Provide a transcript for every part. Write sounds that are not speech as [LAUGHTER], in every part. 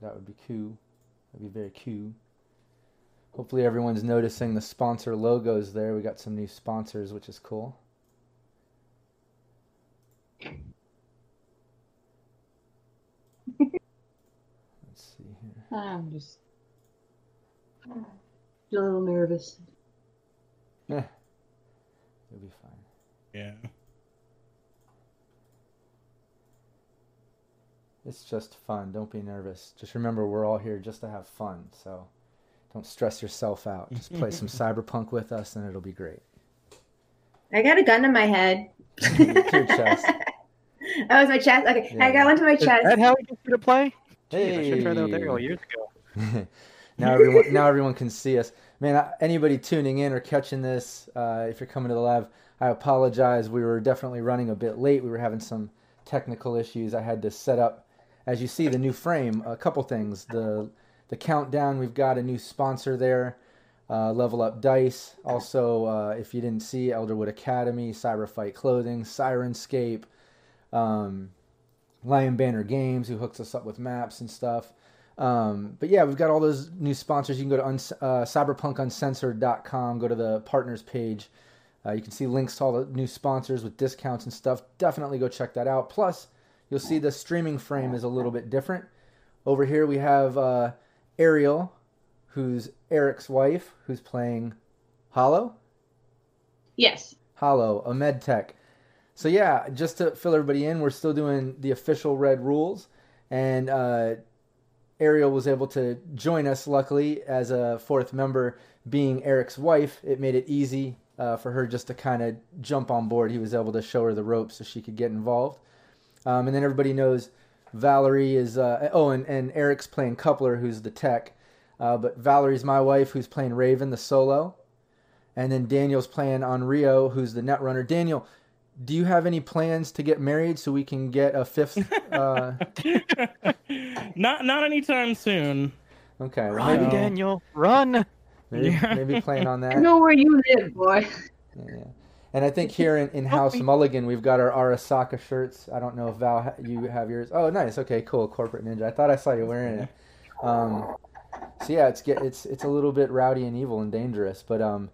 That would be cool. That'd be very cool. Hopefully, everyone's noticing the sponsor logos there. We got some new sponsors, which is cool. Let's see here. I'm just a little nervous. It'll be fine. Yeah. It's just fun. Don't be nervous. Just remember, we're all here just to have fun. So don't stress yourself out. Just play some cyberpunk with us, and it'll be [LAUGHS] great. I got a gun to my head. To Mm, your chest. [LAUGHS] Oh, it's my chest. Okay, I Yeah. got one to my Is that chest. how we get to play? Gee, I Hey. should have tried that out there Oh, all years ago. now everyone, now everyone can see us. Man, I- anybody tuning in or catching this, uh, if you're coming to the live, I apologize. We were definitely running a bit late. We were having some technical issues. I had this set up. As you see, the new frame. A couple things. The the countdown. We've got a new sponsor there. Uh, Level Up Dice. Also, uh, if you didn't see, Elderwood Academy, Cyberfight Clothing, Sirenscape, um, Lion Banner Games, who hooks us up with maps and stuff. Um, but yeah, we've got all those new sponsors. You can go to uns- uh, cyberpunkuncensored.com, go to the partners page. Uh, you can see links to all the new sponsors with discounts and stuff. Definitely go check that out. Plus, you'll see the streaming frame is a little bit different. Over here, we have uh, Ariel, who's Eric's wife, who's playing Hollow. Yes. Hollow, a med tech. So yeah, just to fill everybody in, we're still doing the official red rules, and uh, Ariel was able to join us luckily as a fourth member. Being Eric's wife, it made it easy uh, for her just to kind of jump on board. He was able to show her the ropes so she could get involved. Um, and then everybody knows Valerie is uh, oh, and, and Eric's playing Coupler, who's the tech. Uh, but Valerie's my wife, who's playing Raven, the solo. And then Daniel's playing on Rio, who's the net runner. Daniel, do you have any plans to get married so we can get a fifth? Uh, [LAUGHS] not not anytime soon. [LAUGHS] okay, well, Run, No. maybe, Daniel, run! maybe, Yeah. maybe plan on [LAUGHS] I that. know where you live, boy. Yeah. And I think here in, in House me. Mulligan, we've got our Arasaka shirts. I don't know if Val, ha- you have yours. Oh, nice. Okay, cool. Corporate Ninja. I thought I saw you wearing it. Um, so yeah, it's get it's it's a little bit rowdy and evil and dangerous, but um,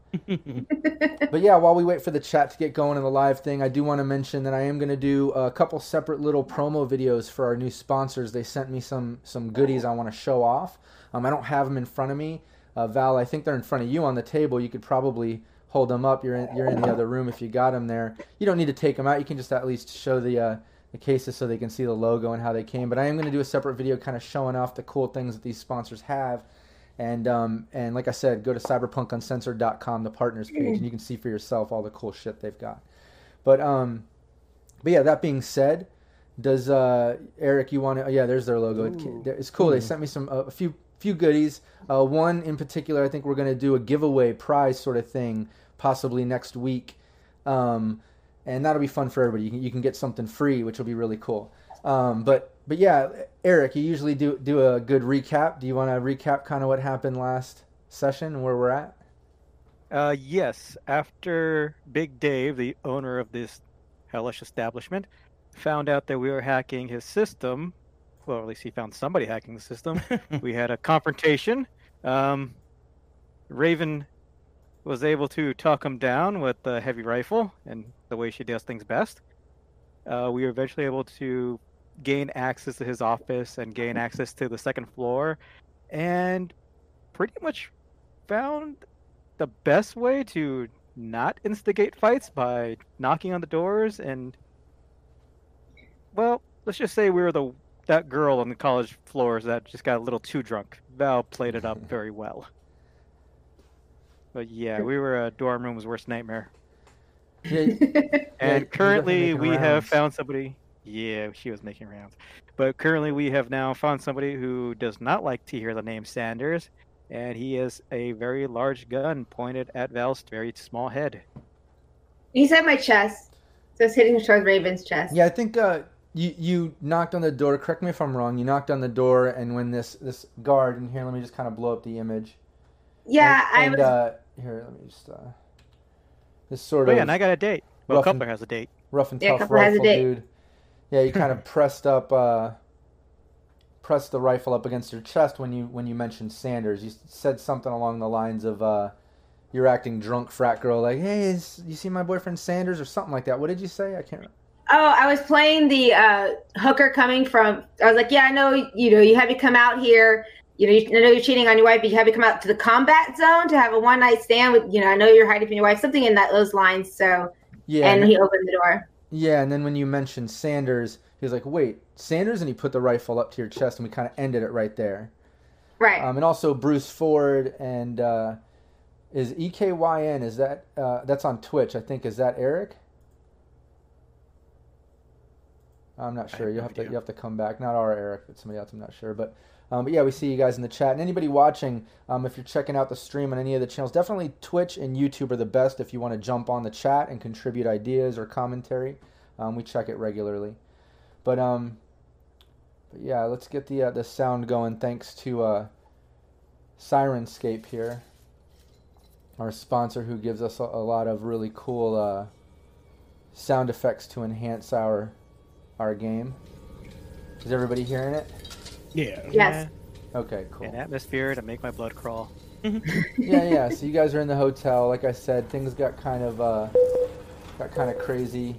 but yeah, while we wait for the chat to get going in the live thing, I do want to mention that I am going to do a couple separate little promo videos for our new sponsors. They sent me some some goodies I want to show off. Um, I don't have them in front of me. Uh, Val, I think they're in front of you on the table. You could probably hold them up. You're in, you're in the other room if you got them there. You don't need to take them out. You can just at least show the uh, the cases so they can see the logo and how they came. But I am going to do a separate video, kind of showing off the cool things that these sponsors have. And um, and like I said, go to cyberpunkuncensored.com, the partners page, and you can see for yourself all the cool shit they've got. But um, but yeah, that being said, does uh, Eric you want to? Oh, yeah, there's their logo. It ca- Ooh. there- It's cool. They sent me some uh, a few few goodies. Uh, one in particular, I think we're going to do a giveaway prize sort of thing, possibly next week, um, and that'll be fun for everybody. You can, you can get something free, which will be really cool. Um, but but yeah, Eric, you usually do do a good recap. Do you want to recap kind of what happened last session and where we're at? Uh, yes, after Big Dave, the owner of this hellish establishment, found out that we were hacking his system, well, at least he found somebody hacking the [LAUGHS] system, we had a confrontation. Um, Raven was able to talk him down with the heavy rifle and the way she does things best. Uh, we were eventually able to gain access to his office and gain access to the second floor and pretty much found the best way to not instigate fights by knocking on the doors and well let's just say we were the that girl on the college floors that just got a little too drunk val played it up very well but yeah we were a dorm room's worst nightmare Yeah, [LAUGHS] Yeah, you and were currently definitely we making have rounds. found somebody yeah she was making rounds but currently we have now found somebody who does not like to hear the name sanders and he has a very large gun pointed at val's very small head He's at my chest. So it's hitting towards Raven's chest. Yeah, I think uh, you you knocked on the door. Correct me if I'm wrong. You knocked on the door, and when this this guard and here, let me just kind of blow up the image. Yeah, and, I and, was. uh, here. Let me just uh, this sort but of Oh, yeah and i got a date well rough and- coupler has a date rough and Yeah, tough couple has a rifle [LAUGHS] date. dude. Yeah, you kind of pressed up uh, pressed the rifle up against your chest when you when you mentioned Sanders. You s- said something along the lines of uh, "You're acting drunk, frat girl." Like, hey, is, you see my boyfriend Sanders or something like that. What did you say? I can't. Oh, I was playing the uh, hooker coming from. I was like, yeah, I know. You know, you have you come out here. You know, you, I know you're cheating on your wife, but you have you come out to the combat zone to have a one night stand with. You know, I know you're hiding from your wife. Something in that those lines. So, Yeah. and n- he opened the door. yeah, and then when you mentioned Sanders, he was like, "Wait, Sanders," and he put the rifle up to your chest, and we kind of ended it right there. Right. Um, and also Bruce Ford and uh, is E EKYN. Is that uh, that's on Twitch? I think is that Eric? I'm not I sure. have You no have to idea. you have to come back. Not our Eric, but somebody else. I'm not sure. But um, but yeah, we see you guys in the chat. And anybody watching, um, if you're checking out the stream on any of the channels, definitely Twitch and YouTube are the best if you want to jump on the chat and contribute ideas or commentary. Um, we check it regularly. But um, but yeah, let's get the uh, the sound going. Thanks to uh, Sirenscape here, our sponsor, who gives us a, a lot of really cool uh, sound effects to enhance our our game. Is everybody hearing it? Yeah. Yes. Okay, An cool. atmosphere to make my [LAUGHS] blood crawl. Yeah, yeah. So you guys are in the hotel. Like I said, things got kind of uh, got kind of crazy,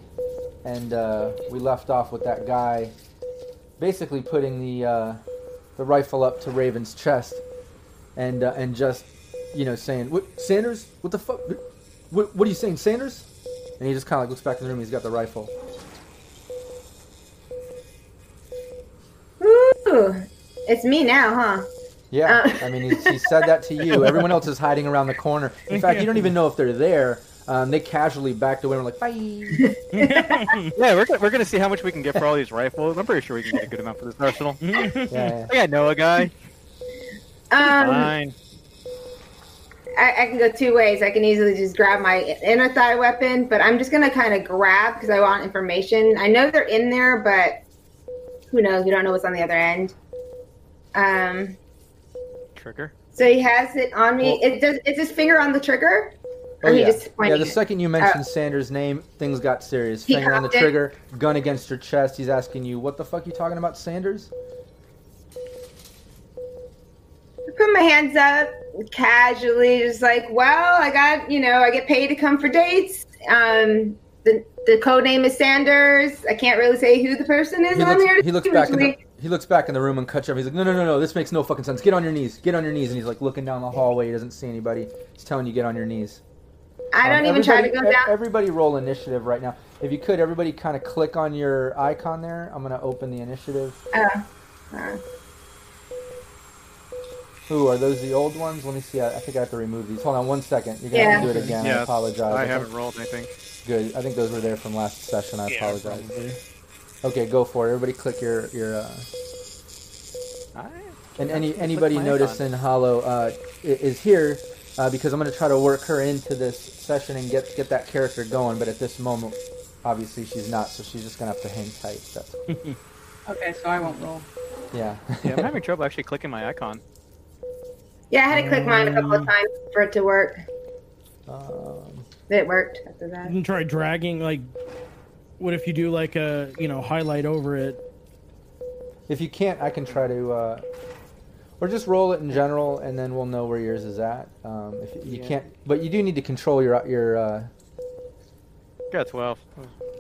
and uh, we left off with that guy basically putting the uh, the rifle up to Raven's chest, and uh, and just you know saying, "What Sanders? What the fuck? What, what are you saying, Sanders?" And he just kind of like looks back in the room. He's got the rifle. Ooh, it's me now, huh? Yeah, Uh. I mean, he's, he said that to you. Everyone else is hiding around the corner. In fact, you don't even know if they're there. Um, they casually backed away and were like, [LAUGHS] bye. Yeah, we're gonna, we're gonna see how much we can get for all these rifles. I'm pretty sure we can get a good amount for this arsenal. Yeah, I think I know a guy. [LAUGHS] Um, Fine. I, I can go two ways. I can easily just grab my inner thigh weapon, but I'm just gonna kind of grab because I want information. I know they're in there, but who knows? We don't know what's on the other end. Um, Trigger. so he has it on me. it does. It's his finger on the trigger. Or he just Oh, yeah, pointed the it. second you mentioned Sanders' name, things got serious. uh, He Finger on the cocked it. trigger, gun against your chest. He's asking you, what the fuck you talking about, Sanders? I put my hands up casually, just like, well, I got you know, I get paid to come for dates. Um, the the code name is Sanders. I can't really say who the person is He on here. looks, he looks back in the, usually. he looks back in the room and cuts you up. He's like, no, no, no, no, this makes no fucking sense. Get on your knees. Get on your knees. And he's like looking down the hallway. He doesn't see anybody. He's telling you, get on your knees. I don't Um, even try to go everybody- e- down. Everybody roll initiative right now. If you could, everybody kind of click on your icon there. I'm going to open the initiative. Oh, uh, Ooh, are those the old ones? Let me see. I, I think I have to remove these. Hold on one second. You're going to Yeah. have to do it again. I Yeah, apologize. I think- haven't rolled anything. Good. I think those were there from last session. I Yeah, apologize. probably. Okay, go for it. Everybody, click your your. Uh... I- And Yeah, any click anybody my noticing Hollow uh, i- is here uh, because I'm going to try to work her into this session and get get that character going. But at this moment, obviously she's not, so she's just going to have to hang tight. That's Okay, so I won't roll. yeah. Yeah, [LAUGHS] I'm having trouble actually clicking my icon. yeah, I had to click mine a couple Um, of times for it to work. um, It worked after that. Mm-hmm. And try dragging like. What if you do like a you know highlight over it? if you can't, I can try to. Uh, or just roll it in general, and then we'll know where yours is at. Um, if you, you Yeah. can't, but you do need to control your your. Uh, Got 12.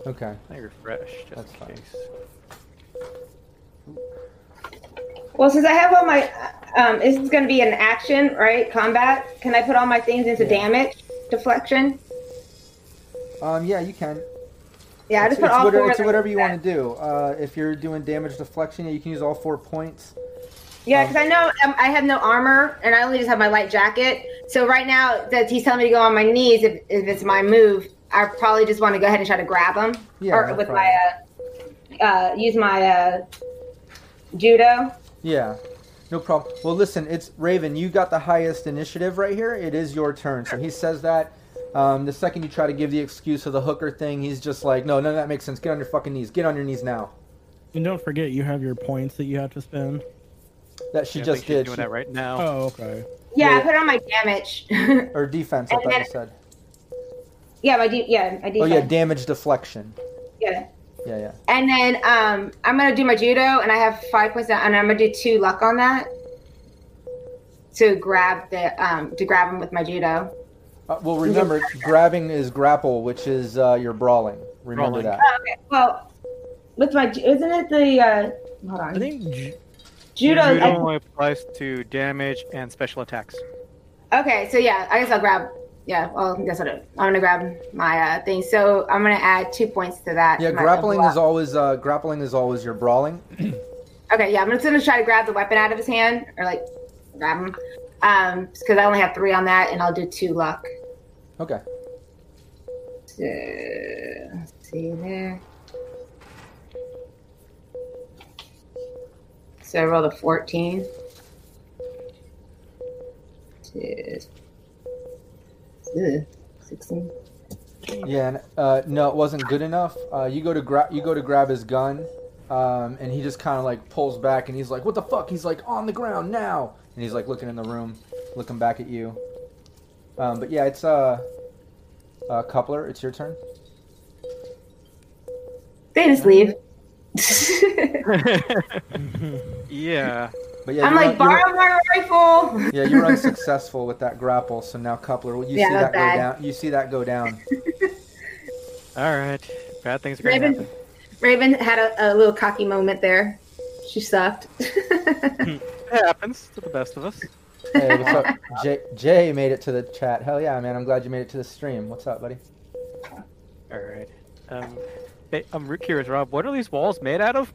okay. I refresh just That's in fine. case. Well, since I have all my, um, this is going to be an action, right? Combat. Can I put all my things into Yeah. damage deflection? Um, yeah, you can. Yeah, I it's, just put it's all whatever, four. it's of whatever you them. want to do. Uh, if you're doing damage deflection, yeah, you can use all four points. Yeah, because I know um, I have no armor and I only just have my light jacket. So right now that he's telling me to go on my knees, if, if it's my move, I probably just want to go ahead and try to grab him Yeah, or no with problem. my, uh, uh, use my uh, judo. Yeah, no problem. Well, listen, it's Raven. You got the highest initiative right here. It is your turn. So he says that. Um, the second you try to give the excuse of the hooker thing, he's just like, no, none of that makes sense. Get on your fucking knees. Get on your knees now. And don't forget you have your points that you have to spend. That she Yeah, I think just she's did. doing She- that right now. Oh, okay. Yeah, I Yeah. put on my damage. [LAUGHS] Or defense, I And thought then- you said. yeah, my de- yeah, my defense. Oh yeah, damage deflection. yeah. Yeah, yeah. And then um, I'm gonna do my judo, and I have five points, down, and I'm gonna do two luck on that to grab the um, to grab him with my judo. Uh, well, remember, grabbing is grapple, which is uh, your brawling. Remember Brawling. that. Well, with my ju- isn't it the uh, hold on I think j- judo? Judo I- only applies to damage and special [LAUGHS] attacks. [LAUGHS] Okay, so yeah, I guess I'll grab. Yeah, well, that's what it, I'm gonna grab my uh, thing. So I'm gonna add two points to that. Yeah, My- grappling is always uh, grappling is always your brawling. Okay, yeah, I'm just gonna try to grab the weapon out of his hand, or like grab him, um, because I only have three on that, and I'll do two luck. Okay. So, let's see there. So I rolled a 14. Two. Ugh, 16. Yeah. And, uh, no, it wasn't good enough. Uh, you go to grab you go to grab his gun, um, and he just kind of like pulls back, and he's like, "What the fuck?" He's like, "On the ground now!" And he's like looking in the room, looking back at you. Um, but yeah, it's uh, uh, coupler. It's your turn. They just leave. yeah. But yeah, I'm you like, run- you run- borrow my rifle. yeah, you're unsuccessful with that grapple. So now coupler, you Yeah, see that was that go bad. down. You see that go down. All right. Bad things are going to Raven. happen. Raven had a, a little cocky moment there. She sucked. [LAUGHS] It happens to the best of us. Hey, what's [LAUGHS] up? Jay, Jay made it to the chat. Hell yeah, man! I'm glad you made it to the stream. What's up, buddy? All right. Um, ba- I'm curious, Rob. What are these walls made out of?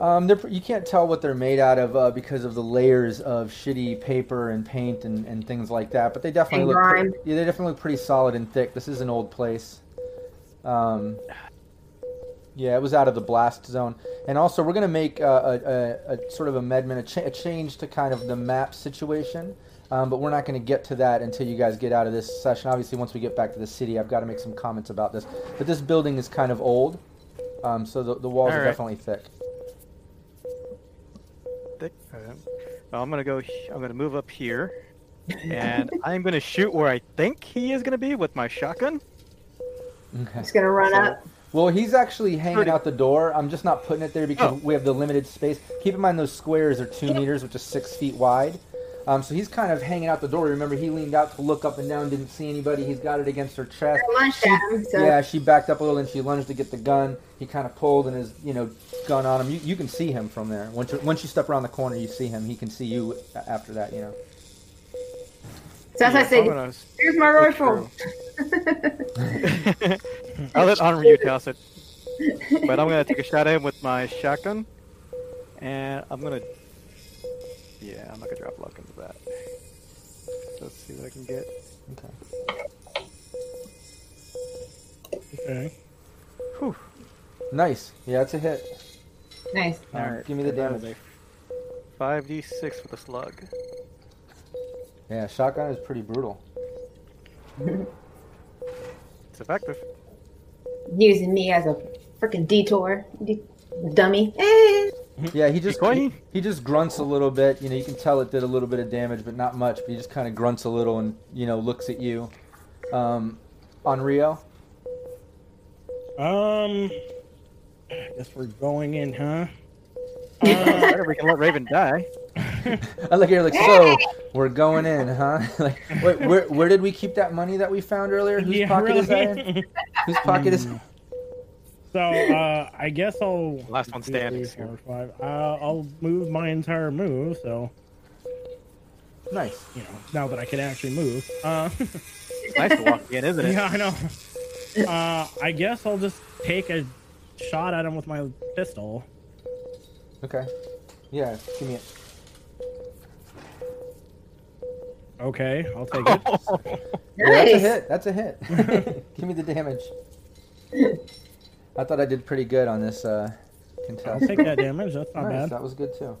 Um, they're, you can't tell what they're made out of uh, because of the layers of shitty paper and paint and, and things like that. But they definitely And look pre- grime. yeah, they definitely look pretty solid and thick. This is an old place. Um, yeah, it was out of the blast zone. And also, we're gonna make uh, a, a, a sort of amendment, a, cha- a change to kind of the map situation. Um, but we're not going to get to that until you guys get out of this session. Obviously, once we get back to the city, I've got to make some comments about this. But this building is kind of old, um, so the, the walls All are right. definitely thick. [LAUGHS] Thick. Uh, well, I'm gonna go. he- I'm gonna move up here, [LAUGHS] and I'm gonna shoot where I think he is gonna be with my shotgun. Okay. Just gonna run So- up. Well, he's actually hanging Pretty- out the door. I'm just not putting it there because we have the limited space. Keep in mind those squares are two meters, which is six feet wide. Um, so he's kind of hanging out the door. Remember, he leaned out to look up and down, didn't see anybody. He's got it against her chest. I lunged at him. So Yeah, she backed up a little and she lunged to get the gun. He kind of pulled and his, you know, gun on him. You, you can see him from there. Once you, once you step around the corner, you see him. He can see you a- after that, you know. So that's why I Yeah, I'm said, gonna here's my It's rifle. [LAUGHS] [LAUGHS] I'll let Honor you toss it. But I'm gonna take a shot at him with my shotgun. And I'm gonna Yeah, I'm not gonna drop luck into that. Let's see what I can get. Okay. okay. Whew. Nice. Yeah, it's a hit. Nice. All right, give me the damage. Five D six with a slug. Yeah, shotgun is pretty brutal. It's effective. Using me as a freaking detour. De- dummy. Eh. Yeah, he just Decoy? he, he just grunts a little bit. You know, you can tell it did a little bit of damage, but not much. But he just kind of grunts a little and you know looks at you. Um, on Rio, Um, I guess we're going in, huh? Uh, Better we can let Raven die. I look at you like so. We're going in, huh? [LAUGHS] like, wait, where where did we keep that money that we found earlier? Whose [LAUGHS] yeah, pocket really. is that? In? Whose pocket is? Mm. So uh, I guess I'll Last one Two, three, standing. four, five. Uh, I'll move my entire move, so Nice. you know now that I can actually move. Uh, [LAUGHS] It's nice to walk in, isn't it? yeah, I know. Uh, I guess I'll just take a shot at him with my pistol. Okay. Yeah, give me it. Okay, I'll take [LAUGHS] it. Yeah, that's a Nice. hit. That's a [LAUGHS] hit. give me the damage. I thought I did pretty good on this uh, I'll contest. take that damage. That's not Nice, bad. that was good too.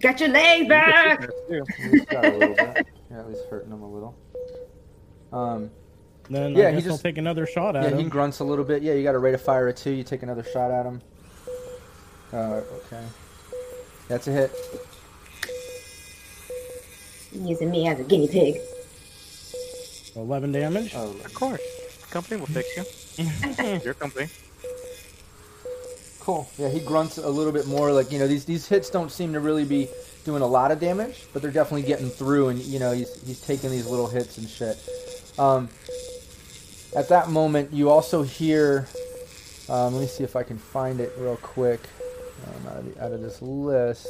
Got your leg back. He's got a little bit. You're at least hurting him a little. Um, Then Yeah, I he guess I'll just- take another shot at yeah, he him. grunts a little bit. Yeah, you got a rate of fire at two. You take another shot at him. Uh, okay. That's a hit. Using me as a [LAUGHS] guinea pig. Eleven damage. Oh, Of course. Company will fix you. Your company. Cool. Yeah, he grunts a little bit more. Like you know, these these hits don't seem to really be doing a lot of damage, but they're definitely getting through. And you know, he's he's taking these little hits and shit. Um, at that moment, you also hear. Um, let me see if I can find it real quick. Um, out, of the- out of this list.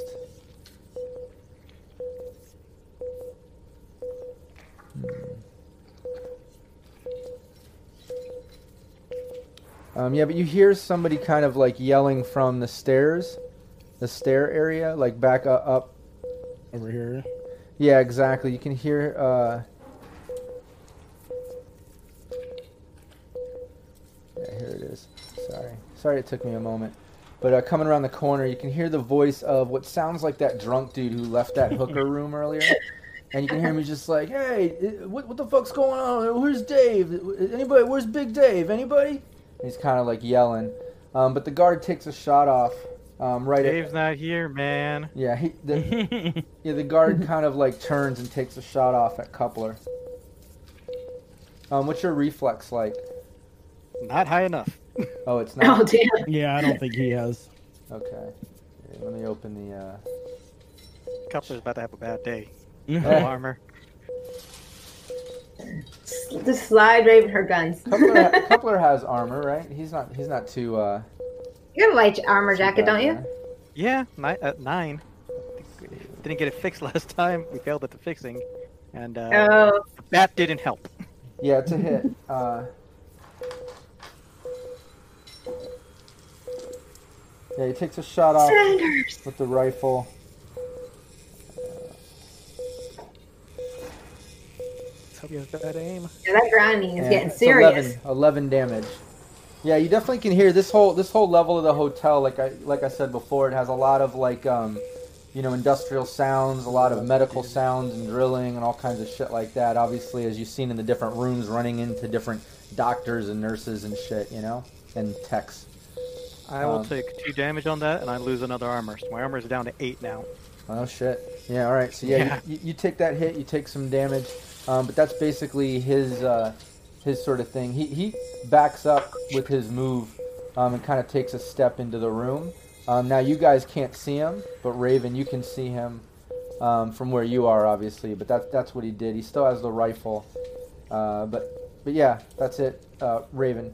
Um, yeah, but you hear somebody kind of like yelling from the stairs, the stair area, like back up. up. Over here. Yeah, exactly. You can hear. Uh... Yeah, here it is. Sorry, sorry, it took me a moment. But uh, coming around the corner, you can hear the voice of what sounds like that drunk dude who left that hooker room earlier. And you can hear him he's just like, "Hey, i- what, what the fuck's going on? Where's Dave? Anybody? Where's Big Dave? Anybody?" And he's kind of like yelling. Um, but the guard takes a shot off um, right at Dave's not here, man. yeah, he, the, yeah, the [LAUGHS] guard kind of like turns and takes a shot off at Coupler. Um, what's your reflex like? Not high enough. Oh, it's Oh not. damn! [LAUGHS] yeah, I don't think he has. Okay. Here, Let me open the. Uh... Coupler's about to have a bad day. No [LAUGHS] Eh. armor. Just slide Raven her guns. Coupler, [LAUGHS] you Coupler has armor, right? He's not. He's not too. Uh, got a light armor too jacket, bad don't you? there. Yeah, ni- at nine. I think we Didn't get it fixed [LAUGHS] last time. We failed at the fixing, and uh, Oh, that didn't help. Yeah, [LAUGHS] it's a hit. Uh, yeah, he takes a shot off [LAUGHS] Sanders. with the rifle. Let's hope you have bad aim. Yeah, that grounding is and getting it's serious. 11, 11 damage. Yeah, you definitely can hear this whole this whole level of the hotel. Like I like I said before, it has a lot of like um, you know, industrial sounds, a lot of medical sounds and drilling and all kinds of shit like that. Obviously, as you've seen in the different rooms, running into different doctors and nurses and shit, you know, and techs. I will Um, take two damage on that, and I lose another armor. So my armor is down to eight now. Oh shit! Yeah, all right. So yeah, Yeah. You, you take that hit, you take some damage, um, but that's basically his uh, his sort of thing. He he backs up with his move um, and kind of takes a step into the room. Um, now you guys can't see him, but Raven, you can see him um, from where you are, obviously. But that's that's what he did. He still has the rifle, uh, but but yeah, that's it. Uh, Raven,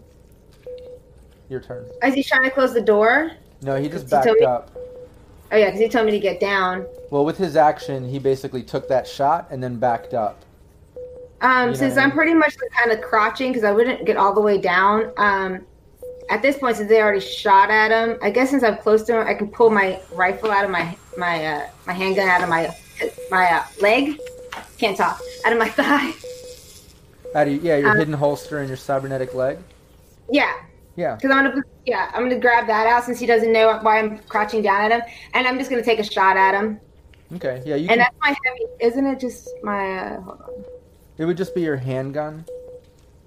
your turn. Is he trying to close the door? No, he just So backed we- up. Oh yeah, because he told me to get down. Well, with his action, he basically took that shot and then backed up. Um, You since know. I'm pretty much kind of crouching because I wouldn't get all the way down. Um, at this point, since they already shot at him, I guess since I'm close to him, I can pull my rifle out of my my uh, my handgun out of my my uh, leg. Can't talk out of my [LAUGHS] thigh. Out of, yeah, your Um, hidden holster and your cybernetic leg. Yeah, Yeah. because I'm gonna yeah I'm gonna grab that out since he doesn't know why I'm crouching down at him, and I'm just gonna take a shot at him. Okay. Yeah, you. And Can, that's my heavy, isn't it? Just my uh, hold on. it would just be your handgun.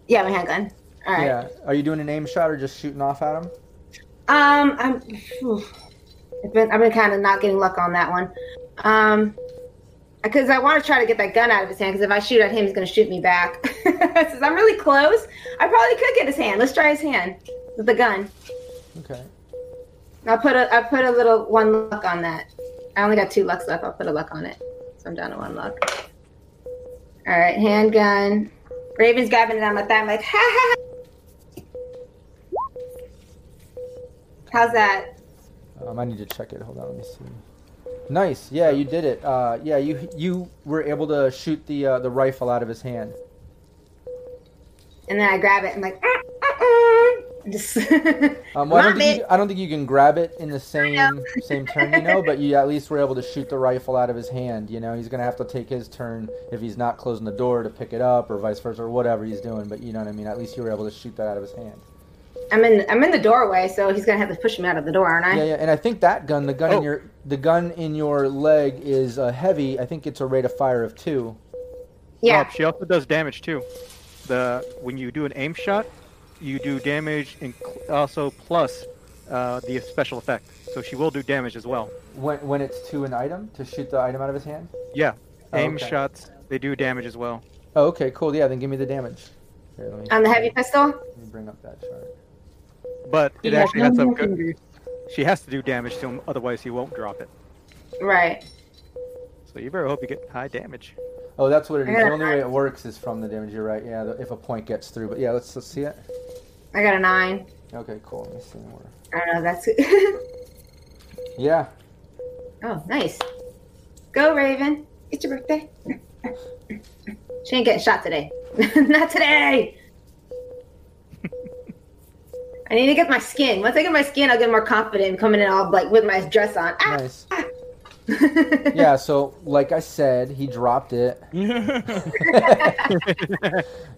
yeah my handgun. All right. Yeah. Are you doing an aim shot or just shooting off at him? Um, I'm. phew. I've been I've been kind of not getting luck on that one. Um, because I want to try to get that gun out of his hand. Because if I shoot at him, he's gonna shoot me back. [LAUGHS] Since I'm really close, I probably could get his hand. Let's try his hand with the gun. Okay. I'll put a I put a little one luck on that. I only got two lucks left. I'll put a luck on it, so I'm down to one luck. All right, handgun. Raven's grabbing it on my thigh. I'm like, ha ha. ha. How's that? Um, I need to check it. Hold on. Let me see. Nice. Yeah, you did it. Uh, yeah, you you were able to shoot the uh, the rifle out of his hand. and then I grab it and like, ah, ah, ah. [LAUGHS] just Um, well, I, don't Mom think it. you, I don't think you can grab it in the same know. same turn, you know. But you at least were able to shoot the rifle out of his hand. You know, he's gonna have to take his turn if he's not closing the door to pick it up, or vice versa, or whatever he's doing. But you know what I mean. At least you were able to shoot that out of his hand. I'm in I'm in the doorway, so he's gonna have to push me out of the door, aren't I? Yeah, yeah. And I think that gun, the gun Oh. in your the gun in your leg is uh, heavy. I think it's a rate of fire of two. Yeah. Rob, she also does damage too. The when you do an aim shot, you do damage and cl- also plus uh, the special effect. So she will do damage as well. When when it's to an item to shoot the item out of his hand. Yeah, Oh, aim okay. shots they do damage as well. Oh, okay, cool. Yeah, then give me the damage. Here, let me, On the heavy pistol. let me bring up that chart. But it actually adds up. Good, She has to do damage to him, otherwise he won't drop it. Right. So you better hope you get high damage. Oh, that's what it is. Yeah. The only way it works is from the damage. You're right. Yeah, the- if a point gets through. But yeah, let's let's see it. I got a nine. Okay, cool. Let me see where. I don't know. That's. [LAUGHS] Yeah, oh, nice. Go Raven. It's your birthday. [LAUGHS] she ain't getting shot today. [LAUGHS] [LAUGHS] Not today. I need to get my skin. Once I get my skin, I'll get more confident coming in all like with my dress on. Ah! nice. [LAUGHS] Yeah, so like I said, he dropped it. No,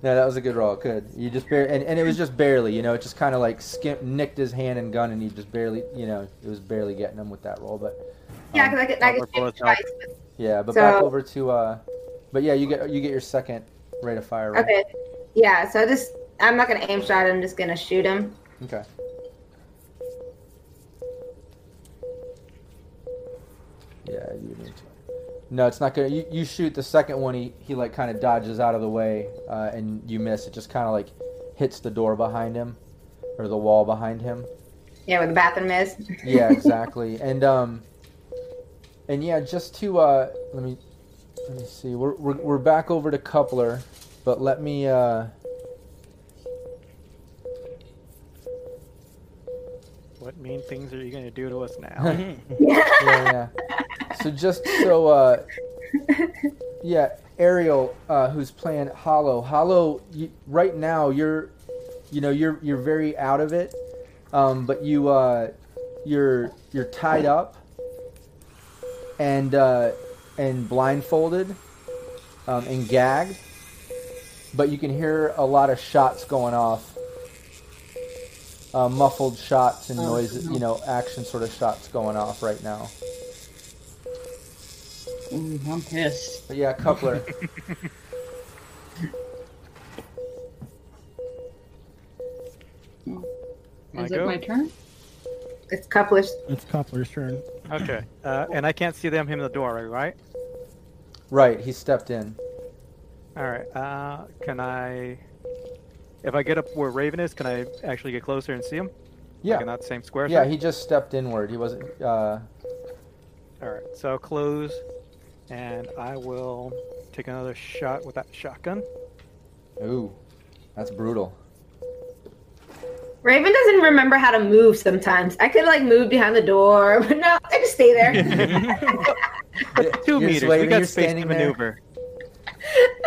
that was a good roll. Good. You just bar- and, and it was just barely, you know, it just kind of like skimp, nicked his hand and gun, and he just barely, you know, it was barely getting him with that roll. But Yeah, um, because I could, I We're could shoot both twice. yeah. But So- back over to uh, but yeah, you get you get your second rate of fire. Roll. Okay. Yeah, so I just, I'm not going to aim shot. I'm just going to shoot him. Okay. Yeah, you need to. No, it's not gonna. You, you shoot the second one. He he like kind of dodges out of the way, uh, and you miss. It just kind of like hits the door behind him, or the wall behind him. Yeah, where the bathroom is. Yeah, [LAUGHS] exactly. and um, and yeah, just to uh, let me let me see. We're we're, we're back over to coupler, but let me uh. What mean things are you going to do to us [LAUGHS] now? yeah, yeah. So just so, uh, yeah, Ariel, uh, who's playing Hollow. Hollow, you, right now you're, you know, you're you're very out of it, um, but you uh, you're you're tied up and uh, and blindfolded um, and gagged, but you can hear a lot of shots going off. Uh, muffled shots and noises, you know, action sort of shots going off right now. Mm, I'm pissed. But yeah, coupler. My Is go? it my turn? It's couplish. it's Coupler's turn. okay. Uh, and I can't see them him in the doorway, right? right, he stepped in. All right. Uh, can I? If I get up where Raven is, can I actually get closer and see him? Like in Yeah, that same square. yeah, thing? he just stepped inward. He wasn't. Uh, All right. So I'll close, and I will take another shot with that [LAUGHS] shotgun. [LAUGHS] ooh, that's brutal. Raven doesn't remember how to move sometimes. I could like move behind the door, [LAUGHS] but no, I just stay [LAUGHS] there. [LAUGHS] You're Two meters. we slaving, got you're space to standing there. maneuver.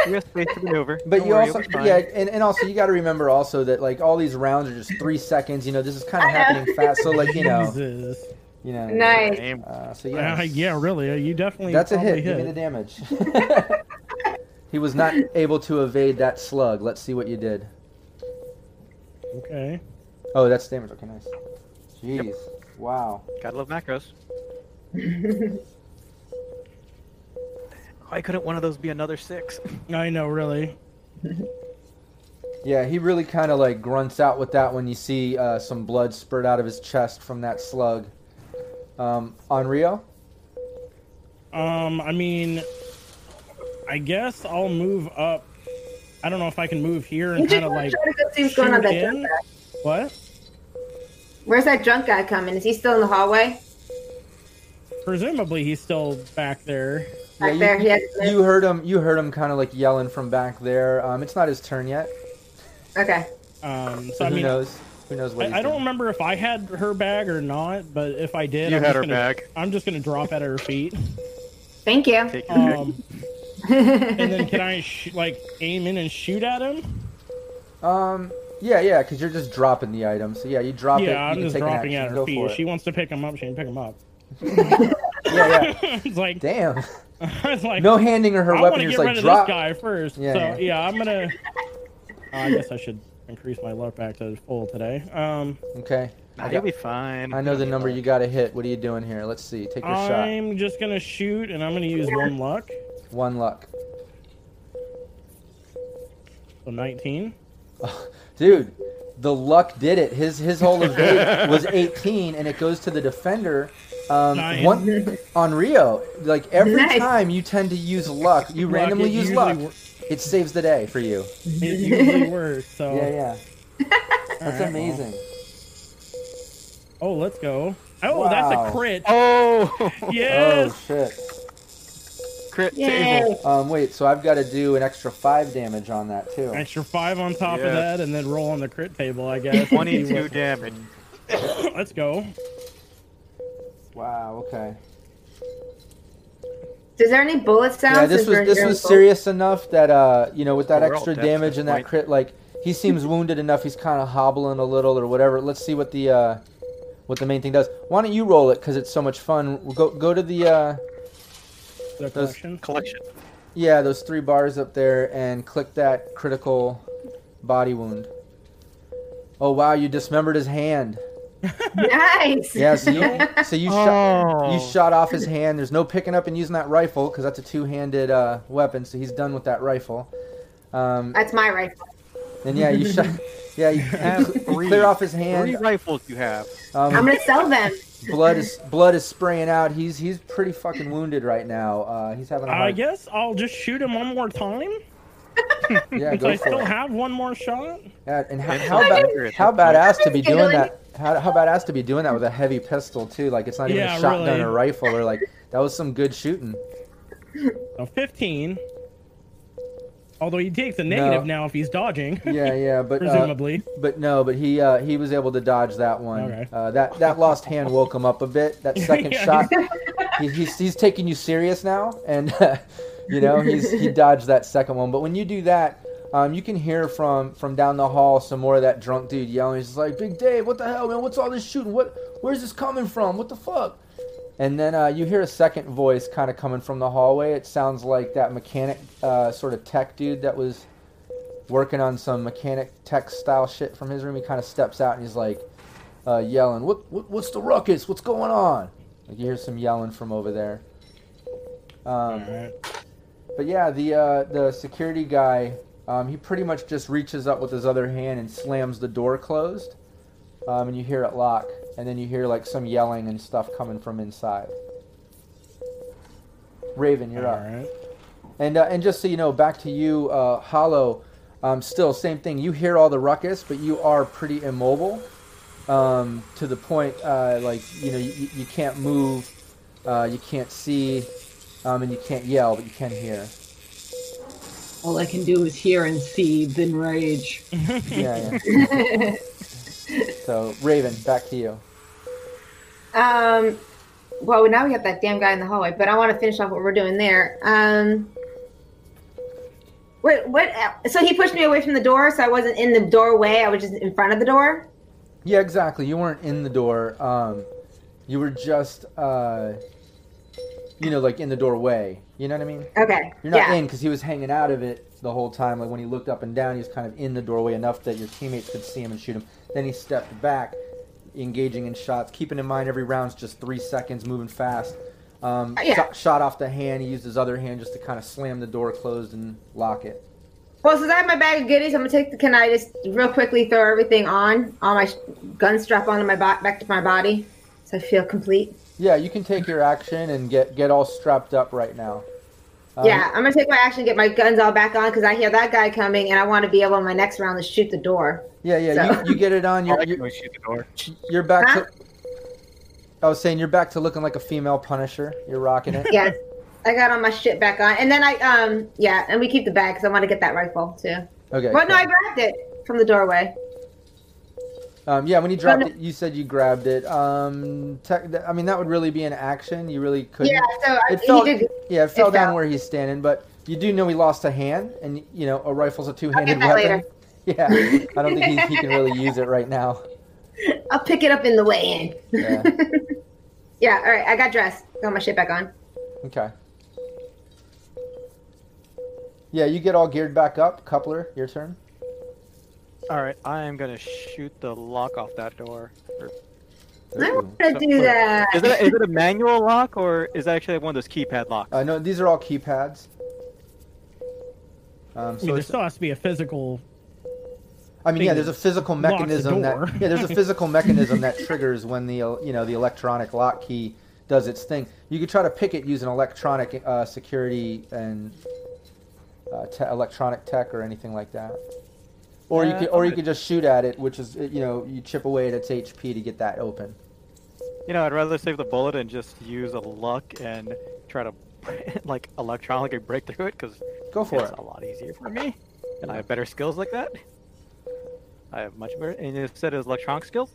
we got space to maneuver. But Don't you worry, also, it'll be fine. yeah, and, and also you got to remember also that like all these rounds are just three seconds. You know, this is kind of happening fast. So like you [LAUGHS] know, Jesus. you know. nice. Aim. Uh, so Yeah, yeah, yeah, really. uh, You definitely. that's a probably hit. Give me the damage. [LAUGHS] he was not able to evade that slug. Let's see what you did. Okay. Oh, that's damage. Okay, nice. Jeez, wow. Gotta love macros. Why couldn't one of those be another six? I know, really. Yeah, he really kind of like grunts out with that when you see uh, some blood spurt out of his chest from that slug. Um, on Rio, Um, I mean, I guess I'll move up. I don't know if I can move here You and just kind of want like to try to go see what's going on with shoot that drunk in? guy. what? Where's that drunk guy coming? Is he still in the hallway? Presumably he's still back there. Yeah, Back you- there. He has you heard him. You heard him kind of like yelling from back there. Um, it's not his turn yet. Okay. Um, so So I who mean, knows? Who knows what? he's I, I don't doing. remember if I had her bag or not, but if I did, You I'm had just her gonna, bag. I'm just gonna drop at her [LAUGHS] feet. Thank you. Take your pick. Um, and then can I sh- like aim in and shoot at him? Um, yeah, yeah, because you're just dropping the item. So yeah, you drop it. you yeah, I'm can just take an dropping action. at her Go feet. for If it. she wants to pick him up, she can pick him up. [LAUGHS] Yeah, yeah. it's [LAUGHS] like, Damn. it's like No handing her her I want weapon. to You're get just rid like drop. of this guy first. Yeah, so yeah. yeah. I'm gonna. Oh, I guess I should increase my luck back to full today. Um, Okay. Nah, you'll be fine. I know the number you got to hit. What are you doing here? Let's see. Take your shot. I'm just gonna shoot, and I'm gonna use one luck. One luck. So 19. Dude, the luck did it. His his whole [LAUGHS] evade was 18, and it goes to the defender. Um, Nice. one on Rio, like every Nice. time you tend to use luck, you Luck, randomly it use usually luck. wor- It saves the day for you. [LAUGHS] It usually works. So Yeah, yeah, all that's right, well. amazing. Oh, let's go. Oh, that's Wow. a crit. [LAUGHS] Oh, Oh Yes. shit. crit [LAUGHS] Yay. table. Um, wait, so I've got to do an extra five damage on that too. Extra five on top Yeah. of that, and then roll on the crit table, I [LAUGHS] guess. See 22 what- damage. [LAUGHS] Let's go. Wow. Okay. Is there any bullet sounds? Yeah, this since we're was this hearing was bullets? serious enough that uh, you know, with that We're all extra dead at damage this and that point. crit, like he seems wounded enough. He's kind of hobbling a little or whatever. Let's see what the uh, what the main thing does. Why don't you roll it? Cause it's so much fun. Go go to the uh, The collection. Collection. yeah, those three bars up there and click that critical body wound. Oh wow, you dismembered his hand. [LAUGHS] Nice. Yeah, [LAUGHS] so you, so you shot Oh. you shot off his hand. There's no picking up and using that rifle because that's a two-handed uh, weapon. So he's done with that rifle. Um, That's my rifle. and yeah, you [LAUGHS] shot. Yeah, you, you, Have cl- you three. clear off his Three hand. rifles you have. I'm Um, gonna sell them. blood is blood is spraying out. He's he's pretty fucking wounded right now. Uh, he's having a I hard. guess I'll just shoot him one more time. yeah, Since go I for still it. have one more shot. Yeah, and how, It's how not about accurate at how this point. badass to be doing Giggling. that? How, how badass to be doing that with a heavy pistol too? Like it's not even Yeah, a shotgun really. or rifle or like that was some good shooting. So 15. Although he takes a negative now if he's dodging. Yeah, yeah, but uh, Presumably. But no, but he uh, he was able to dodge that one. Okay. Uh, that that lost hand woke him up a bit. That second Yeah. shot, he, he's he's taking you serious now, and [LAUGHS] uh, you know he's he dodged that second one. But when you do that, um, you can hear from from down the hall some more of that drunk dude yelling. He's just like, "Big Dave, what the hell, man? What's all this shooting? What? Where's this coming from? What the fuck?" And then uh, you hear a second voice kind of coming from the hallway. It sounds like that mechanic uh, sort of tech dude that was working on some mechanic tech style shit from his room. He kind of steps out and he's like uh, yelling, what, what, What's the ruckus? What's going on? Like you hear some yelling from over there. Um, Alright. but yeah, the uh, the security guy, um, he pretty much just reaches up with his other hand and slams the door closed, um, and you hear it lock, and then you hear like some yelling and stuff coming from inside. Raven, you're up. Alright. And uh, and just so you know, back to you, uh, Hollow. Um, still, same thing. You hear all the ruckus, but you are pretty immobile um, to the point uh, like you know you, you can't move, uh, you can't see, um, and you can't yell, but you can hear. All I can do is hear and see, then rage. Yeah. yeah. so Raven, back to you. Um, well, now we got that damn guy in the hallway, but I want to finish off what we're doing there. Um, wait, what? So he pushed me away from the door, so I wasn't in the doorway. I was just in front of the door. Yeah, exactly. You weren't in the door. Um, you were just uh, you know like in the doorway. You know what I mean? Okay. You're not in 'cause yeah. in because he was hanging out of it the whole time. Like when he looked up and down, he was kind of in the doorway enough that your teammates could see him and shoot him. Then he stepped back, engaging in shots, keeping in mind every round's just three seconds, moving fast. Um, Uh, yeah. shot, shot off the hand. He used his other hand just to kind of slam the door closed and lock it. Well, since I have my bag of goodies, I'm gonna take the. Can I just real quickly throw everything on, all my sh- gun strap onto my bo- back to my body, so I feel complete. Yeah, you can take your action and get get all strapped up right now. Um, yeah, I'm gonna take my action, get my guns all back on, because I hear that guy coming, and I want to be able in my next round to shoot the door. yeah, yeah. So- You, you get it on. All You're, I can do you're, is shoot the door. you're back to. I was saying you're back to looking like a female Punisher. You're rocking [LAUGHS] it. Yes, I got all my shit back on, and then I um yeah, and we keep the bag because I want to get that rifle too. Okay. Well, no, cool. I grabbed it from the doorway. Um, yeah, when you dropped no. it, you said you grabbed it. Um, tech, th- I mean, that would really be an action. You really couldn't. Yeah, so I, It felt- he did. Yeah, it fell It down fell. where he's standing, but you do know he lost a hand, and you know a rifle's a I'll two-handed get that weapon. [LAUGHS] later. Yeah, I don't think he, he can really use it right now. I'll pick it up in the way in. Yeah. yeah. All right, I got dressed, got my shit back on. Okay. Yeah, you get all geared back up. Coupler, your turn. All right, I am gonna shoot the lock off [LAUGHS] that door. I Ooh. want to do that. Is that is it a manual lock or is that actually one of those keypad locks? Uh, no, these are all keypads. Um, I mean, so there it's, still has to be a physical. I mean, yeah, thing there's a physical locks the mechanism door. that yeah, [LAUGHS] there's a physical mechanism that triggers when the uh, you know the electronic lock key does its thing. You could try to pick it using electronic uh, security and uh, te- electronic tech or anything like that. Or you Uh, could or you okay. could just shoot at it, which is uh, you know you chip away at its HP to get that open. You know, I'd rather save the bullet and just use a luck and try to [LAUGHS] like electronically break through it because Go for it's it. a lot easier for me, and I have better skills like that. I have much better. And you said it was electronic skills.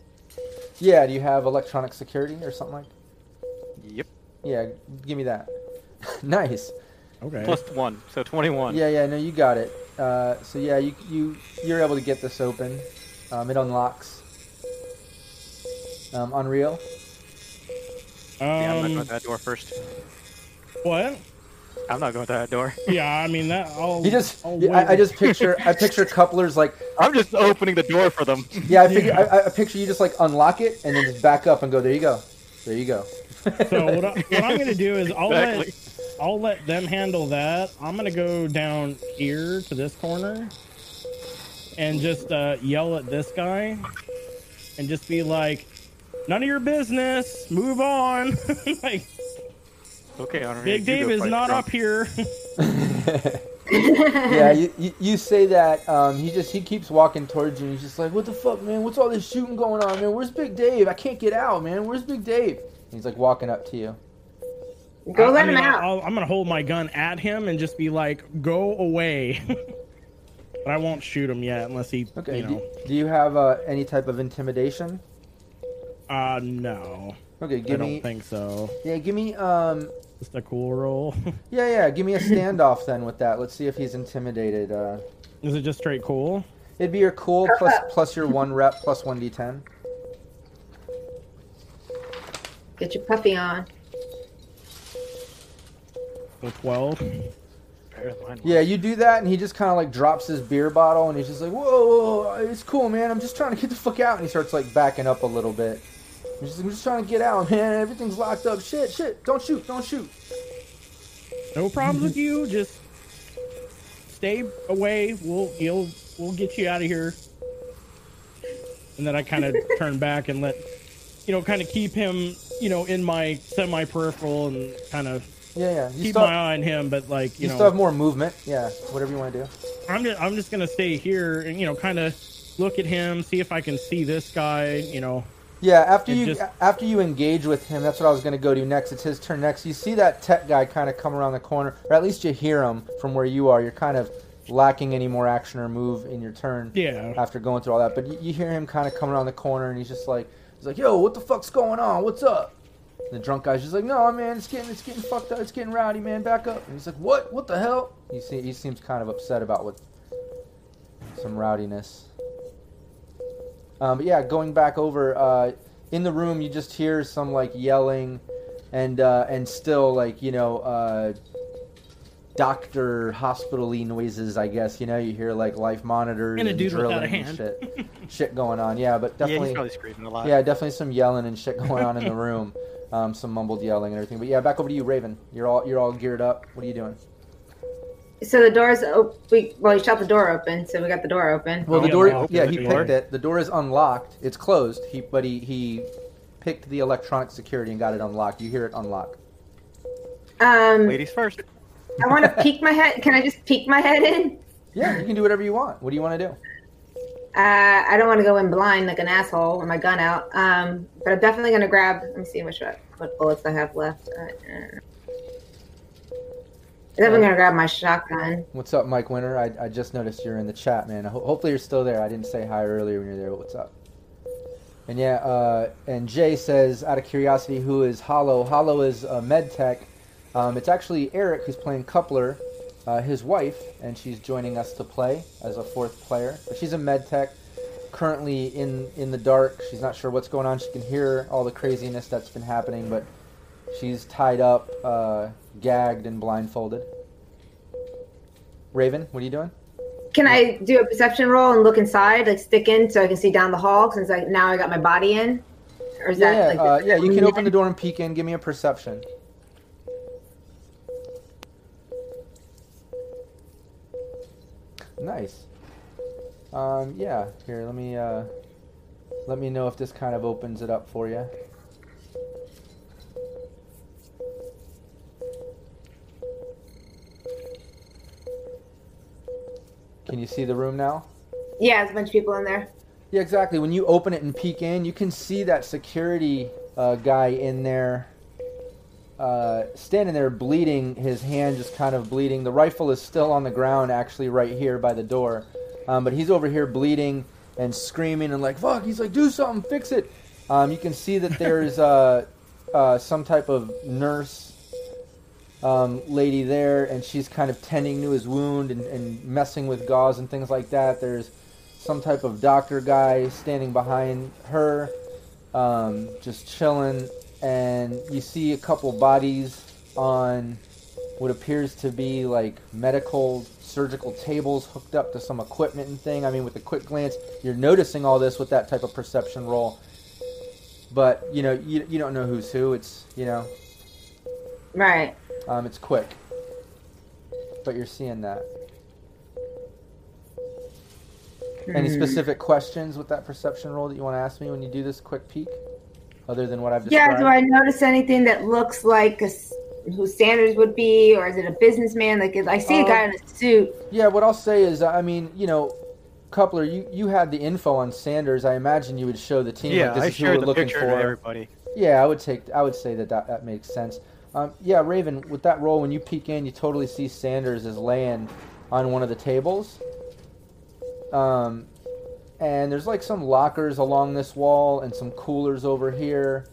Yeah, do you have electronic security or something like? Yep. Yeah, give me that. [LAUGHS] nice. Okay. Plus one, so twenty-one. Yeah, yeah, no, you got it. Uh, so yeah, you you you're able to get this open. Um, it unlocks. Um, Unreal. Yeah, I'm not Um, going to that door first. what? I'm not going to that door. Yeah, I mean that. I'll, He just, I'll yeah, I, I Oh, wait. just picture, I picture couplers like, I'm just opening the door for them. yeah, I, figure, I, I picture you just like unlock it and then just back up and go, there you go, there you go. So [LAUGHS] what, I, what I'm gonna do is I'll Exactly. let I'll let them handle that. I'm gonna go down here to this corner and just uh, yell at this guy and just be like, "None of your business. Move on." [LAUGHS] like Okay, Henri, Big you Dave go is fight not drunk. up here. [LAUGHS] yeah, you, you, you say that. Um, he just he keeps walking towards you. and He's just like, "What the fuck, man? What's all this shooting going on, man? Where's Big Dave? I can't get out, man. Where's Big Dave?" And he's like walking up to you. Go I- I let mean, him out. I'll, I'm gonna hold my gun at him and just be like, "Go away." [LAUGHS] but I won't shoot him yet unless he, Okay. you know, do, do you have uh, any type of intimidation? uh, no, Okay, I give don't me. think so. Yeah, give me. Um, Just a cool roll. [LAUGHS] yeah, yeah, give me a standoff then with that. Let's see if he's intimidated. Uh, Is it just straight cool? it'd be your cool plus plus your one rep plus one d10. Get your puffy on. So 12. Bear in mind, Yeah, you do that, and he just kind of like drops his beer bottle, and he's just like, "Whoa, whoa, it's cool, man. I'm just trying to get the fuck out." And he starts like backing up a little bit. He's just, I'm just trying to get out, man. Everything's locked up. Shit, shit. Don't shoot, don't shoot. No problems [LAUGHS] with you. Just stay away. We'll you'll we'll get you out of here. And then I [LAUGHS] kind of turn back and let you know, kind of keep him, you know, in my semi peripheral and kind of Yeah, yeah. You keep still, my eye on him. But like you you, still know, have more movement. Yeah, whatever you want to do. I'm just I'm just gonna stay here and you know, kind of look at him, see if I can see this guy. You know, Yeah, after It you just- after you engage with him, that's what I was gonna go to next. It's his turn next. You see that tech guy kind of come around the corner, or at least you hear him from where you are. You're kind of lacking any more action or move in your turn. yeah. after going through all that. But you, you hear him kind of coming around the corner, and he's just like, he's like, "Yo, what the fuck's going on? What's up?" And the drunk guy's just like, "No, man, it's getting it's getting fucked up. It's getting rowdy, man. Back up." And he's like, "What? What the hell?" You see, he seems kind of upset about what some rowdiness. Um, but yeah, going back over uh, in the room, you just hear some like yelling, and uh, and still like you know. Uh, Doctor hospitally noises, I guess. You know, you hear like life monitors And a and dude without drilling a and hand. shit, shit going on. Yeah, but [LAUGHS] yeah, definitely, he's probably screaming a lot. yeah, definitely some yelling and shit going on in [LAUGHS] the room. Um, some mumbled yelling and everything. But yeah, back over to you, Raven. You're all you're all geared up. What are you doing? So the door's op- we well, you shot the door open, so we got the door open. Well, Oh, the yeah, door. I'll open Yeah, the he door. picked it. The door is unlocked. It's closed. He, but he he picked the electronic security and got it unlocked. You hear it unlock. Um, Ladies first. I want to peek my head. Can I just peek my head in? Yeah, you can do whatever you want. What do you want to do? Uh, I don't want to go in blind like an asshole with my gun out. Um, but I'm definitely gonna grab. Let me see which what bullets I have left. Uh, uh, I'm definitely gonna grab my shotgun. What's up, Mike Winter? I, I just noticed you're in the chat, man. Ho- hopefully you're still there. I didn't say hi earlier when you were there, but what's up? And yeah, uh, and Jay says, out of curiosity, who is Hollow? Hollow is a med tech. Um, it's actually Eric who's playing Coupler, uh, his wife, and she's joining us to play as a fourth player. But she's a med tech, currently in in the dark. She's not sure what's going on. She can hear all the craziness that's been happening, but she's tied up, uh, gagged, and blindfolded. Raven, what are you doing? Can I do a perception roll and look inside, like stick in, so I can see down the hall? Since like now I got my body in. Or is Yeah, that yeah, like uh, yeah. You can open the door and peek in. Give me a perception. Nice. Um, yeah. Here, let me uh, let me know if this kind of opens it up for you. Can you see the room now? yeah, there's a bunch of people in there. Yeah, exactly. When you open it and peek in, you can see that security uh, guy in there, uh, standing there bleeding, his hand just kind of bleeding. The rifle is still on the ground, actually, right here by the door. Um, but he's over here bleeding and screaming and like, fuck, he's like, do something, fix it. Um, you can see that there's uh, [LAUGHS] uh, some type of nurse um, lady there, and she's kind of tending to his wound and, and messing with gauze and things like that. There's some type of doctor guy standing behind her, um, just chilling, and you see a couple bodies on what appears to be like medical surgical tables hooked up to some equipment and thing. I mean, with a quick glance, you're noticing all this with that type of perception roll. But you know, you, you don't know who's who. It's you know, Right. um, it's quick. But you're seeing that. Any specific questions with that perception roll that you want to ask me when you do this quick peek, other than what I've described? Yeah. Do I notice anything that looks like a s who Sanders would be, or is it a businessman? Like, I Um, see a guy in a suit. Yeah, what I'll say is, I mean, you know, Coupler, you, you had the info on Sanders. I imagine you would show the team. yeah, like, this I is who shared we're the looking picture for. to everybody. Yeah, I would take. I would say that that, that makes sense. Um, yeah, Raven, with that roll, when you peek in, you totally see Sanders is laying on one of the tables. Um, and there's like some lockers along this wall and some coolers over here.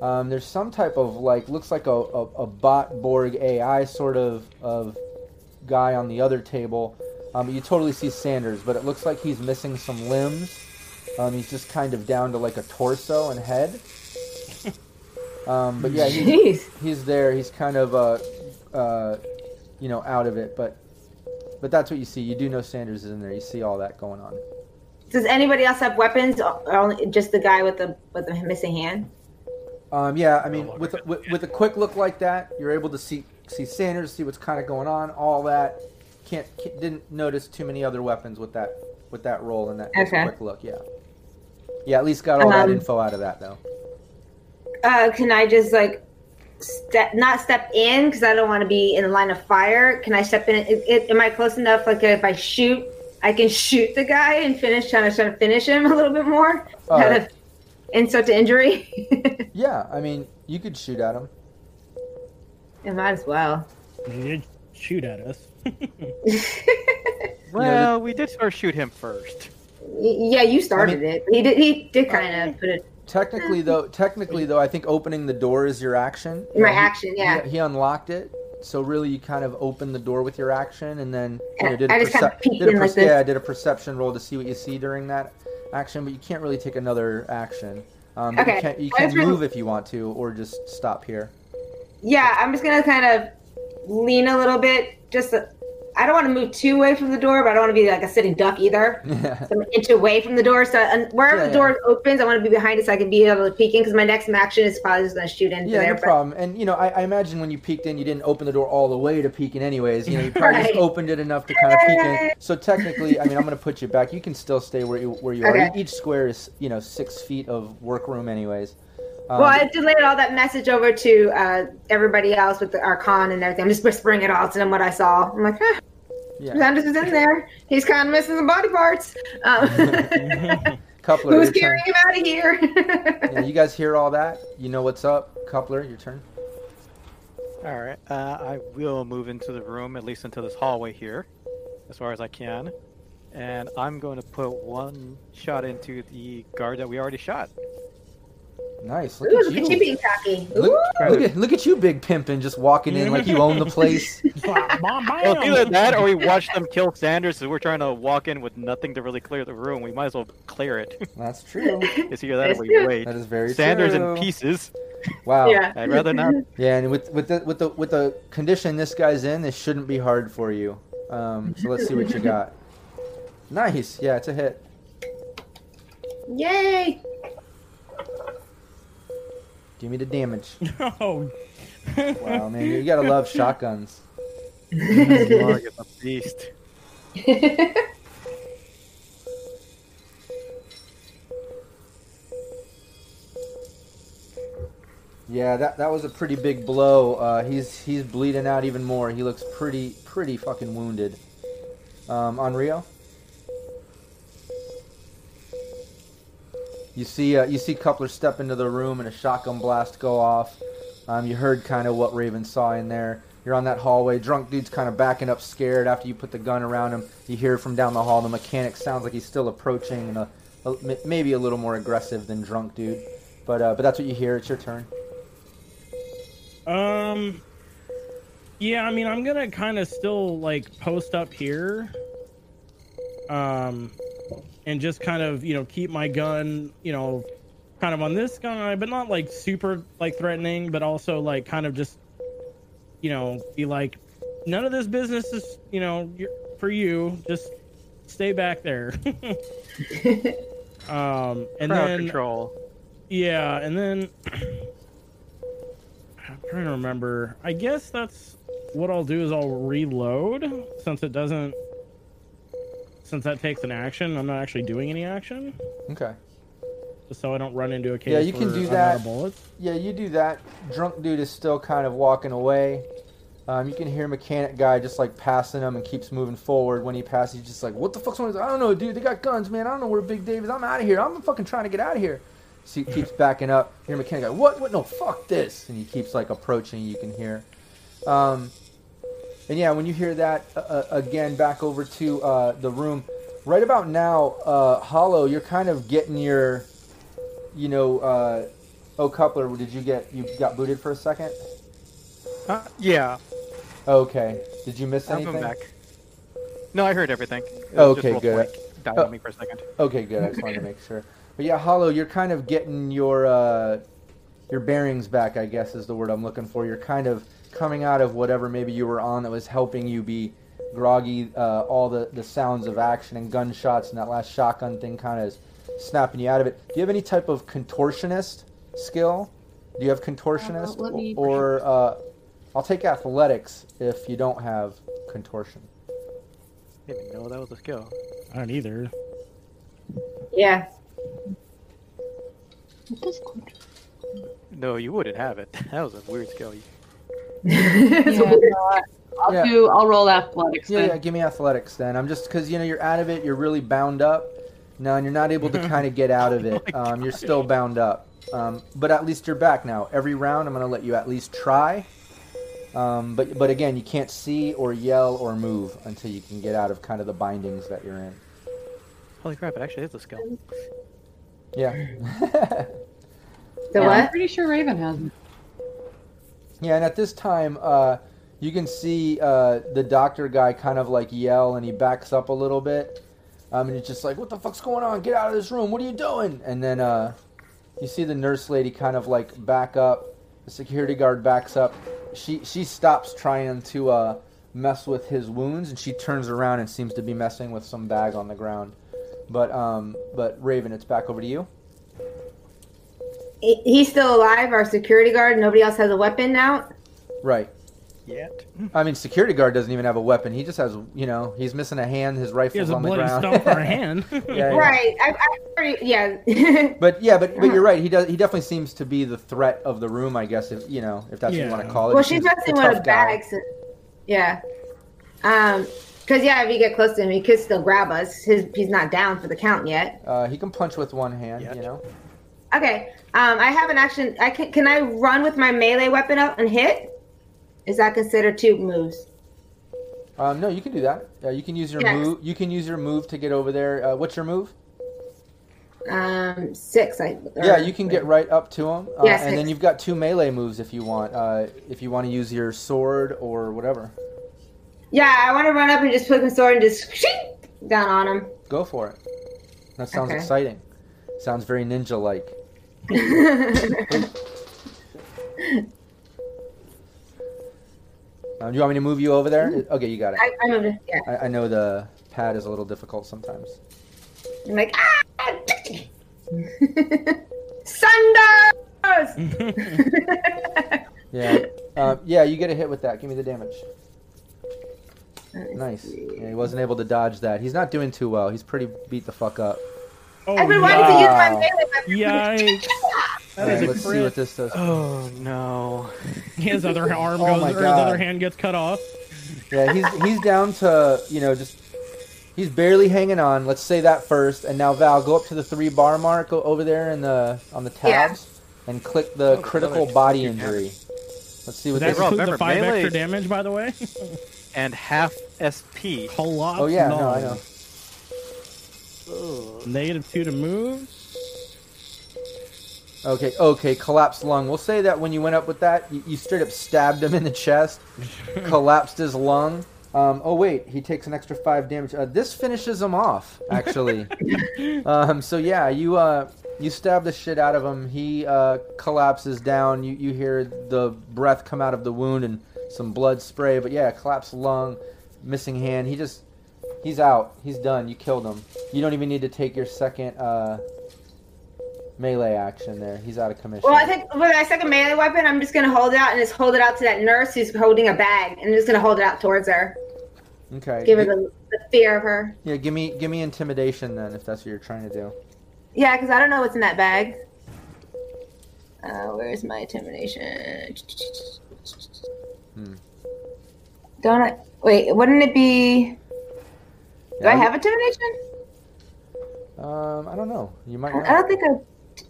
Um, there's some type of like looks like a, a, a bot Borg AI sort of of guy on the other table. Um, you totally see Sanders, but it looks like he's missing some limbs. Um, he's just kind of down to like a torso and head. Um, but yeah, he, Jeez. he's there. He's kind of, uh, uh, you know, out of it. But but that's what you see. You do know Sanders is in there. You see all that going on. Does anybody else have weapons? Or Only just the guy with the with the missing hand. Um, yeah, I mean, with, a- with with a quick look like that, you're able to see see Sanders, see what's kind of going on, all that. Can't, can't didn't notice too many other weapons with that with that roll and that just Okay. quick look. Yeah, yeah. At least got all that Um, info out of that though. Uh, can I just like step not step in because I don't want to be in the line of fire? Can I step in? It, it, am I close enough? Like if I shoot, I can shoot the guy and finish trying to try to finish him a little bit more. All Out [LAUGHS] right. of insult to injury. Uh, [LAUGHS] Yeah, I mean, you could shoot at him. it might as well. He did shoot at us. Well, we did sort of shoot him first. Y- Yeah, you started it. He did. He did kind of put it Technically though, technically though, I think opening the door is your action. in my Um, action. Yeah. He, he unlocked it. So really, you kind of opened the door with your action, and then you know, did, a I just percep- kind of peeked did a in like perce- yeah, this. did a perception roll to see what you see during that action. But you can't really take another action. Um, but Okay. You can, you I can was really- move if you want to, or just stop here. [LAUGHS] Yeah, I'm just gonna kind of lean a little bit. Just, I I don't want to move too away from the door, but I don't want to be like a sitting duck either. yeah. So I'm an inch away from the door. So and wherever Yeah, the door opens, I want to be behind it so I can be able to peek in. Because my next action is probably just gonna shoot into Yeah, there. no but- problem. And you know, I, I imagine when you peeked in, you didn't open the door all the way to peek in, anyways. You know, you probably just [LAUGHS] Right. opened it enough to kind of peek in. Yay. So technically, I mean, I'm going to put you back. You can still stay where you where you are. Okay. E-, Each square is you know six feet of workroom, anyways. Um, well, I delayed all that message over to uh, everybody else with the, our con and everything. I'm just whispering it all to them what I saw. I'm like, huh, yeah. Sanders is in there. He's kind of missing some body parts. Um, [LAUGHS] Coupler, [LAUGHS] who's your [LAUGHS] turn. carrying him out of here? [LAUGHS] Yeah, you guys hear all that? You know what's up, Coupler? Your turn. All right, uh, I will move into the room, at least into this hallway here, as far as I can, and I'm going to put one shot into the guard that we already shot. Nice. Look Ooh, at look you. at you being cocky. Look, Ooh. look at, look at you, big pimpin', just walking in like you own the [LAUGHS] place. It's like, bam, Well, it's either bam. [LAUGHS] that, [LAUGHS] or we watched them kill Sanders, so we're trying to walk in with nothing to really clear the room. We might as well clear it. That's true. It's either that, or That's we true. wait. That is very Sanders true. in pieces. Wow. Yeah. I'd rather not. Yeah, and with with the with the with the condition this guy's in, this shouldn't be hard for you. Um, so let's see what you [LAUGHS] got. Nice. Yeah, it's a hit. Yay! Give me the damage. Oh. Wow, man, you gotta [LAUGHS] love shotguns. [LAUGHS] Marg is a beast. Yeah, that that was a pretty big blow. Uh, he's he's bleeding out even more. He looks pretty pretty fucking wounded. Um, on Rio. You see, uh, you see Coupler step into the room and a shotgun blast go off. Um, you heard kind of what Raven saw in there. You're on that hallway. Drunk dude's kind of backing up, scared. After you put the gun around him, you hear from down the hall. The mechanic sounds like he's still approaching, and a, a, m- maybe a little more aggressive than drunk dude. But uh, but that's what you hear. It's your turn. Um. Yeah, I mean, I'm gonna kind of still like post up here. Um, and just kind of you know keep my gun you know kind of on this guy, but not like super like threatening, but also like kind of just you know be like, none of this business is you know y- for you. Just stay back there. [LAUGHS] um, and Crowd then control. yeah, and then [CLEARS THROAT] I'm trying to remember. I guess that's what I'll do is I'll reload since it doesn't since that takes an action. I'm not actually doing any action, Okay. just so I don't run into a case. Yeah, you can where do I'm out that. of bullets. Yeah, you do that. Drunk dude is still kind of walking away. Um, you can hear mechanic guy just like passing him and keeps moving forward. When he passes, he's just like, "What the fuck's going on? I don't know, dude. They got guns, man. I don't know where Big Dave is. I'm out of here. I'm fucking trying to get out of here." So he keeps backing up. Hear mechanic guy, "What? What? No, fuck this!" And he keeps like approaching. You can hear. Um, and yeah, when you hear that uh, uh, again, back over to uh, the room. Right about now, uh, Hollow, you're kind of getting your, you know, uh, oh Coupler, did you get you got booted for a second? Uh, yeah, Okay. Did you miss I'm anything? coming back. No, I heard everything. It was Okay, just good. Wolf Mike died Oh. on me for a second. Okay, good. I just wanted to make sure. But yeah, Hollow, you're kind of getting your uh, your bearings back. I guess is the word I'm looking for. You're kind of coming out of whatever maybe you were on that was helping you be groggy. Uh, all the the sounds of action and gunshots and that last shotgun thing kind of is snapping you out of it. Do you have any type of contortionist skill? Do you have contortionist let me- or uh, I'll take athletics if you don't have contortion. Didn't even know that was a skill. I don't either. Yeah. What does control? No, you wouldn't have it. [LAUGHS] That was a weird skill. [LAUGHS] It's Yeah, weird. no, I- I'll Yeah. do. I'll roll athletics. Yeah, then. yeah, give me athletics then. I'm just because you know you're out of it. You're really bound up. No, and you're not able to kind of get out of it. Mm-hmm. [LAUGHS] Oh my Um, you're still bound up. Um, but at least you're back now. Every round, I'm gonna let you at least try. Um, but but again, you can't see or yell or move until you can get out of kind of the bindings that you're in. Holy crap! It actually is a skill. Mm. [LAUGHS] Yeah. The Yeah, I'm what? pretty sure Raven has. them. Yeah, and at this time, uh, you can see uh, the doctor guy kind of like yell, and he backs up a little bit. Um, and he's just like, "What the fuck's going on? Get out of this room! What are you doing?" And then uh, you see the nurse lady kind of like back up. The security guard backs up. She she stops trying to uh, mess with his wounds, and she turns around and seems to be messing with some bag on the ground. But um, but Raven, it's back over to you. He- He's still alive. Our security guard. Nobody else has a weapon out. Right. Yet. I mean, security guard doesn't even have a weapon. He just has, you know, he's missing a hand. His He rifle's has a on the bloody ground. stump [LAUGHS] for a hand. Yeah. Right. I, I already, yeah. But yeah, but but you're right. He does. He definitely seems to be the threat of the room. I guess if you know if that's what you want to Yeah. call it. well, He's she Oh, the doesn't want a tough guy. bag. So, yeah. Um. Cause yeah, if you get close to him, he could still grab us. His, he's not down for the count yet. Uh, he can punch with one hand. Yet. You know. Okay. Um, I have an action. I can. Can I run with my melee weapon up and hit? Is that considered two moves? Um, no, you can do that. Uh, you can use your Yes. move. You can use your move to get over there. Uh, what's your move? Um, six. I. or- Yeah, you can get right up to him, uh, Yes, and then yes. you've got two melee moves if you want. Uh, if you want to use your sword or whatever, Yeah, I want to run up and just put my sword and just shing, down on him. go for it. That sounds Okay. exciting. Sounds very ninja-like. Um, do you want me to move you over there? Okay, you got it. Mm-hmm. I, I moved. it, Yeah, I, I know the pad is a little difficult sometimes. [LAUGHS] I'm like ah. [LAUGHS] Sunders. Yeah. Uh, yeah, you get a hit with that. Give me the damage. [LAUGHS] Nice. [LAUGHS] Yeah, he wasn't able to dodge that. He's not doing too well. He's pretty beat the fuck up. [LAUGHS] Oh, I've been wanting to use my wow. melee weapon. Yikes. All That is right, a let's see crit. what this does. Oh no! [LAUGHS] His other arm Oh goes, my or his God. other hand gets cut off. Yeah, he's he's down to you know just He's barely hanging on. Let's say that first. And now Val, go up to the three bar mark go over there in the on the Yeah. tabs and click the Oh, critical another- body yeah. injury. Let's see what Does this that Hey, is. include Rob, the remember, five melee- extra damage, by the way? [LAUGHS] and half SP. Whole lot. Oh yeah, no, I know. Negative two to move. Okay, okay, collapsed lung. We'll say that when you went up with that, you, you straight up stabbed him in the chest, collapsed his lung. Um, oh wait, he takes an extra five damage. Uh, this finishes him off, actually. um, so yeah, you uh, you stab the shit out of him. He uh, collapses down. You you hear the breath come out of the wound and some blood spray. But yeah, collapsed lung, missing hand. He just he's out. He's done. You killed him. You don't even need to take your second. Uh, melee action there. He's out of commission. Well, I think with my second melee weapon, I'm just gonna hold it out and just hold it out to that nurse who's holding a bag, and I'm just gonna hold it out towards her, okay. give her the, the fear of her. yeah, give me give me intimidation then if that's what you're trying to do. Yeah, because I don't know what's in that bag. Uh, where's my intimidation? Hmm. Don't I? Wait, wouldn't it be? Do I Yeah, have intimidation? Um, I don't know. You might. I Not. I don't think I.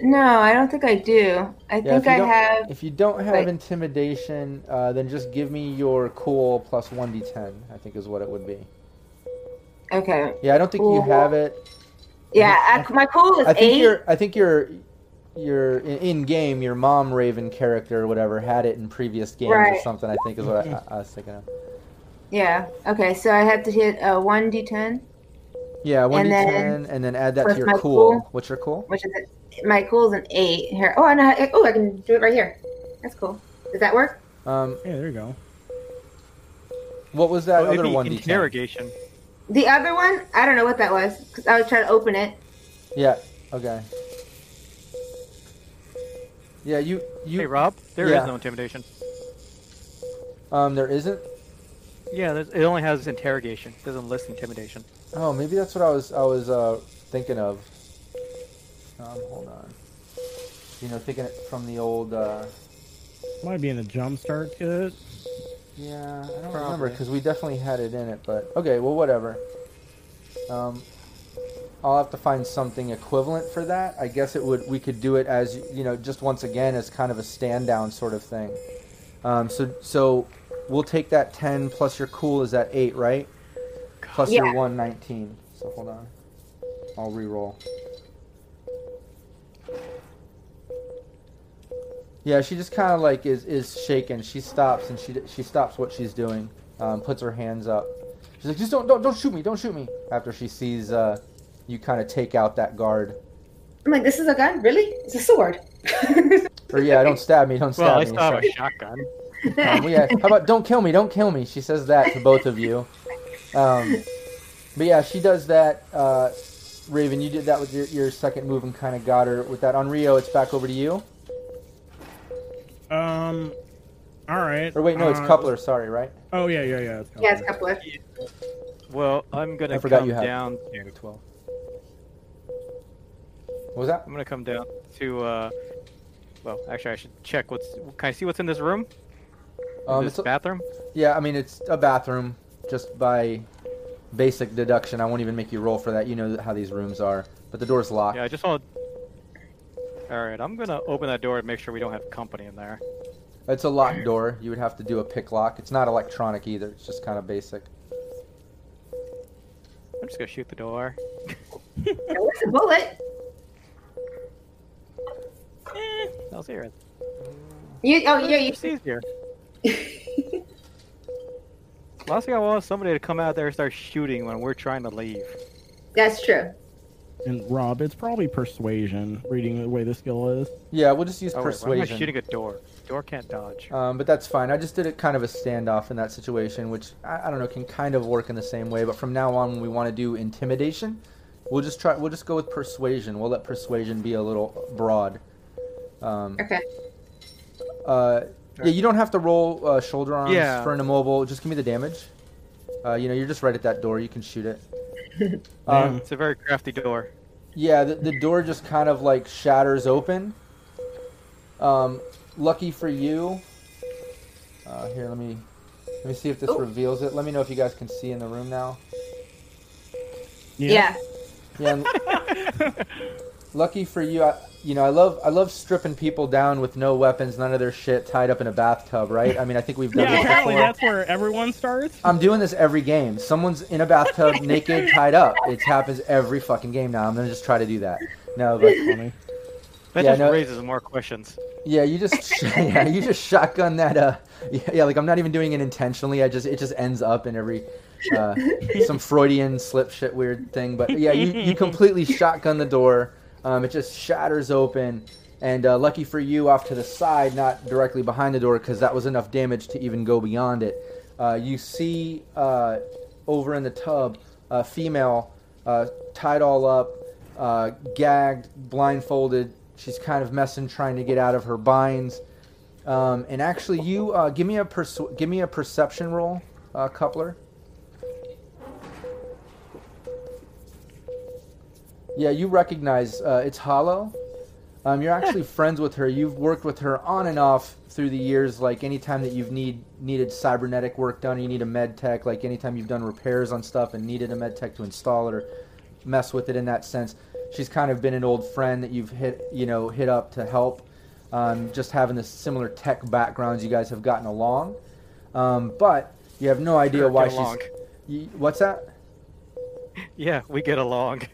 No, I don't think I do. I Yeah, think if you I don't- have. If you don't have Wait. intimidation, uh, then just give me your cool plus one d10. I think is what it would be. Okay. Yeah, I don't think you Cool. have it. Yeah, I, my cool is I think eight. your I think your your in, in game your mom Raven character or whatever had it in previous games or Right. something. I think is what I, Mm-hmm. I, I was thinking of. Yeah. Okay. So I have to hit a one d10, Yeah, one And d10, and then add that to with your my cool. cool- What's your cool? which is a, my cool is an eight here. Oh, I know. how- Oh, I can do it right here. That's cool. Does that work? Um, Yeah, there you go. what was that Oh, it'd other be one? d10? interrogation. The other one, I don't know what that was because I was trying to open it. Yeah. Okay. Yeah, you you Hey, Rob, there is Yeah. no intimidation. um there isn't. Yeah, there's, it only has interrogation. It doesn't list intimidation. Oh, maybe that's what I was I was uh thinking of. Um, hold on. You know, thinking it from the old. uh Might be in the jump start to it. Yeah, I don't remember Probably. because we definitely had it in it, but okay, well, whatever. Um, I'll have to find something equivalent for that. I guess it would. We could do it as you know, just once again as kind of a stand down sort of thing. Um, so so we'll take that ten plus your cool is that eight, right? Plus your Yeah. one nineteen. So hold on, I'll re-roll. Yeah, she just kind of like is is shaken. She stops and she she stops what she's doing, um, puts her hands up. She's like, just don't don't don't shoot me, don't shoot me. After she sees uh, you kind of take out that guard, I'm like, this is a gun, really? It's a sword. or yeah, don't stab me, don't stab Well, I me. still have sorry. a shotgun. Um, yeah, how about don't kill me, don't kill me? She says that to both of you. Um, but yeah, she does that. Uh, Raven, you did that with your, your second move and kind of got her with that. On Rio, it's back over to you. Um. All right. Or wait, no, it's uh, Coupler. Sorry, right? Oh yeah, yeah, yeah. it's [LAUGHS] yeah, it's Coupler. a couple of. Well, I'm gonna I forgot come you had- down to twelve. What was that? I'm gonna come down to. uh Well, actually, I should check what's. Can I see what's in this room? Um, this it's a- bathroom. Yeah, I mean it's a bathroom. Just by basic deduction, I won't even make you roll for that. You know how these rooms are. But the door's locked. Yeah, I just want. to... All right, I'm gonna open that door and make sure we don't have company in there. It's a locked door. You would have to do a pick lock. It's not electronic either. It's just kind of basic. I'm just gonna shoot the door. Oh, it's a bullet. That was here. You, oh, yeah, you. It's easier. Last thing I want is somebody to come out there and start shooting when we're trying to leave. [LAUGHS] Oh, That's true. And Rob, it's probably persuasion. Reading the way the skill is. Yeah, we'll just use Oh, wait, why am I persuasion. shooting a door? Door can't dodge. Um, but that's fine. I just did it kind of a standoff in that situation, which I, I don't know can kind of work in the same way. But from now on, when we want to do intimidation, we'll just try. We'll just go with persuasion. We'll let persuasion be a little broad. Um, Okay. uh, yeah, you don't have to roll uh, shoulder arms Yeah. for an immobile. Just give me the damage. Uh, you know, you're just right at that door. You can shoot it. Um, um, It's a very crafty door. yeah, the, the door just kind of like shatters open. Um, lucky for you. Uh, here, let me let me see if this Oh. reveals it. Let me know if you guys can see in the room now. Yeah. Yeah, and [LAUGHS] lucky for you, I, you know, I love I love stripping people down with no weapons, none of their shit, tied up in a bathtub, right? I mean, I think we've done yeah, this apparently before. that's where everyone starts. I'm doing this every game. Someone's in a [LAUGHS] bathtub, naked, tied up. It happens every fucking game now. I'm gonna just try to do that. No, but That Yeah, just no- raises more questions. yeah, you just [LAUGHS] yeah, you just shotgun that. Uh, [LAUGHS] yeah, yeah, like I'm not even doing it intentionally. I just it just ends up in every uh, some Freudian slip shit weird thing. But yeah, you, you completely shotgun the door. Um, it just shatters open. And uh, lucky for you, off to the side, not directly behind the door, because that was enough damage to even go beyond it. Uh, you see uh, over in the tub a female uh, tied all up, uh, gagged, blindfolded. She's kind of messing, trying to get out of her binds. Um, and actually, you uh, give me a persu- give me a perception roll, uh, coupler. Yeah, you recognize uh, it's Hollow. Um, you're [LAUGHS] actually friends with her. You've worked with her on and off through the years. Like anytime that you've need needed cybernetic work done, you need a med tech. Like anytime you've done repairs on stuff and needed a med tech to install it or mess with it in that sense, she's kind of been an old friend that you've hit you know hit up to help. Um, just having the similar tech backgrounds, you guys have gotten along. Um, but you have no [LAUGHS] idea Sure, why get she's. along. Y- what's that? Yeah, we get along. [LAUGHS]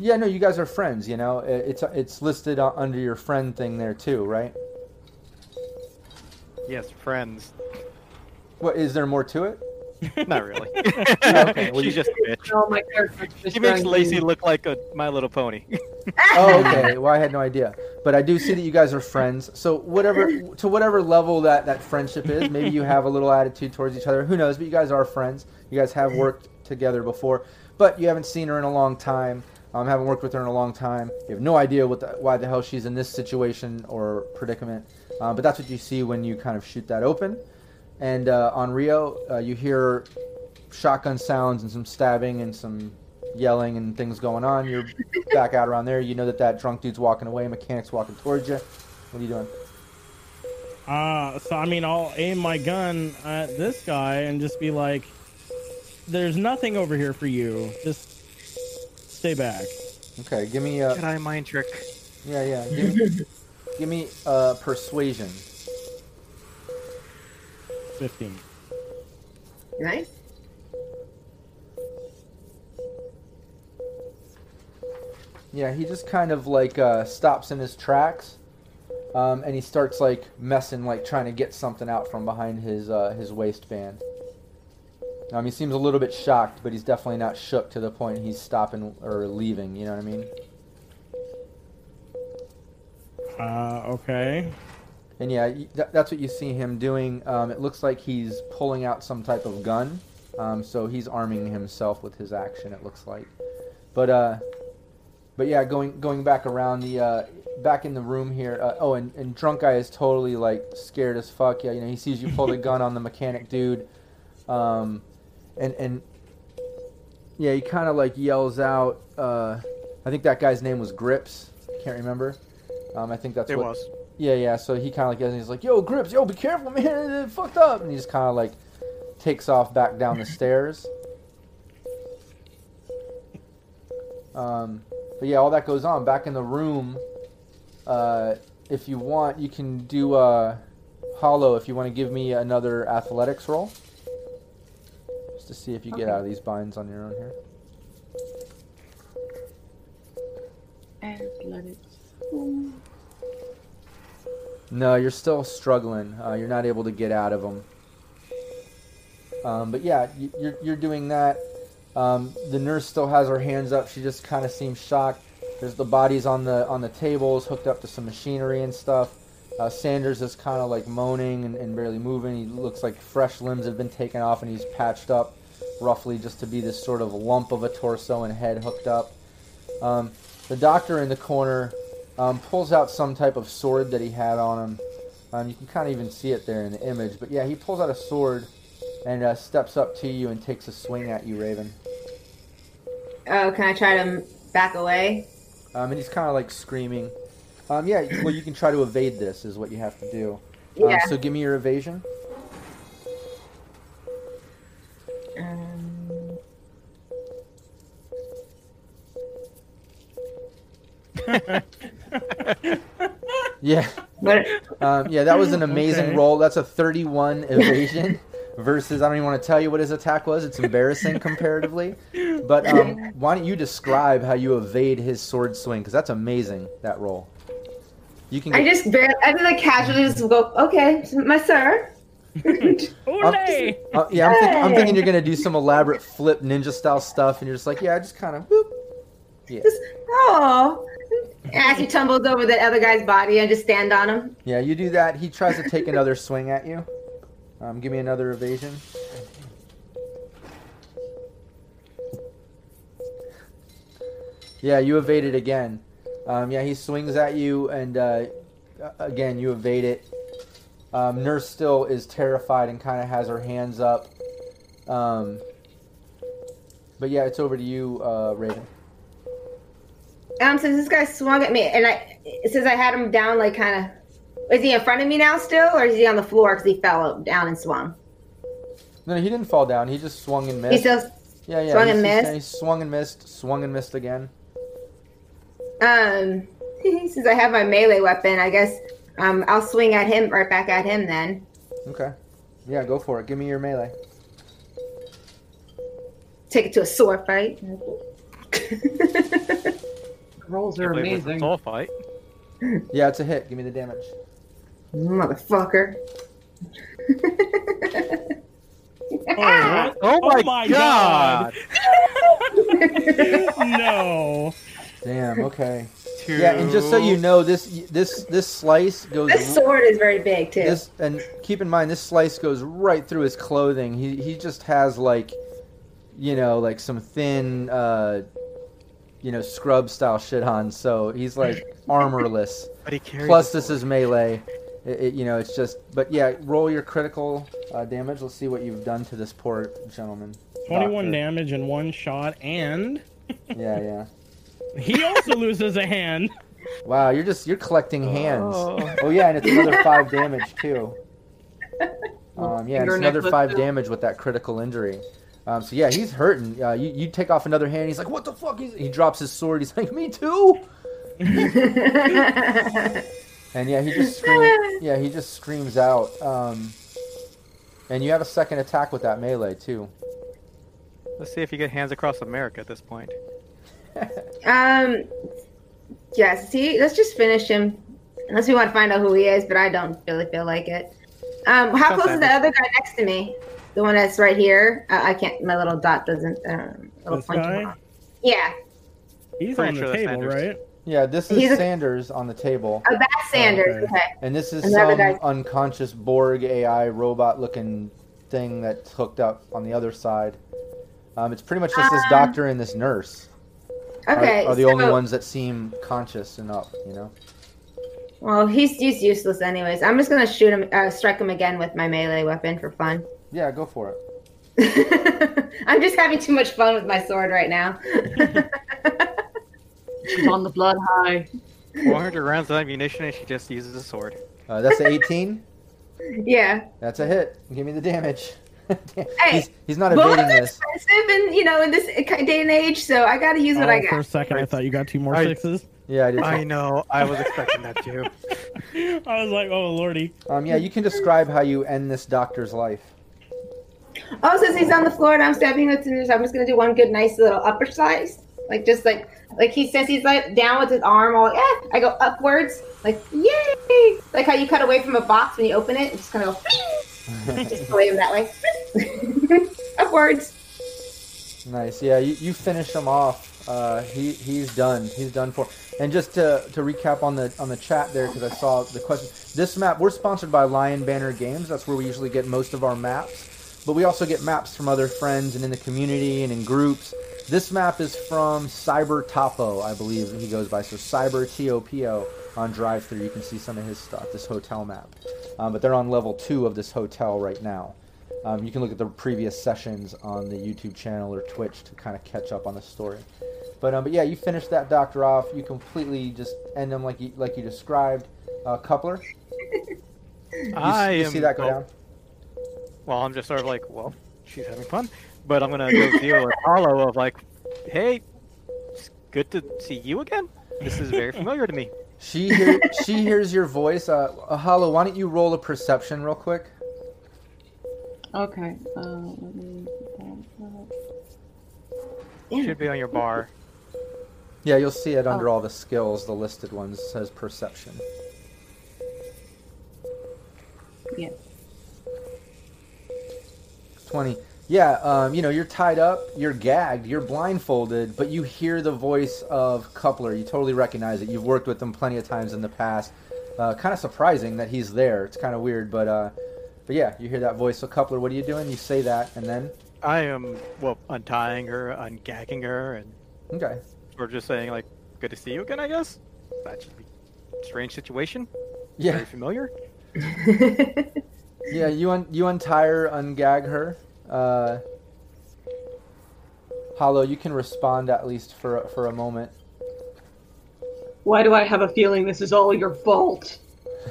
Yeah, no, you guys are friends. You know, I- it's it's listed uh, under your friend thing there too, right? yes, friends. What is there more to it? Not really. [LAUGHS] [LAUGHS] Okay, well, you- She's just a bitch. Oh, my character's just She trying makes to- Lacey look like a My Little [LAUGHS] Pony. Oh, okay. Well, I had no idea, but I do see that you guys are friends. So whatever to whatever level that that friendship is, maybe you have a little attitude towards each other. Who knows? But you guys are friends. You guys have worked together before, but you haven't seen her in a long time. Um, haven't worked with her in a long time. You have no idea what the, why the hell she's in this situation or predicament. Uh, but that's what you see when you kind of shoot that open. And uh, on Rio, uh, you hear shotgun sounds and some stabbing and some yelling and things going on. You're back out around there. You know that that drunk dude's walking away. Mechanic's walking towards you. What are you doing? Uh, so I mean, I'll aim my gun at this guy and just be like, "There's nothing over here for you. Just stay back." Okay, give me a Jedi mind trick. yeah yeah. Give me, give me a persuasion. Fifteen. Nice. Yeah, he just kind of like uh, stops in his tracks, um, and he starts like messing, like trying to get something out from behind his uh, his waistband. Um, he seems a little bit shocked, but he's definitely not shook to the point he's stopping or leaving. You know what I mean? Uh, okay. And yeah, y- tha- that's what you see him doing. Um, it looks like he's pulling out some type of gun. Um, so he's arming himself with his action. It looks like, but uh, but yeah, going going back around the uh, back in the room here. Uh, oh, and, and drunk guy is totally like scared as fuck. Yeah, you know he sees you pull the gun on the mechanic dude, um, and and yeah, he kind of like yells out. Uh, I think that guy's name was Grips. Can't remember. Um, I think that's It what was. yeah, yeah. So he kind of like goes and he's like, "Yo, grips, yo, be careful, man, [LAUGHS] it fucked up." And he just kind of like takes off back down the stairs. Um, but yeah, all that goes on back in the room. Uh, if you want, you can do uh, hollow. If you want to give me another athletics roll, just to see if you get out of these binds on your own here. No, you're still struggling. Uh, you're not able to get out of them. Um, but yeah, y- you're, you're doing that. Um, the nurse still has her hands up. She just kind of seems shocked. There's the bodies on the on the tables, hooked up to some machinery and stuff. Uh, Sanders is kind of like moaning and, and barely moving. He looks like fresh limbs have been taken off, and he's patched up roughly just to be this sort of lump of a torso and head hooked up. Um, the doctor in the corner um, pulls out some type of sword that he had on him. Um, you can kind of even see it there in the image. But yeah, he pulls out a sword and uh, steps up to you and takes a swing at you, Raven. Oh, can I try to back away? Um, and he's kind of like screaming. Um, yeah, well, you can try to evade this, is what you have to do. Um, Yeah. So give me your evasion. Um, Yeah. But Um, yeah, that was an amazing Okay. roll. That's a 31 evasion versus I don't even want to tell you what his attack was. It's embarrassing comparatively. But um, why don't you describe how you evade his sword swing? Because that's amazing. That roll. You can. I Get, just barely, I just like casually just go, okay, my [LAUGHS] sir. Olay! uh, yeah, I'm, think, I'm Yay. thinking you're gonna do some elaborate flip ninja style stuff, and you're just like, yeah, I just kind of whoop. just, oh. And as he tumbles over the other guy's body, I just stand on him. Yeah, you do that. He tries to take another swing at you. Um, give me another evasion. Yeah, you evade it again. Um, yeah, he swings at you, and uh, a- again, you evade it. Um, Nurse still is terrified and kind of has her hands up. Um, but yeah, it's over to you, uh, Raven. Um, since this guy swung at me, and I since I had him down, like kind of, is he in front of me now still, or is he on the floor because he fell down and swung? No, no, he didn't fall down. He just swung and He missed. still, yeah, yeah. swung he's- and he's- missed? He swung and missed. Swung and missed again. um, [LAUGHS] since I have my melee weapon, I guess um, I'll swing at him right back at him then. Okay. Yeah, go for it. Give me your melee. Take it to a sword fight. [LAUGHS] Rolls are I believe it's a amazing. Soul fight. Yeah, it's a hit. Give me the damage. Motherfucker. [LAUGHS] Oh, what? Oh my, my god! [LAUGHS] no. Damn. [LAUGHS] Okay. Yeah, and just so you know, this this this slice goes This sword is very big [LAUGHS] too. [LAUGHS] this and keep in mind this slice goes right through his clothing. He he just has like, you know, like some thin, uh, you know, scrub style shit on. So he's like armorless. But he carries Plus, the this sword. is melee. It, it, you know, it's just. But yeah, roll your critical uh, damage. Let's see what you've done to this poor gentleman. 21 Doctor. damage in one shot, and Yeah, yeah. he also loses a hand. Wow, you're just you're collecting hands. Oh. Oh yeah, and it's another five damage too. Um, yeah, and Finger it's another necklace, five too. damage with that critical injury. Um, so yeah, he's hurting. Uh, you, you take off another hand. He's like, "What the fuck?" He's, he drops his sword. He's [LAUGHS] like, "Me too." And yeah, he just screams. yeah, he just screams out. Um, and you have a second attack with that melee too. Let's see if you get hands across America at this [LAUGHS] point. um, yes. See, let's just finish him, unless we want to find out who he is. But I don't really feel like it. Um, how close is the other guy next to me? The one that's right here. Uh, I can't. My little dot doesn't. Um, little This pointer guy? dot. Yeah. He's Pretty on sure the that's table, Anders. right? Yeah, this is He's a- Sanders on the table, Oh, that's Sanders. Okay. okay. and this is Another some guy. unconscious Borg AI robot-looking thing that's hooked up on the other side. Um, it's pretty much just this Um, doctor and this nurse. Okay. are- are, the only so- ones that seem conscious and up, you know? Well, he's he's useless anyways. I'm just gonna shoot him, uh, strike him again with my melee weapon for fun. [LAUGHS] Yeah, go for it. I'm just having too much fun with my sword right now. [LAUGHS] She's on the blood high. 400 rounds of ammunition and she just uses a sword. Uh, that's an [LAUGHS] 18. yeah, That's a hit. Give me the damage. [LAUGHS] Damn, Hey, he's, he's not bullets evading are this. expensive, and you know, in this day and age, so I gotta use what I Oh, got. for a second, I thought you got two more I- sixes. Yeah, I did. I know, I was expecting that too. [LAUGHS] I was like, oh, lordy. Um, yeah, you can describe how you end this doctor's life. Oh, since he's on the floor and I'm stabbing with scissors, I'm just gonna do one good, nice little upper slice, like just like like he says he's like down with his arm, all like eh. I go upwards, like yay, like how you cut away from a box when you open it, it's just kind of go just away that way, [LAUGHS] upwards. [LAUGHS] Nice. Yeah, you, you finish him off. Uh, he he's done. He's done for. And just to, to recap on the on the chat there because I saw the question. This map we're sponsored by Lion Banner Games. That's where we usually get most of our maps, but we also get maps from other friends and in the community and in groups. This map is from Cyber Topo, I believe he goes by. So Cyber T O P O on drive through. You can see some of his stuff. This hotel map, um, but they're on level two of this hotel right now. Um, you can look at the previous sessions on the YouTube channel or Twitch to kind of catch up on the story. But um, but yeah, you finish that doctor off. You completely just end him like you like you described. Uh, coupler, you, s- [LAUGHS] I you am. see that go well, down. well, I'm just sort of like, well, she's having fun, but [LAUGHS] I'm gonna go deal with Hollow of like, hey, it's good to see you again. This is very familiar to me. She hear, she hears your voice. Uh, Hollow, why don't you roll a perception real quick? Okay. Uh, let me get that up. Should be on your bar. Yeah, you'll see it under all the skills, the listed ones it says perception. Yes. 20. Yeah, um, you know, you're tied up, you're gagged, you're blindfolded, but you hear the voice of Coupler. You totally recognize it. You've worked with him plenty of times in the past. Uh, kind of surprising that he's there. It's kind of weird, but uh, but yeah, you hear that voice. So Coupler, what are you doing? You say that, and then I am well untying her, ungagging her, and okay, we're just saying like, "Good to see you again." I guess that should be a strange situation. yeah, Very familiar. yeah. You un- you untie her, ungag her. Uh, Hollow, you can respond at least for a- for a moment. [LAUGHS] Why do I have a feeling this is all your fault?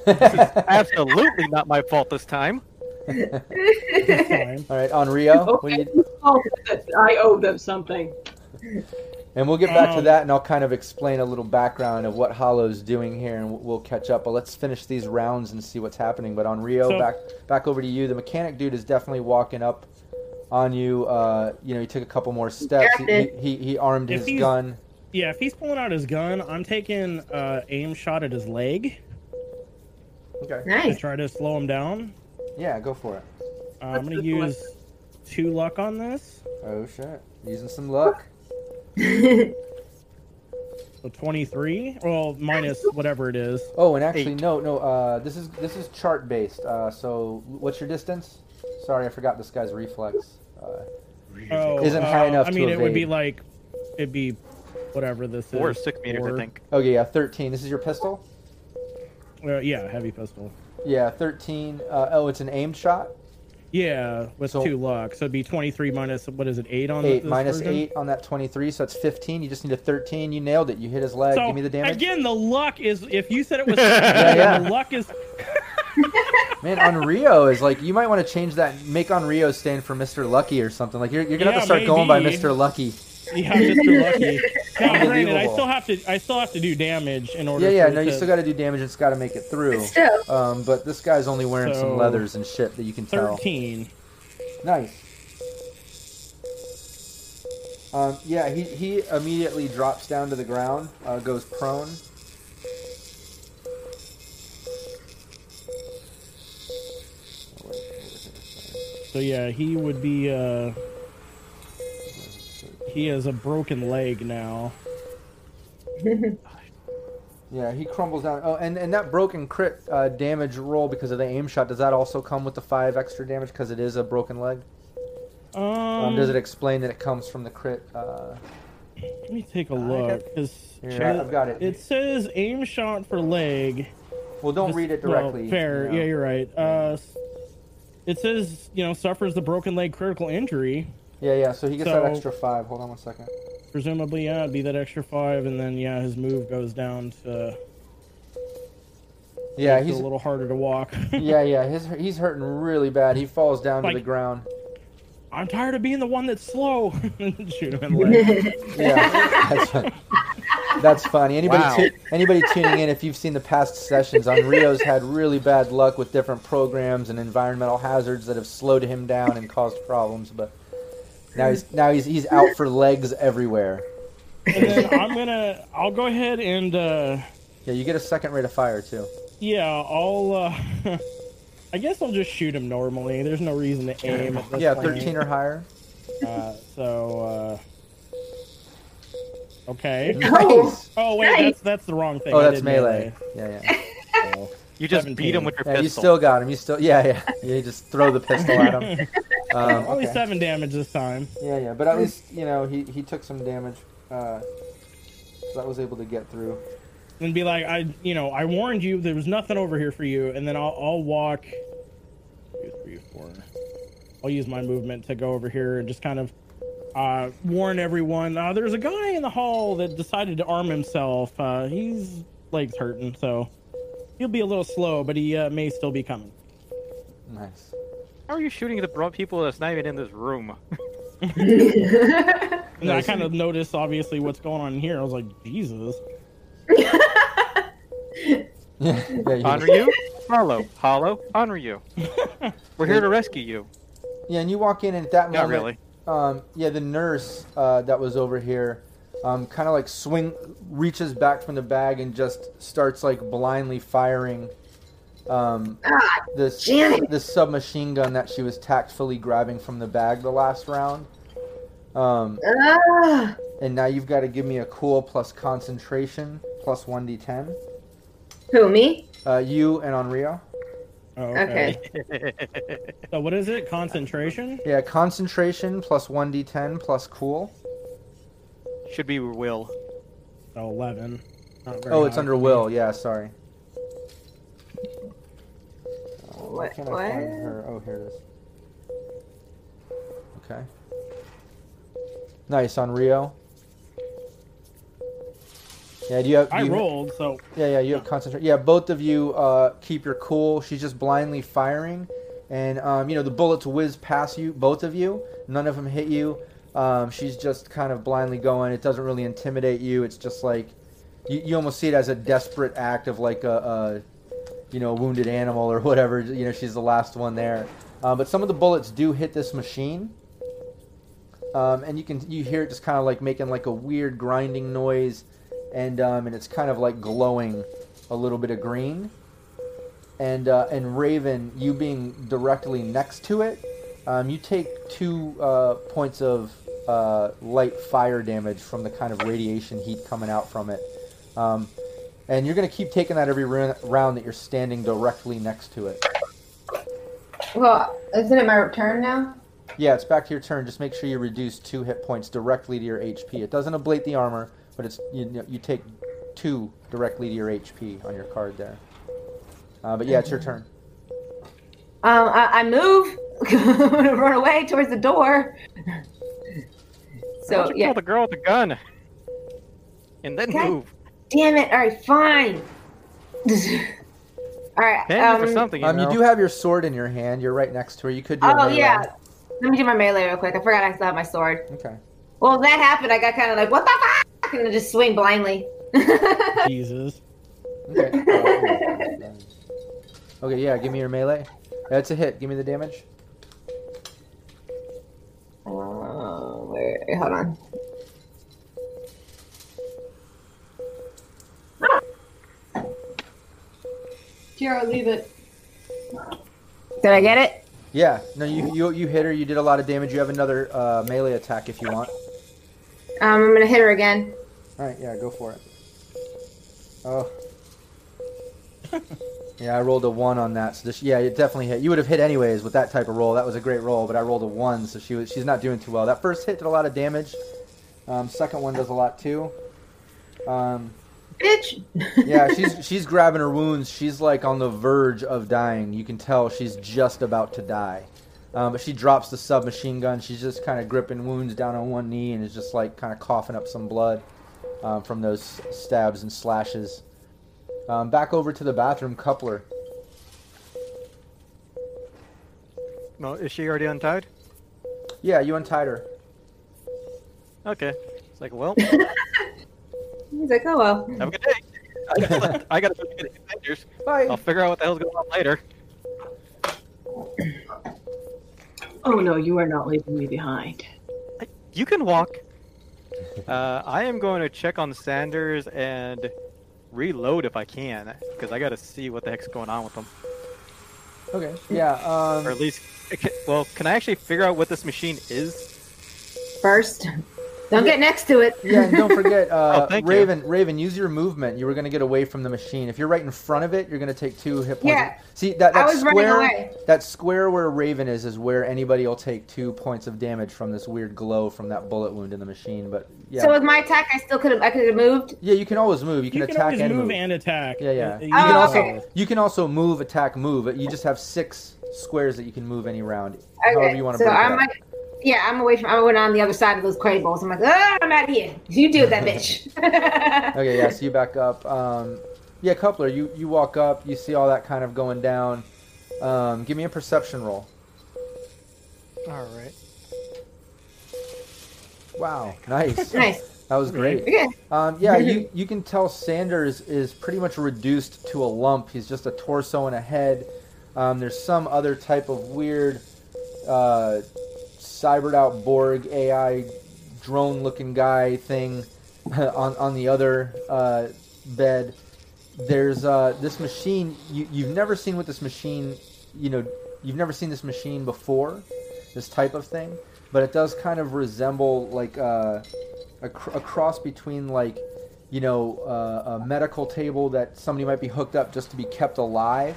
Absolutely not my fault this time. It's [LAUGHS] fine. All right, on Rio, what do okay. you- whose fault is it? I owe them something. and we'll get back to Um, that, and I'll kind of explain a little background of what Hollow's doing here, and we'll- we'll catch up. But let's finish these rounds and see what's happening. But on Rio, So- back back over to you. The mechanic dude is definitely walking up on you. Uh, you know, he took a couple more steps. He, he, he, he armed If his he's- gun. Yeah, if he's pulling out his gun, I'm taking uh, aim shot at his leg Okay. to nice. [LAUGHS] try to slow him down. Yeah, go for it. Uh, I'm gonna That's good luck. use two luck on this. Oh shit, using some luck. So 23. Well, minus whatever it is. Oh, and actually, Eight. no, no. Uh, this is this is chart based. Uh, so what's your distance? Sorry, I forgot this guy's reflex. Uh, Oh, Isn't high uh, enough I to mean, it would be evade. like, it'd be whatever this Four or is. six meters, I Four. think. okay, yeah, thirteen. This is your pistol. Uh, yeah, heavy pistol. Yeah, 13. Uh, oh, it's an aimed shot. Yeah, with So- two luck, so it'd be 23 minus what is it? Eight on Eight this minus version? eight on that 23, so that's 15. You just need a 13. You nailed it. You hit his leg. So uh, Give me the damage. again, the luck is if you said it was yeah. the luck is Man, on Rio is like, you might want to change that. Make on Rio stand for Mr. Lucky or something. Like, you're, you're going to have Yeah, to start going by maybe. Mr. Lucky. yeah, [LAUGHS] Mr. Lucky. Now, granted, I Unbelievable. still have to I still have to do damage in order. Yeah, yeah, for it no, you to- still got to do damage. It's got to make it through. [LAUGHS] Still, Um, but this guy's only wearing So- some leathers and shit that you can tell. 13. Nice. Um, yeah, he, he immediately drops down to the ground, uh, goes prone. So yeah, he would be. uh He has a broken leg now. Yeah, he crumbles down. Oh, and, and that broken crit uh, damage roll because of the aim shot, does that also come with the 5 extra damage because it is a broken leg? Um, Um, does it explain that it comes from the crit? Uh, Let me take a I look. 'cause here, I- I've got it. It says aim shot for leg. well, don't Just- read it well, directly. fair. you know. Yeah, you're right. Uh, s- it says you know suffers the broken leg critical injury. yeah, yeah, so he gets that So- extra 5. Hold on one second. Presumably, yeah, it'd be that extra five, and then yeah, his move goes down to Yeah, it's he's a little harder to walk. [LAUGHS] [LAUGHS] yeah, yeah. His he's hurting really bad. He falls down to Like- the ground. I'm tired of being the one that's slow. [LAUGHS] Shoot him in the leg. Yeah, that's funny. That's funny. Anybody Wow. tu- anybody tuning in, if you've seen the past sessions, on Rio's had really bad luck with different programs and environmental hazards that have slowed him down and caused problems. But now he's now he's he's out for legs everywhere. and then I'm gonna, I'll go ahead and uh, Yeah, you get a second rate of fire too. yeah, I'll. Uh, [LAUGHS] I guess I'll just shoot him normally. There's no reason to aim. At this Yeah, point. thirteen or higher. Uh, so. Uh, okay. Nice. Oh wait, Nice. that's that's the wrong thing. Oh, I that's did melee. Yeah, yeah. melee, so. You just beat 17. him with your yeah pistol. you still got him. You still. Yeah, yeah. You just throw the pistol at [LAUGHS] [LAUGHS] him. Um, Only okay. seven damage this time. Yeah, yeah, but at least you know he he took some damage. Uh, so that was able to get through. and be like, I, you know, I warned you. There was nothing over here for you, and then I'll, I'll walk. Two, three, four. I'll use my movement to go over here and just kind of uh, warn everyone. Uh, there's a guy in the hall that decided to arm himself. Uh, he's legs hurting, so he'll be a little slow, but he uh, may still be coming. Nice. How are you shooting at the broad people that's not even in this room? And then I kind of noticed, obviously, what's going on here. I was like, Jesus. [LAUGHS] yeah, you Honor you, hollow, hollow, [LAUGHS] honor you. We're here to rescue you. yeah, and you walk in and at that moment, Not really. [LAUGHS] um, yeah, the nurse uh, that was over here, um, kind of like swing, reaches back from the bag and just starts like blindly firing, um, Ah, this Janet. this submachine gun that she was tactfully grabbing from the bag the last round. Um, ah. and now you've got to give me a cool plus concentration plus one d10. Who me? Uh, you and Onryo. Oh, Okay. So what is it? Concentration? Yeah, concentration plus one d10 plus cool. Should be will. Oh, Eleven. Not very Oh, it's high. under will. Yeah, sorry. Where What? can I What? find her? Oh, here it is. Okay. Nice on Rio. Yeah, do you have? I you- rolled, [LAUGHS] so Yeah, yeah, you have concentrate. Yeah, both of you uh, keep your cool. She's just blindly firing, and um, you know the bullets whiz past you, both of you. None of them hit you. Um, she's just kind of blindly going. It doesn't really intimidate you. It's just like you, you almost see it as a desperate act of like a, a you know a wounded animal or whatever. You know she's the last one there. Uh, but some of the bullets do hit this machine, um, and you can you hear it just kind of like making like a weird grinding noise and um, and it's kind of like glowing a little bit of green. And uh, and Raven, you being directly next to it, um, you take two uh, points of uh, light fire damage from the kind of radiation heat coming out from it. Um, and you're gonna keep taking that every rou- round that you're standing directly next to it. Well, isn't it my turn now? Yeah, it's back to your turn. Just make sure you reduce two hit points directly to your HP. It doesn't ablate the armor, but it's you know, you take two directly to your HP on your card there. Uh, but yeah, it's your turn. Um, I, I move. [LAUGHS] I'm gonna run away towards the door. Why So don't you yeah. kill the girl with the gun, and then Okay. move. Damn it! All right, fine. [LAUGHS] All right. Pay um, me for something. You, Um, you know. do have your sword in your hand. You're right next to her. You could do. a Oh melee. yeah. Let me do my melee real quick. I forgot I still have my sword. Okay. Well, that happened. I got kind of like, what the fuck, and I just swing blindly. [LAUGHS] I Jesus. Okay. [LAUGHS] okay. Yeah. Give me your melee. That's a hit. Give me the damage. Oh, wait, hold on. Kira, leave it. Did I get it? Yeah. No. You you you hit her. You did a lot of damage. You have another uh, melee attack if you want. Um, I'm gonna hit her again. All right, yeah, go for it. Oh. yeah, I rolled a one on that. So this, yeah, it definitely hit. You would have hit anyways with that type of roll. That was a great roll, but I rolled a one, so she was she's not doing too well. That first hit did a lot of damage. Um, second one does a lot too. Um, Bitch. yeah, she's she's grabbing her wounds. She's like on the verge of dying. You can tell she's just about to die. Um, but she drops the submachine gun. She's just kind of gripping wounds down on one knee and is just like kind of coughing up some blood um, from those stabs and slashes. Um, back over to the bathroom, Coupler. Well, is she already untied? Yeah, you untied her. Okay. It's like, [LAUGHS] well, He's like, oh well. have a good day. I got I got to go get Avengers. I'll Bye. figure out what the hell's going on later. Oh no, you are not leaving me behind. You can walk. Uh, I am going to check on Sanders and reload if I can, because I got to see what the heck's going on with them. Okay. Yeah. Or Um, at least, okay, well, can I actually figure out what this machine is? First, don't get next to it. yeah. [LAUGHS] And don't forget, uh, [LAUGHS] Oh, thank you. Raven. Raven, use your movement. You were gonna get away from the machine. If you're right in front of it, you're gonna take two hit points. Yeah. See that? I that was running square- away. That square where Raven is is where anybody will take two points of damage from this weird glow from that bullet wound in the machine. But yeah, So with my attack, I still could have. I could have moved. yeah, you can always move. You can You can attack always and move, move. and attack. Yeah, yeah. You You Oh, can can also okay. you can also move, attack, move. You just have six squares that you can move any round. Okay. However you want to so break it I'm up. like, yeah, I'm away from. I went on the other side of those clay bowls. I'm like, oh, I'm out of here. You deal with that bitch. [LAUGHS] Okay, yeah, so you back up. Um, yeah, Coupler, you, you walk up, you see all that kind of going down. Um, give me a perception roll. All right. Wow, nice. [LAUGHS] nice. That was great. Okay. Um, yeah, you, you can tell Sanders is pretty much reduced to a lump. He's just a torso and a head. Um, there's some other type of weird, uh, cybered out Borg AI drone looking guy thing [LAUGHS] on, on the other uh, bed. There's uh, this machine. You, you've never seen what this machine, you know, you've never seen this machine before, this type of thing. But it does kind of resemble like. Uh, a, cr- a cross between like you know uh, a medical table that somebody might be hooked up just to be kept alive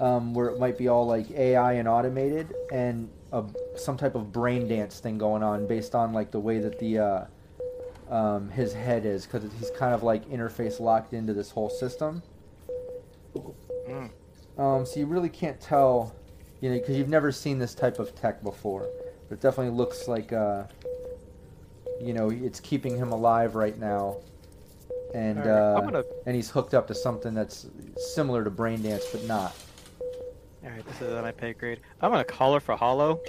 um, where it might be all like ai and automated and a, some type of brain dance thing going on based on like the way that the uh, um, his head is because he's kind of like interface locked into this whole system Mm. um, so you really can't tell you know because you've never seen this type of tech before but it definitely looks like uh, you know it's keeping him alive right now and All right, uh, I'm gonna. and he's hooked up to something that's similar to brain dance but not All right, this is on my pay grade. I'm gonna call her for Hollow.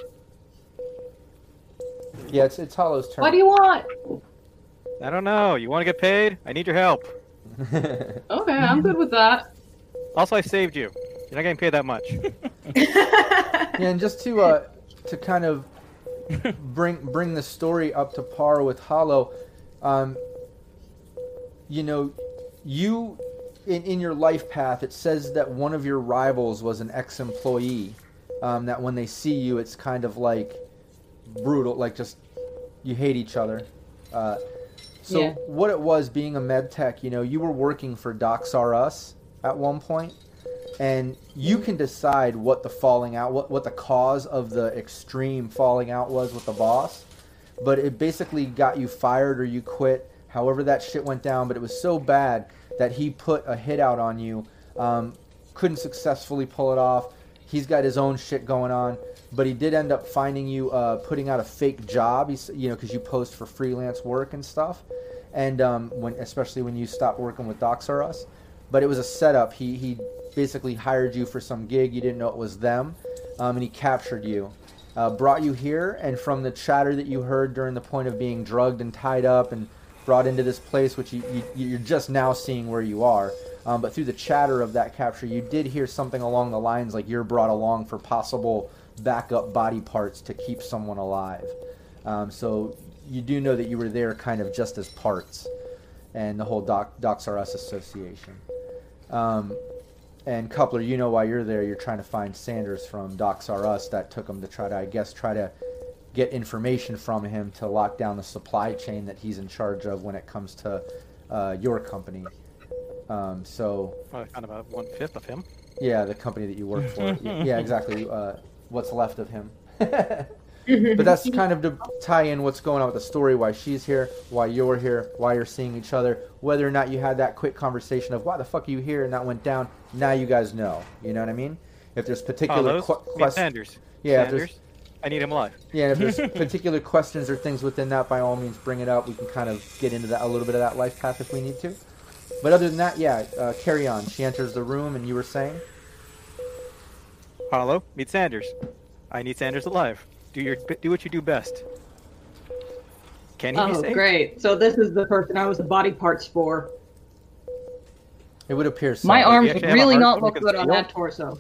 yeah it's it's hollow's turn [LAUGHS] What [LAUGHS] do you want? I don't know. You want to get paid? I need your help. Okay, I'm good with that. Also, I saved you. You're not getting paid that [LAUGHS] much. [LAUGHS] yeah, and just to uh, to kind of bring bring the story up to par with Hollow, um, you know, you in in your life path, it says that one of your rivals was an ex-employee. Um, that when they see you, it's kind of like brutal, like just you hate each other. Uh, so Yeah. what it was being a med tech, you know, you were working for Docs R Us at one point, and you can decide what the falling out, what what the cause of the extreme falling out was with the boss. But it basically got you fired or you quit, however that shit went down. But it was so bad that he put a hit out on you, um, couldn't successfully pull it off. He's got his own shit going on, but he did end up finding you uh, putting out a fake job. He's, you know, because you post for freelance work and stuff, and um, when especially when you stopped working with Docs R Us, but it was a setup. He he basically hired you for some gig. You didn't know it was them, um, and he captured you, uh, brought you here, and from the chatter that you heard during the point of being drugged and tied up and brought into this place, which you, you you're just now seeing where you are. Um, but through the chatter of that capture, you did hear something along the lines like you're brought along for possible backup body parts to keep someone alive. Um, so you do know that you were there kind of just as parts and the whole Doc, Docs R Us association. Um, and Coupler, you know why you're there. You're trying to find Sanders from Docs R Us that took him to try to, I guess, try to get information from him to lock down the supply chain that he's in charge of when it comes to uh, your company. Um, so, Well, I found about one fifth of him. yeah, the company that you work for. Y- yeah, exactly. Uh, what's left of him. [LAUGHS] but that's kind of to tie in what's going on with the story, why she's here, why you're here, why you're seeing each other, whether or not you had that quick conversation of why the fuck are you here and that went down. Now you guys know. You know what I mean? If there's particular Hollows. que- I mean, quest- Sanders. yeah, if there's- Sanders. I need him alive. yeah, and if there's particular questions or things within that, by all means, bring it up. We can kind of get into that a little bit of that life path if we need to. But other than that, yeah, uh, carry on. She enters the room, and you were saying, Hollow, meet Sanders. I need Sanders alive. Do your do what you do best. Can he be Oh, saved? great. So this is the person I was the body parts for. it would appear so. My you arms actually have a really don't heart that you look can good on feel? that torso.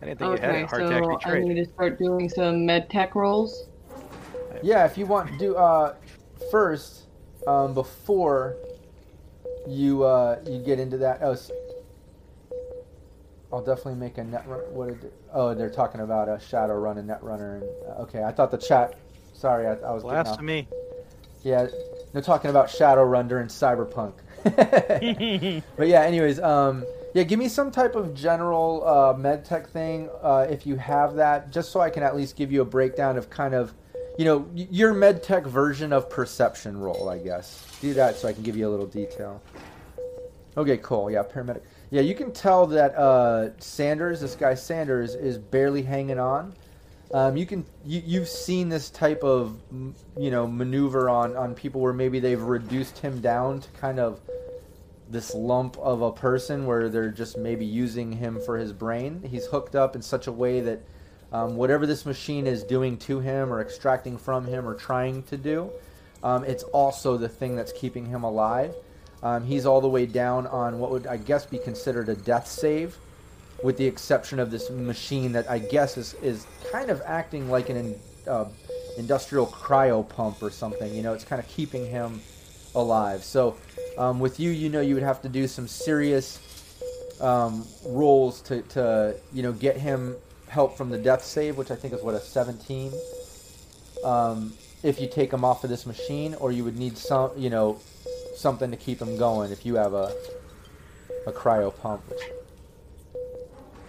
I didn't think you had Okay, a hard to so actually I trade. need to start doing some med tech rolls. Yeah, if you want do uh first um before you uh you get into that oh s- I'll definitely make a net run what did oh they're talking about a shadow run and net runner and uh, okay I thought the chat sorry I, I was getting off. Blasphemy. yeah they're talking about shadow run during cyberpunk but yeah anyways um yeah give me some type of general uh med tech thing uh if you have that just so I can at least give you a breakdown of kind of you know, y- your medtech version of perception roll, I guess. Do that so I can give you a little detail. Okay, cool. Yeah, paramedic. Yeah, you can tell that uh, Sanders, this guy Sanders, is barely hanging on. Um, you can you, you've seen this type of m- you know maneuver on on people where maybe they've reduced him down to kind of this lump of a person where they're just maybe using him for his brain. He's hooked up in such a way that um, whatever this machine is doing to him or extracting from him or trying to do, um, it's also the thing that's keeping him alive. Um, he's all the way down on what would, I guess, be considered a death save, with the exception of this machine that I guess is, is kind of acting like an in, uh, industrial cryo pump or something. You know, it's kind of keeping him alive. So um, with you, you know, you would have to do some serious um, rolls to, to, you know, get him help from the death save, which I think is what a 17. Um, if you take him off of this machine, or you would need some, you know, something to keep him going. If you have a a cryo pump, which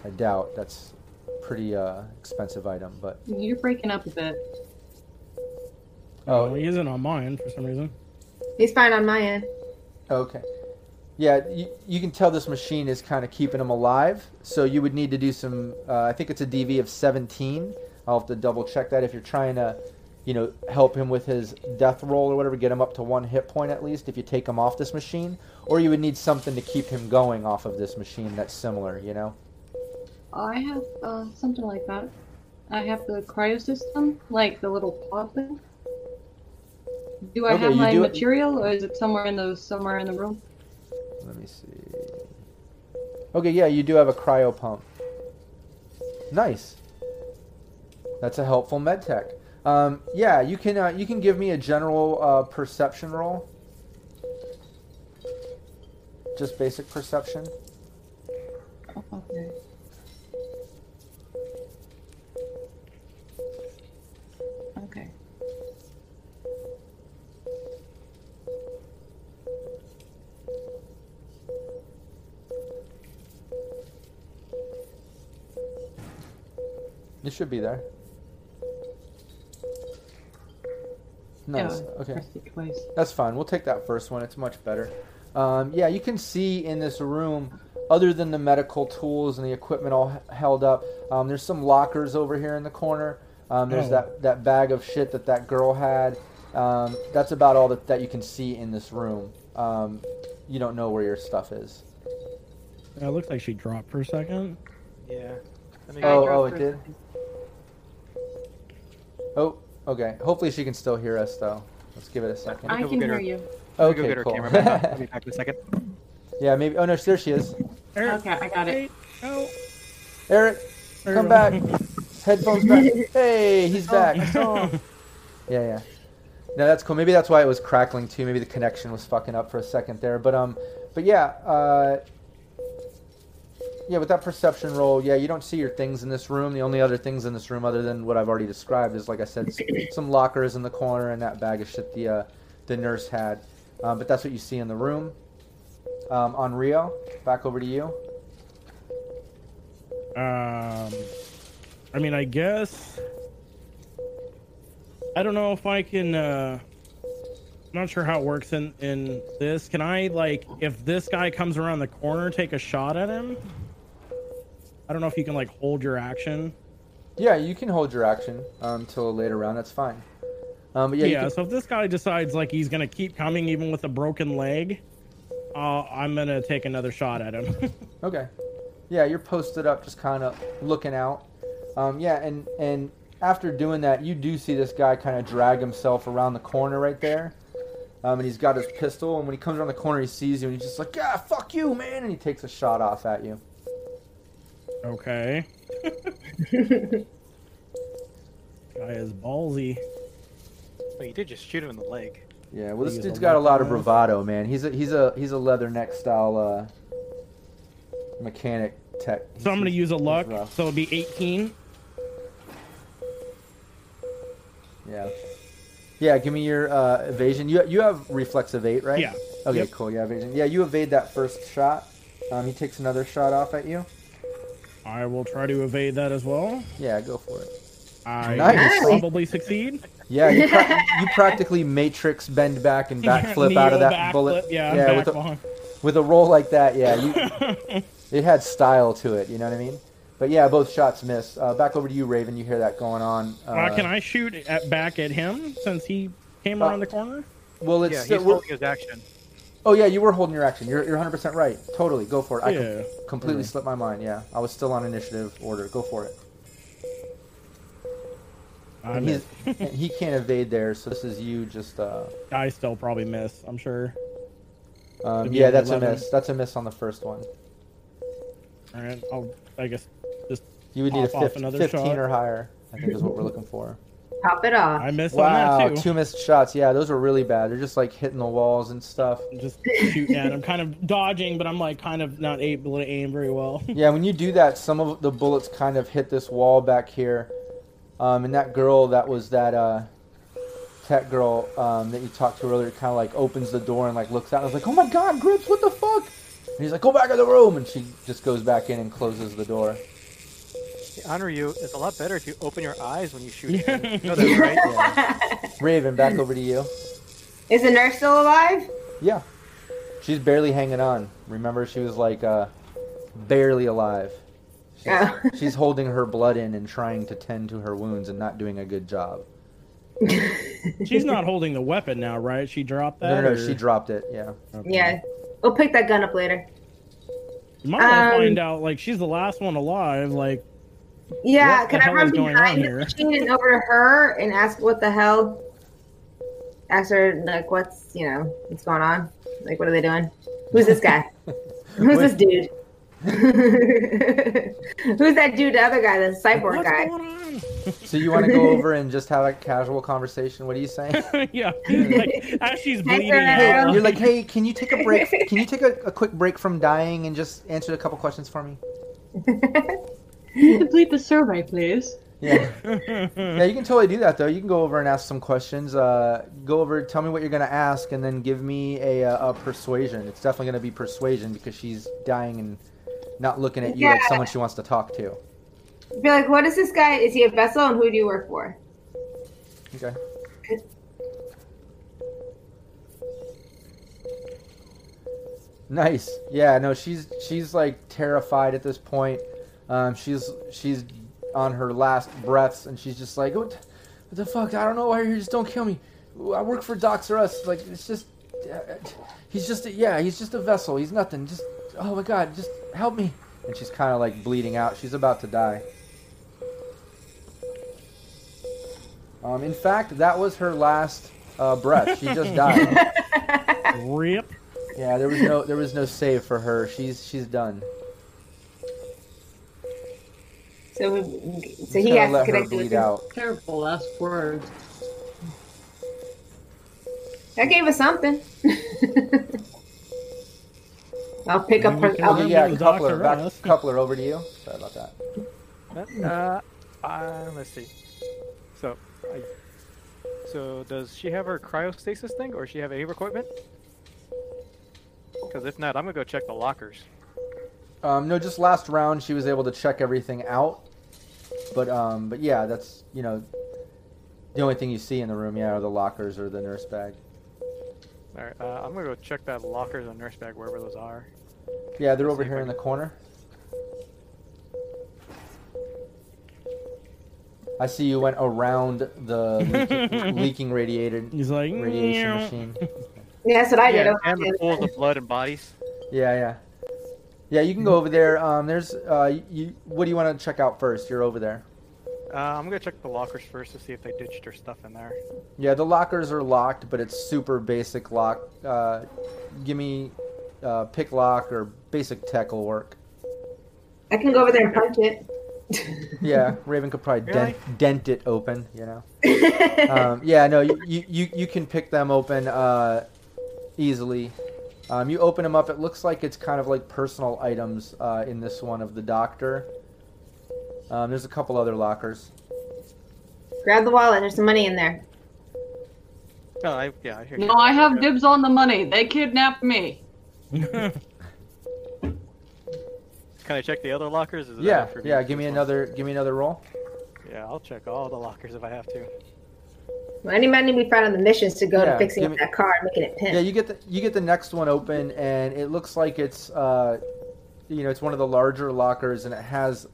I doubt, that's pretty uh, expensive item. But You're breaking up a bit. Oh. Oh, he isn't on mine for some reason. He's fine on my end. Okay. Yeah, you, you can tell this machine is kind of keeping him alive. So you would need to do some. Uh, I think it's a DV of 17. I'll have to double check that if you're trying to, you know, help him with his death roll or whatever, get him up to one hit point at least. If you take him off this machine, or you would need something to keep him going off of this machine that's similar. You know. I have uh, something like that. I have the cryo system, like the little pod thing. Do I Okay, have you my do it- material, or is it somewhere in the somewhere in the room? Let me see. Okay, yeah, you do have a cryo pump. Nice. That's a helpful med tech. Um, yeah, you can uh, you can give me a general uh, perception roll. Just basic perception. Okay. Okay. It should be there. Nice. Yeah, Okay. press it twice. That's fine. We'll take that first one. It's much better. Um, yeah, you can see in this room, other than the medical tools and the equipment all h- held up, um, there's some lockers over here in the corner. Um, there's Oh. that, that bag of shit that that girl had. Um, that's about all that, that you can see in this room. Um, you don't know where your stuff is. It looks like she dropped for a second. Yeah. Let me I Oh, go. drove oh, it for a did? second. Oh, okay. Hopefully she can still hear us, though. Let's give it a second. Let me I go can get hear her. you. Let me go Okay, get her cool. [LAUGHS] camera. back. I'll be back in a second. yeah, maybe. Oh, no, there she is. Eric, Okay, I got it. wait, no. Eric, There come you go. back. Headphones back. Hey, he's back. [LAUGHS] Yeah, yeah. No, that's cool. Maybe that's why it was crackling too. Maybe the connection was fucking up for a second there. But um, but yeah, uh, yeah. With that perception roll, yeah, you don't see your things in this room. The only other things in this room, other than what I've already described, is like I said, s- some lockers in the corner and that bag of shit the uh, the nurse had. Um, but that's what you see in the room. Um, on Rio, back over to you. Um, I mean, I guess. I don't know if I can. Uh, I'm not sure how it works in in this. Can I like, if this guy comes around the corner, take a shot at him? I don't know if you can like hold your action. Yeah, you can hold your action um, till a later round. That's fine. Um, but yeah, Yeah. you can- So if this guy decides like he's gonna keep coming even with a broken leg, uh, I'm gonna take another shot at him. [LAUGHS] Okay. Yeah, you're posted up, just kind of looking out. Um, yeah, and and after doing that, you do see this guy kind of drag himself around the corner right there, um, and he's got his pistol. And when he comes around the corner, he sees you, and he's just like, "Yeah, fuck you, man!" And he takes a shot off at you. okay. guy is ballsy. But you did just shoot him in the leg. Yeah, well, this He is dude's a got a lot of weaponized- bravado, man. He's a he's a he's a leather neck style uh, mechanic tech. So I'm gonna He's- use a he's luck. rough. So it'll be 18. Yeah. Yeah, give me your uh, evasion. You you have reflex of eight, right? Yeah. Okay, Yep. cool. Yeah, evasion. Yeah, you evade that first shot. Um, he takes another shot off at you. I will try to evade that as well. Yeah, go for it. I Nice. will probably succeed. Yeah, you, pra- you practically matrix bend back and [LAUGHS] backflip out of Neo that bullet. backflip, Yeah, yeah back with, a, behind. with a roll like that, yeah, you, it had style to it. You know what I mean? But yeah, both shots miss. Uh, back over to you, Raven. You hear that going on? Uh, [LAUGHS] Uh, can I shoot at, back at him since he came Uh, around the corner? Well, it's yeah, still- he's well- holding his action. oh yeah, you were holding your action. You're, you're 100% right. Totally, go for it. I com- yeah. completely slipped my mind. Yeah, I was still on initiative order. Go for it. I And miss. [LAUGHS] he's- and he can't evade there, so this is you just. Uh, I still probably miss. I'm sure. um, It'd be yeah, an that's a 11. miss. That's a miss on the first one. All right. I'll. I guess You would need a Pop off 15, another 15 shot. or higher. I think is what we're looking for. [LAUGHS] Pop it off. I miss on Wow, that too. two missed shots. Yeah, those were really bad. They're just like hitting the walls and [LAUGHS] stuff. [LAUGHS] Just shooting at. I'm kind of dodging, but I'm like kind of not able to aim very well. [LAUGHS] Yeah, when you do that, some of the bullets kind of hit this wall back here. Um, and that girl that was that uh, tech girl um, that you talked to earlier kind of like opens the door and like looks out and is like, oh my god, Grips, what the fuck? And he's like, go back in the room. And she just goes back in and closes the door. Honor you is a lot better if you open your eyes when you shoot. Yeah. [LAUGHS] him. You know that, right? Raven, back over to you. Is the nurse still alive? Yeah. She's barely hanging on. Remember, she was like uh, barely alive. She's, Oh. [LAUGHS] she's holding her blood in and trying to tend to her wounds and not doing a good job. [LAUGHS] She's not holding the weapon now, right? She dropped No, that. no, no, or- she dropped it. Yeah. Okay. Yeah. We'll pick that gun up later. You might want to Um, find out. Like she's the last one alive. Like Yeah, What can the I hell run is going on behind the here? machine and over to her and ask what the hell? Ask her like, what's you know, what's going on? Like, what are they doing? Who's this [LAUGHS] guy? Who's this dude? [LAUGHS] Who's that dude? The other guy, the cyborg what's guy. going on? [LAUGHS] So you want to go over and just have a casual conversation? What are you saying? [LAUGHS] [LAUGHS] yeah. Like as she's bleeding Sarah. out. You're like, hey, can you take a break? Can you take a, a quick break from dying and just answer a couple questions for me? Can you [LAUGHS] complete the survey, please? Yeah, yeah, you can totally do that though. You can go over and ask some questions. Uh, go over, tell me what you're gonna ask, and then give me a, uh a persuasion. It's definitely gonna be persuasion because she's dying and not looking at you like Yeah. someone she wants to talk to. [LAUGHS] Be like, what is this guy? Is he a vessel? And who do you work for? Okay. Nice. Yeah. No, she's she's like terrified at this point. Um, she's she's on her last breaths, and she's just like, "What, what the fuck? I don't know why you just don't kill me. I work for Docs or Us. Like it's just, uh, he's just a, yeah, he's just a vessel. He's nothing. Just oh my god, just help me." And she's kind of like bleeding out. She's about to die. Um, in fact, that was her last uh, breath. She just died. [LAUGHS] Rip. Yeah, there was no there was no save for her. She's she's done. So, we, so Just he gotta has to let her connect bleed with out. Terrible last words. That gave us something. [LAUGHS] I'll pick up her. Maybe we Oh, I'll, can- yeah, Dr. coupler, back, Ross. coupler over to you. Sorry about that. Uh, uh, let's see. So, I, so does she have her cryostasis thing, or she have any equipment? Because if not, I'm gonna go check the lockers. Um, no, just last round she was able to check everything out, but um, but yeah, that's you know, the only thing you see in the room, yeah, are the lockers or the nurse bag. All right, uh, I'm gonna go check that lockers and nurse bag wherever those are. Yeah, they're over here in the corner. I see you went around the leaking, leaking radiated He's like radiation "Meow." machine. yeah, that's what I did. yeah, over and the there. pools of blood and bodies. Yeah, yeah, yeah. You can go over there. Um, there's uh, you. What do you want to check out first? You're over there. Uh, I'm gonna check the lockers first to see if they ditched her stuff in there. Yeah, the lockers are locked, but it's super basic lock. Uh, give me uh, pick lock or basic tech will work. I can go over there and punch it. Yeah, Raven could probably Really? dent, dent it open. You know. um, yeah, no, you, you- you, you can pick them open uh, easily. Um, you open them up. It looks like it's kind of like personal items uh, in this one of the doctor. Um, there's a couple other lockers. [LAUGHS] Grab the wallet. There's some money in there. Oh, I, yeah, I hear you. No, I have dibs on the money. They kidnapped me. [LAUGHS] Can I check the other lockers? Is it Yeah, enough for yeah. to Give me choose one? another. Give me another roll. Yeah, I'll check all the lockers if I have to. Well, any money we found on the missions to go Yeah, to fixing give up me- that car and making it Yeah, pimp. you get the you get the next one open, and it looks like it's uh, you know, it's one of the larger lockers, and it has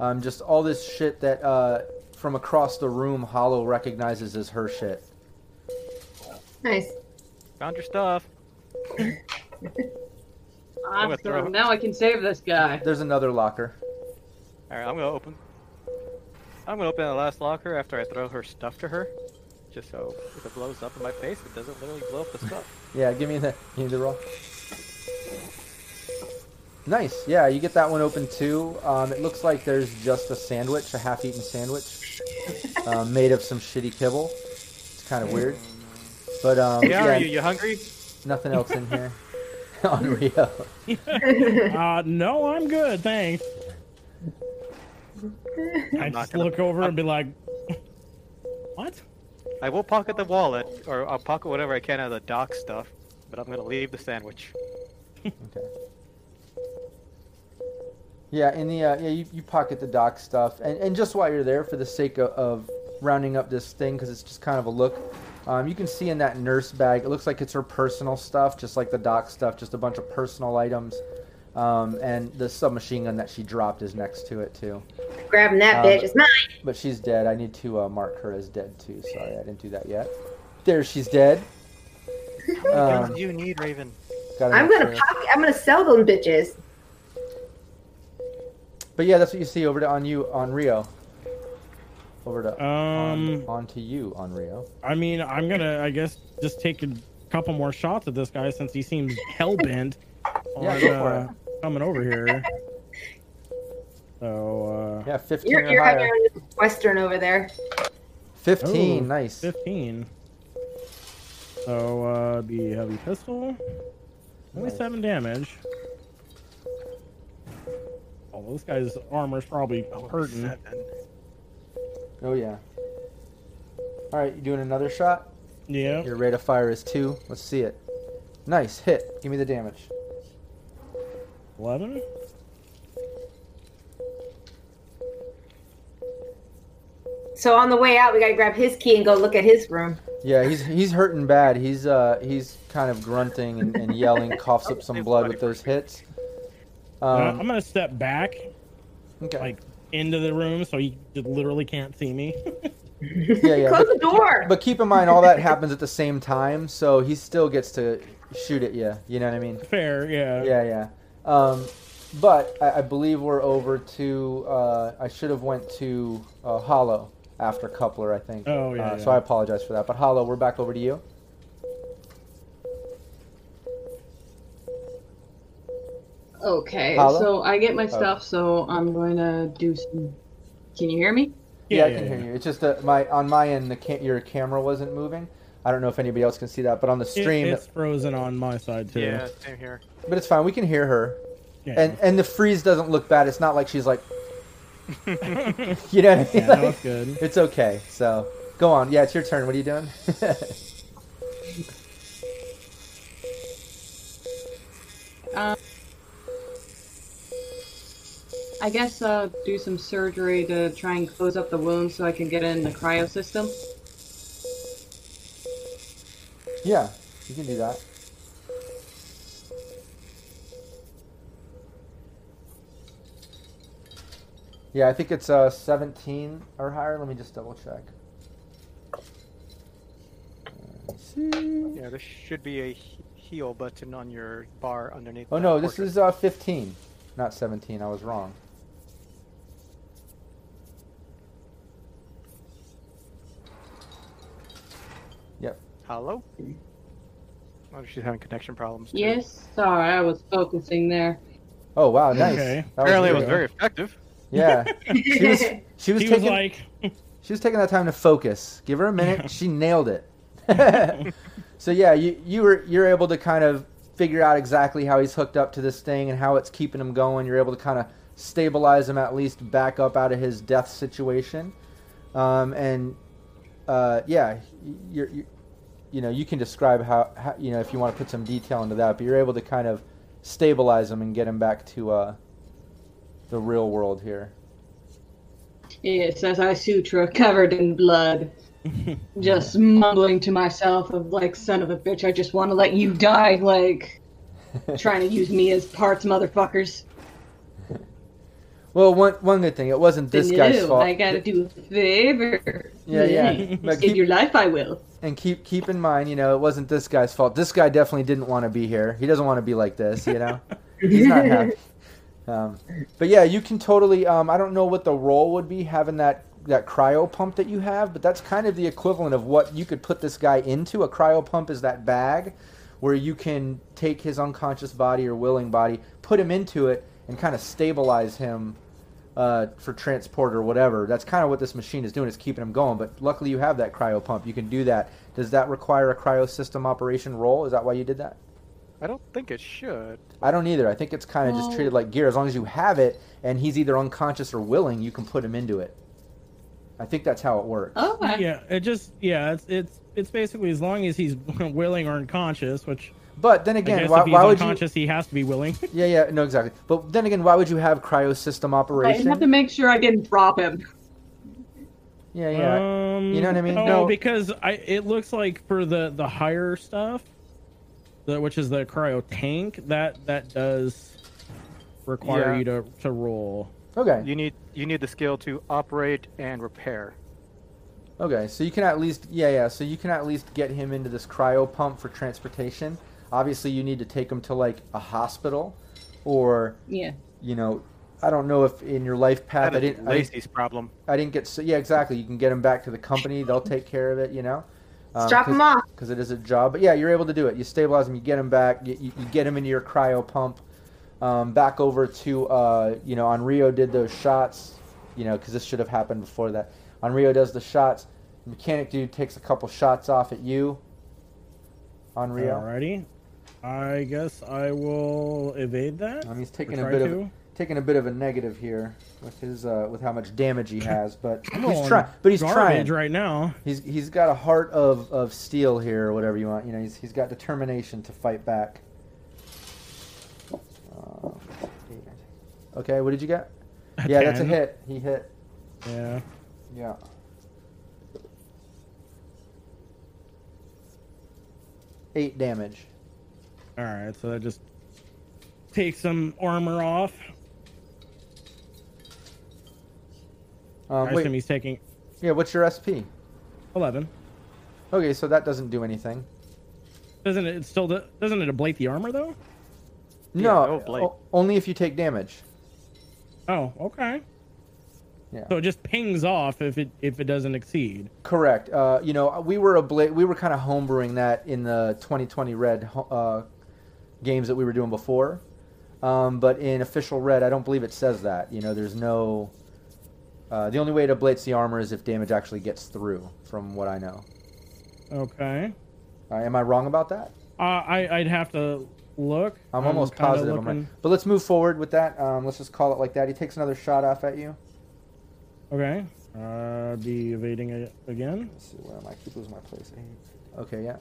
um, just all this shit that uh, from across the room, Hollow recognizes as her shit. nice. Found your stuff. I'm gonna throw Awesome. it. Now I can save this guy. There's another locker. All right, I'm gonna open. I'm gonna open the last locker after I throw her stuff to her, just so if it blows up in my face, it doesn't literally blow up the [LAUGHS] stuff. Yeah, give me the give me the roll. Nice. Yeah, you get that one open too. Um, it looks like there's just a sandwich, a half-eaten sandwich, um, made of some shitty kibble. It's kind of weird, but um, Yeah, yeah, are you, [LAUGHS] you hungry? nothing else in here. [LAUGHS] On Rio. Uh, no, I'm good, thanks. I I'm not just gonna- look over and be like, [LAUGHS] "What? I will pocket the wallet, or I'll pocket whatever I can out of the dock stuff, but I'm gonna leave the sandwich. Okay. Yeah, in the uh, yeah, you, you pocket the doc stuff, and and just while you're there, for the sake of, of rounding up this thing, because it's just kind of a look. Um, you can see in that nurse bag, it looks like it's her personal stuff, just like the doc stuff, just a bunch of personal items. Um, and the submachine gun that she dropped is next to it too. Grabbing Um, that bitch. It's mine. But she's dead. I need to uh, mark her as dead too. Sorry, I didn't do that yet. There, she's dead. Um, you need, Raven? gotta I'm make gonna sure. pocket, I'm gonna sell them bitches. But yeah, that's what you see over to on you on Rio. Over to Um, on, on to you on Rio. I mean, I'm gonna, I guess, just take a couple more shots at this guy since he seems hell bent [LAUGHS] on Yeah, go for uh, coming over [LAUGHS] here." So, uh, Yeah, 15 You're, or you're higher. having a western over there. 15, Ooh. nice. 15. So, uh, be heavy pistol. Only Nice. seven damage. Oh, this guy's armor's probably Oh, hurting. Oh yeah. All right, you doing another shot? Yeah. Your rate of fire is 2. Let's see it. Nice hit. Give me the damage. 11? So on the way out, we gotta grab his key and go look at his room. Yeah, he's he's hurting bad. He's uh he's kind of grunting and, and yelling, coughs [LAUGHS] up some blood with those hits. Uh, Um, I'm gonna step back, okay. like, into the room so he just literally can't see me. [LAUGHS] Yeah, yeah. Close the door. But keep in mind, all that happens at the same time, so he still gets to shoot at you. You know what I mean? Fair, yeah. Yeah, yeah. Um, but I, I believe we're over to. Uh, I should have went to uh, Hollow after Coupler, I think. Oh, yeah, Uh, yeah. So I apologize for that. But Hollow, we're back over to you. Okay, Paula? so I Oh. get my stuff, so I'm going to do some. Can you hear me? I can hear you. It's just that my on my end, the ca- your camera wasn't moving. I don't know if anybody else can see that, but on the It- stream, it's frozen on my side, too. Yeah, same here. but it's fine. We can hear her, Yeah. and and the freeze doesn't look bad. It's not like she's [LAUGHS] like, [LAUGHS] yeah, you know, what I mean? that Like, was [LAUGHS] good. It's okay. So go on. Yeah, it's your turn. What are you doing? [LAUGHS] I guess uh, do some surgery to try and close up the wound so I can get in the cryo system. yeah, you can do that. Yeah, I think it's uh, 17 or higher. Let me just double check. Yeah, there should be a he- heal button on your bar underneath. Oh that no, this portrait. is uh, 15, not 17. I was wrong. Hello? Oh, she's having connection problems. Too. Yes, sorry, I was focusing there. Oh wow, nice. Okay. That Apparently, it was weird. very effective. [LAUGHS] Yeah, she [LAUGHS] was. She was He was taking. like, She was taking that time to focus. Give her a minute. Yeah. She nailed it. so yeah, you you were you're able to kind of figure out exactly how he's hooked up to this thing and how it's keeping him going. You're able to kind of stabilize him at least back up out of his death situation. Um, and uh, yeah, you're, you you know you can describe how, how you know if you want to put some detail into that, but you're able to kind of stabilize him and get him back to uh, the real world here. It says I suture covered [LAUGHS] in blood, just mumbling to myself of like, son of a bitch, I just want to let you [LAUGHS] die, like, trying to use me as parts, motherfuckers. Well, one one good thing, it wasn't this And guy's you, fault. I gotta do a favor. Yeah, yeah. Mm. But Save keep- your life, I will. and keep keep in mind, you know, it wasn't this guy's fault. This guy definitely didn't want to be here. He doesn't want to be like this, you know. He's not happy. Um, but yeah, you can totally. Um, I don't know what the role would be having that that cryo pump that you have, but that's kind of the equivalent of what you could put this guy into. A cryo pump is that bag where you can take his unconscious body or willing body, put him into it, and kind of stabilize him uh, for transport or whatever. That's kind of what this machine is doing; is keeping him going. But luckily, you have that cryo pump. You can do that. Does that require a cryo system operation roll? Is that why you did that? I don't think it should. I don't either. I think it's kind of just No. treated like gear. As long as you have it, and he's either unconscious or willing, you can put him into it. I think that's how it works. Oh, I- Yeah, it just yeah, it's it's it's basically as long as he's [LAUGHS] willing or unconscious, which But then I again, guess why, if he's why would you? unconscious, he has to be willing. Yeah, yeah, no, exactly. But then again, why would you have cryo system I operation? have to make sure I didn't drop him. Yeah, [LAUGHS] yeah. Um, You know what I mean? No, No. because I it looks like for the the higher stuff, the, which is the cryo tank, that that does require Yeah. you to to roll. okay. You need you need the skill to operate and repair. Okay, so you can at least yeah yeah so you can at least get him into this cryo pump for transportation. Obviously, you need to take him to like a hospital, or Yeah. you know, I don't know if in your life path That I is didn't, I didn't Lacey's problem. I didn't get so yeah exactly. You can get him back to the company; they'll take care of it. You know, Um, Just drop him off. because it is a job. But yeah, you're able to do it. You stabilize him, you get him back, you, you, you get him into your cryo pump. Um, back over to uh, you know, Onryo did those shots. You know, because this should have happened before that. Onryo does the shots. Mechanic dude takes a couple shots off at you. Onryo, Alrighty, I guess I will evade that. um, he's or taking a try bit of to. taking a bit of a negative here with his uh, with how much damage he has, but I'm he's on trying. But he's trying. garbage right now. He's he's got a heart of, of steel here, or whatever you want. You know, he's he's got determination to fight back. Uh, okay, what did you get? yeah, that's a 10. hit. He hit. Yeah. Yeah. Eight damage. All right, so that just takes some armor off. Um, I assume wait, he's taking yeah. What's your SP? eleven. Okay, so that doesn't do anything. Doesn't it still do- doesn't it ablate the armor though? Yeah, no, no blade. o- only if you take damage. Oh, okay. Yeah. So it just pings off if it if it doesn't exceed. Correct. Uh, you know, we were a bla- we were kind of homebrewing that in the 2020 Red ho- uh, games that we were doing before, um, but in official Red, I don't believe it says that. You know, there's no. Uh, the only way to blates the armor is if damage actually gets through, from what I know. Okay. Uh, am I wrong about that? Uh, I I'd have to look. I'm almost kinda positive I'm right. looking- But let's move forward with that. Um, let's just call it like that. He takes another shot off at you. Okay. Uh, be evading it again. Let's see, where am I? I keep losing my place. Eight. Okay, yeah.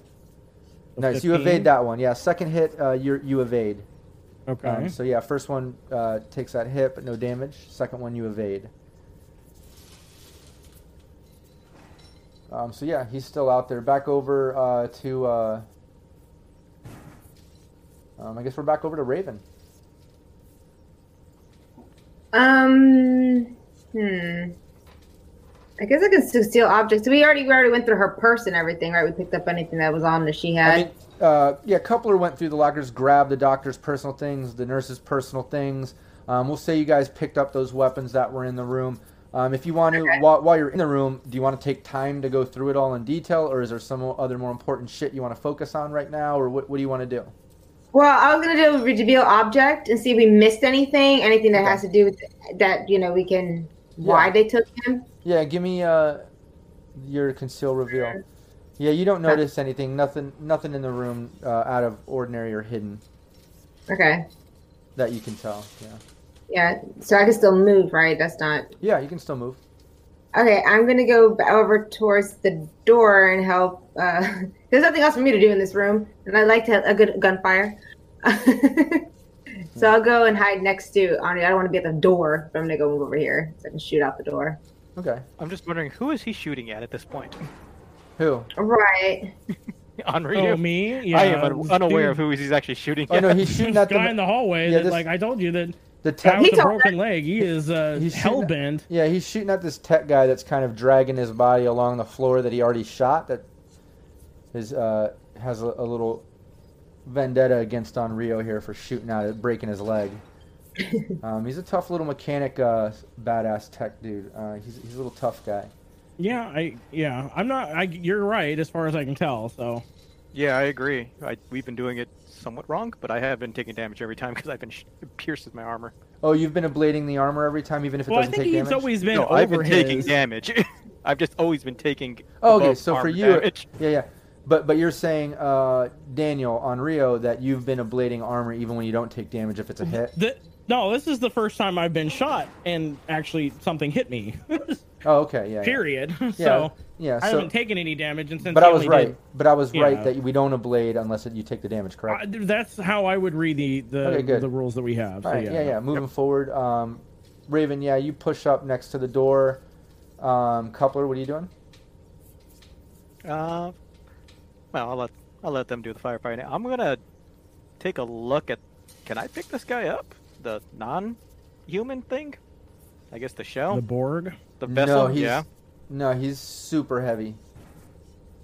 A Nice. You 15? evade that one. Yeah. Second hit, uh, you you evade. Okay. Um, so yeah, first one uh, takes that hit, but no damage. Second one you evade. Um, so yeah, he's still out there. Back over uh, to. Uh, um, I guess we're back over to Raven. Um, hmm. I guess I can still steal objects. We already we already went through her purse and everything, right? We picked up anything that was on that she had. I mean, uh, yeah, Coupler went through the lockers, grabbed the doctor's personal things, the nurse's personal things. Um, we'll say you guys picked up those weapons that were in the room. Um, if you want to, while, while you're in the room, do you want to take time to go through it all in detail, or is there some other more important shit you want to focus on right now, or what, what do you want to do? well, I was gonna do a reveal object and see if we missed anything, anything that has to do with that. You know, we can why Yeah. they took him. Yeah, give me uh, your conceal reveal. Yeah, you don't notice anything. Nothing. Nothing in the room uh, out of ordinary or hidden Okay, that you can tell. Yeah. yeah. So I can still move, right? That's not Yeah, you can still move. Okay, I'm gonna go b- over towards the door and help. Uh, [LAUGHS] there's nothing else for me to do in this room, and I like to have a good gunfire. [LAUGHS] so I'll go and hide next to Ani. I don't want to be at the door, but I'm gonna go move over here so I can shoot out the door. Okay. I'm just wondering who is he shooting at at this point? [LAUGHS] Who? Oh, Right. Henri. Oh me? Yeah. I am un- unaware of dude, who he's actually shooting Oh at. no, he's this shooting at guy in the the hallway. Yeah, that, this- like I told you that the that tech. was He a told- broken leg. He is uh, He's shooting at- hellbent. Yeah, he's shooting at this tech guy that's kind of dragging his body along the floor that he already shot. That is uh, has a, a little vendetta against Onryo here for shooting at it, breaking his leg. Um, he's a tough little mechanic, uh, badass tech dude. Uh, he's he's a little tough guy. Yeah, I yeah, I'm not. I you're right as far as I can tell. So [LAUGHS] Yeah, I agree. I, we've been doing it somewhat wrong, but I have been taking damage every time because I've been sh- it pierces my armor. Oh, you've been ablating the armor every time, even if it well, I doesn't think take he's damage. always been no, over I've been taking his- damage. [LAUGHS] I've just always been taking. Oh, okay, above so for armor you, damage. Yeah, yeah. But but you're saying, uh, Daniel on Rio, that you've been ablating armor even when you don't take damage if it's a hit. The, no, this is the first time I've been shot and actually something hit me. [LAUGHS] Oh, okay, yeah. yeah. Period. Yeah, [LAUGHS] So yeah. I So, haven't taken any damage, and since but I he was only right. did- But I was right Yeah. that we don't ablate unless you take the damage, correct? I- that's how I would read the the, Okay, good. the rules that we have. So, All right, yeah. yeah, yeah. Moving forward, um, Raven, yeah, you push up next to the door. Um, Coupler, what are you doing? Uh, well, I'll let I'll let them do the firefighting. I'm gonna take a look at. Can I pick this guy up? The non-human thing? I guess the shell, The Borg. the no, vessel. he's yeah. no, he's super heavy.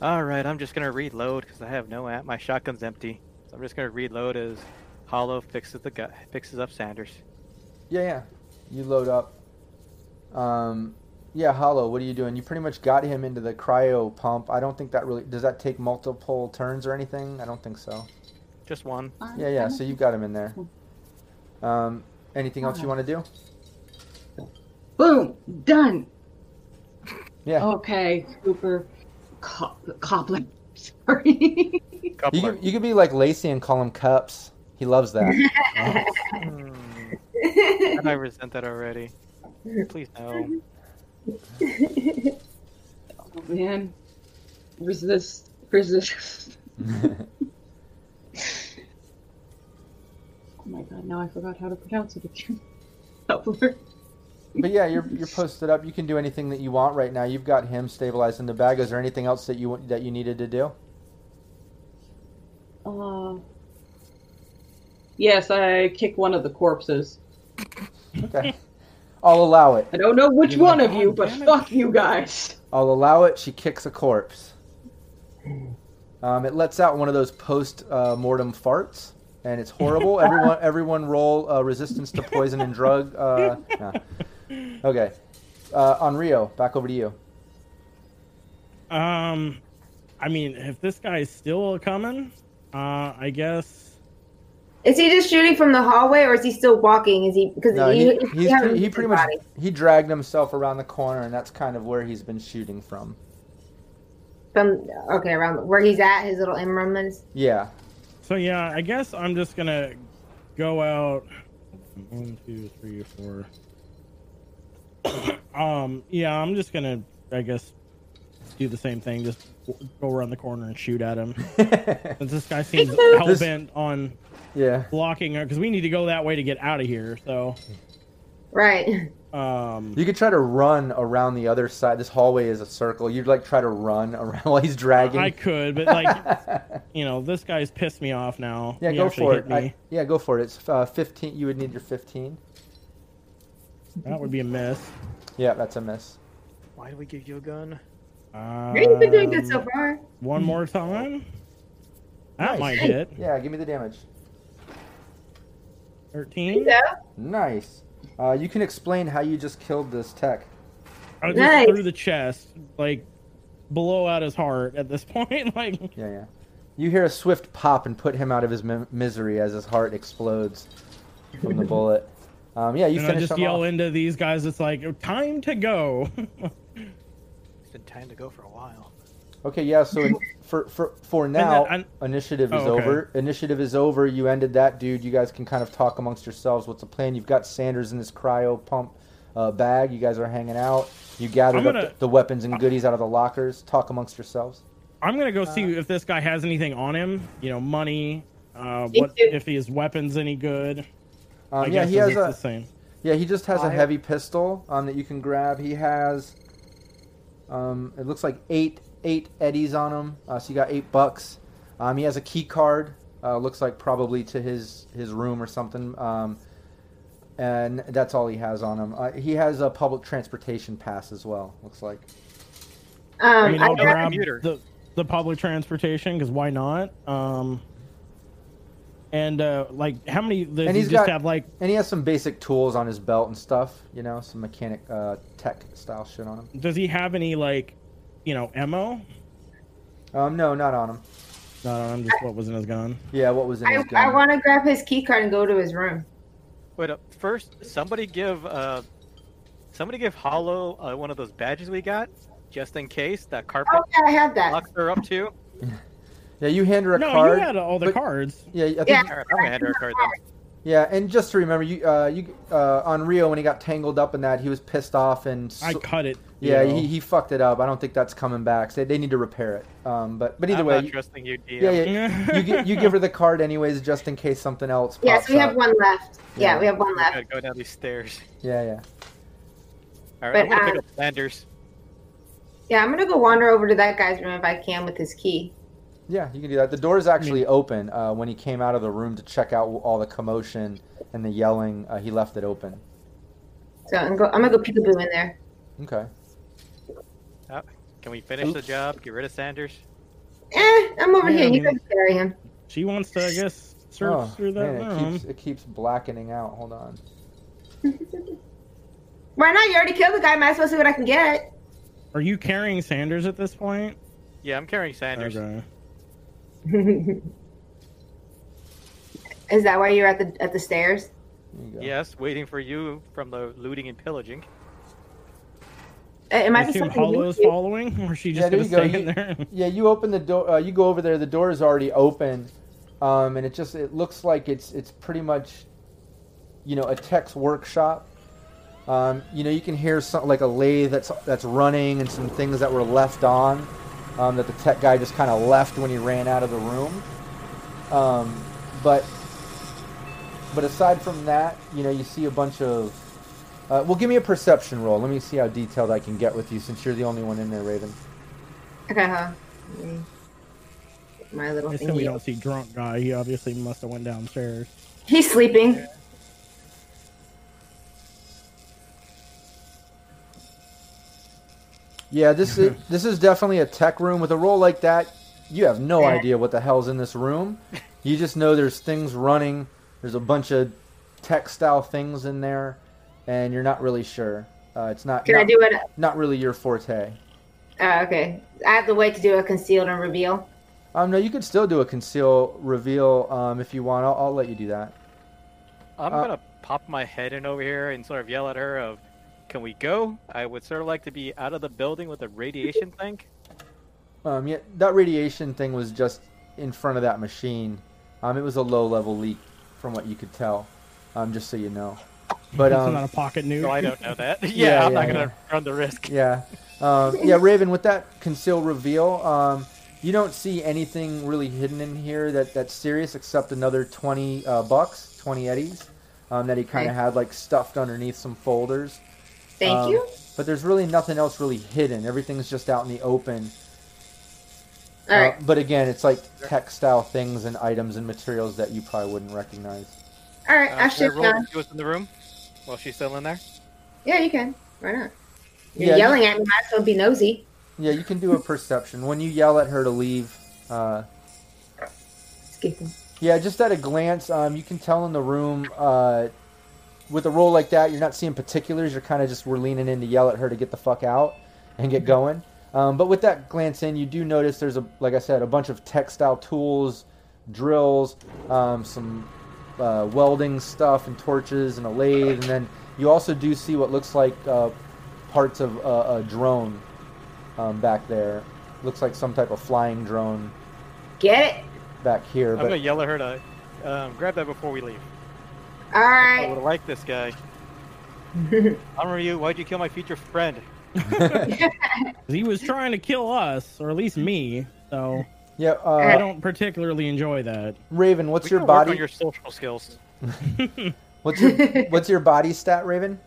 All right, I'm just gonna reload because I have no amp. My shotgun's empty, so I'm just gonna reload as Hollow fixes the guy fixes up Sanders. Yeah, yeah. You load up. Um, yeah, Hollow, what are you doing? You pretty much got him into the cryo pump. I don't think that really does that take multiple turns or anything. I don't think so. Just one. Yeah, yeah. So you've got him in there. Um, anything else you want to do? Boom! Done! Yeah. Okay, Cooper. Cop- Copland. [LAUGHS] Sorry. You Coupler. could, you could be like Lacey and call him Cups. He loves that. [LAUGHS] Hmm, and I resent that already. Please no. oh, man. Resist. Resist. [LAUGHS] Oh my god, now I forgot how to pronounce it again. [LAUGHS] Copler. but yeah, you're you're posted up. You can do anything that you want right now. You've got him stabilized in the bag. Is there anything else that you want- that you needed to do? Uh, yes, I kick one of the corpses. Okay, I'll allow it. I don't know which You're one like, of "God you, but damn it." fuck you guys. I'll allow it. She kicks a corpse. Um, it lets out one of those post uh, mortem farts, and it's horrible. everyone, everyone, roll uh, resistance to poison and drug. Uh, no. Okay, uh, on Rio, back over to you. Um, I mean, if this guy's still coming, uh, I guess. Is he just shooting from the hallway, or is he still walking? Is he because No, he, he, if he's, haven't pre- he moved pretty his much body. he dragged himself around the corner, and that's kind of where he's been shooting from. from okay around where he's at his little enrollments. Yeah. [LAUGHS] So yeah, I guess I'm just gonna go out. One, two, three, four. [COUGHS] um, yeah, I'm just gonna, I guess, do the same thing. Just w- go around the corner and shoot at him. [LAUGHS] Since this guy seems hell bent on yeah. blocking her, because we need to go that way to get out of here. So, Right. [LAUGHS] um, You could try to run around the other side. This hallway is a circle. You'd like try to run around [LAUGHS] while he's dragging. I could, but like, you know, this guy's pissed me off now. [LAUGHS] yeah, He go actually for hit it. me. I- yeah, go for it. It's uh, 15. You would need your 15. That would be a miss. Yeah, that's a miss. Why do we give you a gun? Um, You've Uh, been doing good so far. One more time. Nice. That might hit. Yeah, give me the damage. 13. Yeah. Nice. Uh, you can explain how you just killed this tech. I just Nice. through the chest, like blow out his heart at this [LAUGHS] point. Like, Yeah, yeah. You hear a swift pop and put him out of his mi- misery as his heart explodes from the [LAUGHS] bullet. Um, yeah, you and I finish just him yell off. into these guys. It's like, time to go. [LAUGHS] It's been time to go for a while. Okay, yeah. So in, for for for now, and- initiative is Oh, okay. over. Initiative is over. You ended that, dude. You guys can kind of talk amongst yourselves. What's the plan? You've got Sanders in this cryo pump uh, bag. You guys are hanging out. You gathered I'm up gonna- the, the weapons and goodies out of the lockers. Talk amongst yourselves. I'm gonna Uh, go see if this guy has anything on him. You know, money. Uh, Me what too. if his weapons any good? I Um, yeah, guess he has it's the a same. yeah. He just has a Fire. heavy pistol um, that you can grab. He has um, it looks like eight eight eddies on him. Uh, so you got eight bucks. Um, he has a key card. Uh, looks like probably to his his room or something. Um, and that's all he has on him. Uh, he has a public transportation pass as well. Looks like. I Um, mean, I I'll grab- grab computer. the, the public transportation because why not? Um, And uh, like, how many? Does And he he's just got- have like And he has some basic tools on his belt and stuff, you know, some mechanic uh, tech style shit on him. Does he have any like, you know, ammo? Um, no, not on him. No, no, I'm just what was in his gun. Yeah, what was in his I, gun? I want to grab his key card and go to his room. Wait up. First, somebody give uh, somebody give Hollow uh, one of those badges we got, just in case that carpet Oh yeah, I have that. locks her up too. Yeah, you hand her a No, card. you had all the but- cards. Yeah, I think Yeah. Alright, I'm gonna hand her a card then. Yeah, and just to remember, you, uh, you, uh, on Rio when he got tangled up in that, he was pissed off and s- I cut it. you yeah, know. he, he fucked it up. I don't think that's coming back. So they need to repair it. Um, but but either I'm way, not you, trusting you, DM. yeah, yeah, you, gi- [LAUGHS] you give her the card anyways, just in case something else. Pops Yes, we have up. one left. Yeah, Yeah. we have one I left. gotta go down these stairs. Yeah, yeah. All right, But, I'm gonna pick uh, up Flanders. Yeah, I'm gonna go wander over to that guy's room if I can with his key. Yeah, you can do that. The door is actually open. Uh, when he came out of the room to check out all the commotion and the yelling, uh, he left it open. So I'm, go, I'm gonna go peekaboo in there. Okay. Can we finish the job? Get rid of Sanders. Eh, I'm over Yeah, here. I You mean- can carry him. She wants to, I guess, search oh, through that man, it room. keeps it keeps blackening out. Hold on. Why not? You already killed the guy. Might as well see what I can get. Are you carrying Sanders at this point? Yeah, I'm carrying Sanders. Okay. Is that why you're at the at the stairs? There you go. Yes, waiting for you from the looting and pillaging. Eh, It, it I might be assume something. you Hollow's do. following, or is she Yeah, just there gonna you go. stay in You- there? [LAUGHS] Yeah, you open the door. Uh, you go over there. The door is already open, um, and it just it looks like it's it's pretty much, you know, a tech's workshop. Um, you know, you can hear some like a lathe that's that's running and some things that were left on um, that the tech guy just kind of left when he ran out of the room. Um, but but aside from that, you know, you see a bunch of. Uh, well, give me a perception roll. Let me see how detailed I can get with you since you're the only one in there, Raven. Okay, huh? Let me get My little Just so we thing. don't see drunk guy. He obviously must have went downstairs. He's sleeping. Yeah, this [LAUGHS] is this is definitely a tech room. With a roll like that, you have no Yeah. idea what the hell's in this room. You just know there's things running. There's a bunch of textile things in there, and you're not really sure. Uh, it's not Can I not, do it? not really your forte. Oh, okay. I have to wait to do a concealed and reveal. Um, no, you could still do a conceal reveal um, if you want. I'll, I'll let you do that. I'm Uh, gonna pop my head in over here and sort of yell at her of, "Can we go? I would sort of like to be out of the building with a radiation tank." Um, yeah, that radiation thing was just in front of that machine. Um, it was a low level leak, from what you could tell. Um, just so you know. But It's um, [LAUGHS] not a pocket nuke. No, Oh, I don't know that. [LAUGHS] yeah, Yeah, I'm yeah, not gonna run the risk. Yeah. Um, yeah, Raven, with that conceal reveal, um, you don't see anything really hidden in here that, that's serious except another 20 uh, bucks, 20 eddies, um, that he kind of Okay. had like stuffed underneath some folders. Thank Um, you. But there's really nothing else really hidden. Everything's just out in the open. Uh, All right. but again, it's like textile things and items and materials that you probably wouldn't recognize. All right. Uh, I'll should I shift roll to down. see what's in the room while she's still in there. Yeah, you can. Why not? You're Yeah, you- yelling at me. Might as well be nosy. Yeah, you can do a perception. When you yell at her to leave, uh, Escaping. Yeah, just at a glance, um, you can tell in the room uh, with a roll like that, you're not seeing particulars. You're kind of just we're leaning in to yell at her to get the fuck out and get going. Um, but with that glance in, you do notice there's a like I said, a bunch of textile tools, drills, um, some uh, welding stuff and torches and a lathe, and then you also do see what looks like uh, parts of uh, a drone um, back there. Looks like some type of flying drone Get it. back here. I'm But gonna yell at her to um, grab that before we leave. All I right. would like this guy. [LAUGHS] Honor you. Why'd you kill my future friend? He was trying to kill us, or at least me. So yeah, I uh, don't particularly enjoy that. Raven, what's We your can work on body? your social skills. What's your What's your body stat, Raven?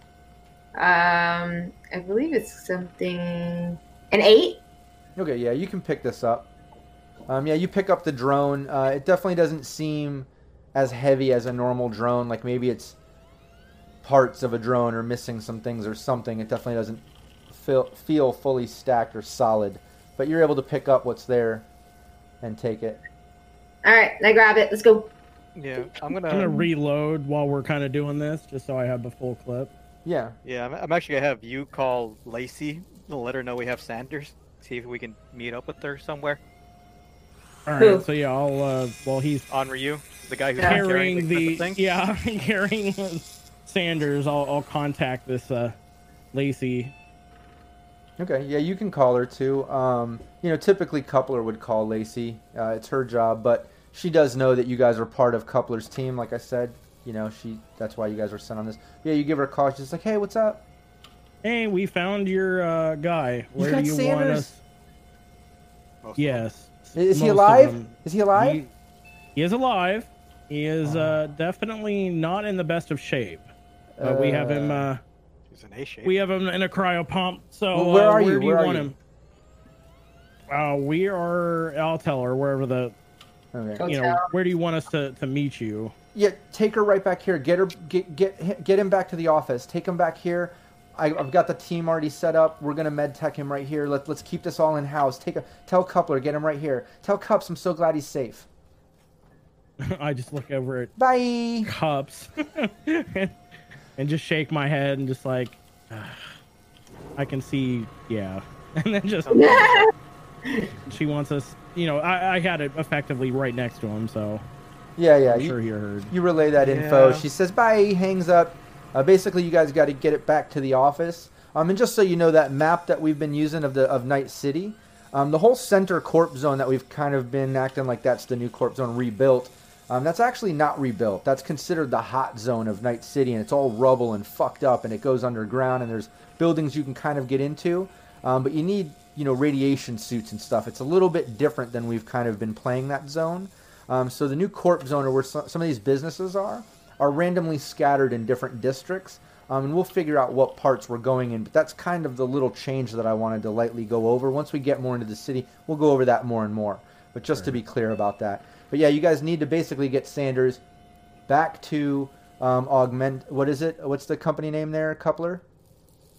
Um, I believe it's something. An eight. Okay, yeah, you can pick this up. Um, yeah, you pick up the drone. Uh, it definitely doesn't seem as heavy as a normal drone. Like maybe it's parts of a drone or missing some things or something. It definitely doesn't feel feel fully stacked or solid. But you're able to pick up what's there and take it. All right. I grab it. Let's go. Yeah, I'm gonna. I'm gonna um, reload while we're kind of doing this, just so I have the full clip. Yeah. yeah, I'm, I'm actually gonna have you call Lacey to let her know we have Sanders. See if we can meet up with her somewhere. All right. Cool. So yeah, I'll uh, while he's On Ryu, the guy who's Yeah. carrying the, expensive thing. yeah [LAUGHS] carrying the Sanders, I'll, I'll contact this uh, Lacey. Okay. Yeah, you can call her too. Um, you know, typically Coupler would call Lacey. Uh, it's her job, but she does know that you guys are part of Coupler's team. Like I said, you know, she that's why you guys were sent on this. Yeah, you give her a call. She's like, "Hey, what's up? Hey, we found your uh, guy. You Where got do you want Sanders? us? Most Yes. Is he Most of alive? them. Is he alive?" Oh. He, he is alive. He is uh, definitely not in the best of shape. But we have him. Uh, He's an A shape. we have him in a cryo pump. So Well, where uh, are where you? do Where you are want you? him? Uh, we are. I'll tell her wherever the Uh, Okay. you know. Hotel. Where do you want us to to meet you? [LAUGHS] Yeah, take her right back here. Get her, get get get him back to the office. Take him back here. I, I've got the team already set up. We're gonna med tech him right here. Let let's keep this all in house. Take a tell Coupler, get him right here. Tell Cups, I'm so glad he's safe. I just look over at Bye. cups [LAUGHS] and just shake my head and just like "Ah, I can see yeah [LAUGHS] and then [LAUGHS] just she wants us you know I, I had it effectively right next to him so Yeah, yeah. I'm You, sure he heard you relay that info. Yeah. She says bye. Hangs up. Uh, basically, you guys got to get it back to the office. Um, and just so you know, that map that we've been using of the of Night City, um, the whole center corp zone that we've kind of been acting like that's the new corp zone rebuilt. Um, that's actually not rebuilt. That's considered the hot zone of Night City, and it's all rubble and fucked up, and it goes underground, and there's buildings you can kind of get into, um, but you need you know radiation suits and stuff. It's a little bit different than we've kind of been playing that zone. Um, so the new corp zone, or where some, some of these businesses are, are randomly scattered in different districts, um, and we'll figure out what parts we're going in. But that's kind of the little change that I wanted to lightly go over. Once we get more into the city, we'll go over that more and more. But just to be clear about that, but yeah, you guys need to basically get Sanders back to um, augment. What is it? What's the company name there? Coupler,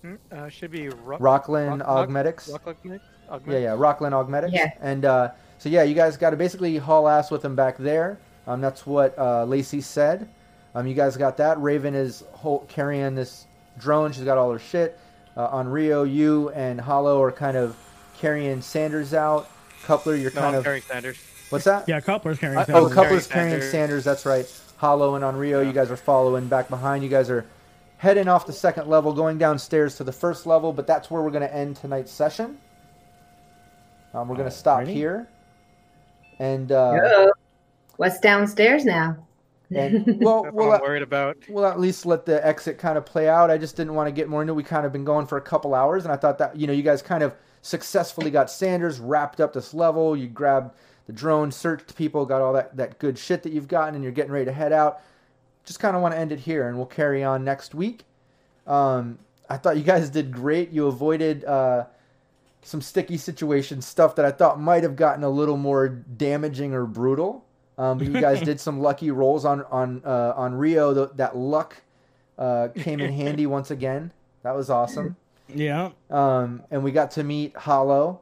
Hmm, uh, should be Rock. Rockland Rock- Augmetics. Rock- Augmetics? Yeah, yeah, Rockland Augmetics. Yeah. And uh, so yeah, you guys got to basically haul ass with them back there. Um, that's what uh, Lacey said. Um, you guys got that. Raven is whole, carrying this drone. She's got all her shit. Uh, on Rio, you and Hollow are kind of carrying Sanders out. Coupler, you're No, kind I'm of carrying Sanders. what's that? yeah coupler's carrying Uh, something. Oh, Sanders. Coupler's Carrying carrying Sanders. Sanders. That's right. Hollow and on Rio, you guys are following back behind. You guys are heading off the second level, going downstairs to the first level. But that's where we're going to end tonight's session. Um, we're going to stop Alrighty. here. And, uh, Uh-oh. What's downstairs now? and well, [LAUGHS] Oh, That's what we'll, uh, I'm worried about. we'll at least let the exit kind of play out. I just didn't want to get more into. it. We kind of been going for a couple hours, and I thought that you know you guys kind of successfully got Sanders wrapped up this level. You grabbed the drone, searched people, got all that that good shit that you've gotten, and you're getting ready to head out. Just kind of want to end it here, and we'll carry on next week. Um, I thought you guys did great. You avoided. Uh, some sticky situations, stuff that I thought might have gotten a little more damaging or brutal. Um, but you guys did some lucky rolls on on uh, on Rio. Th- that luck uh, came in handy once again. That was awesome. yeah Um, and we got to meet Hollow.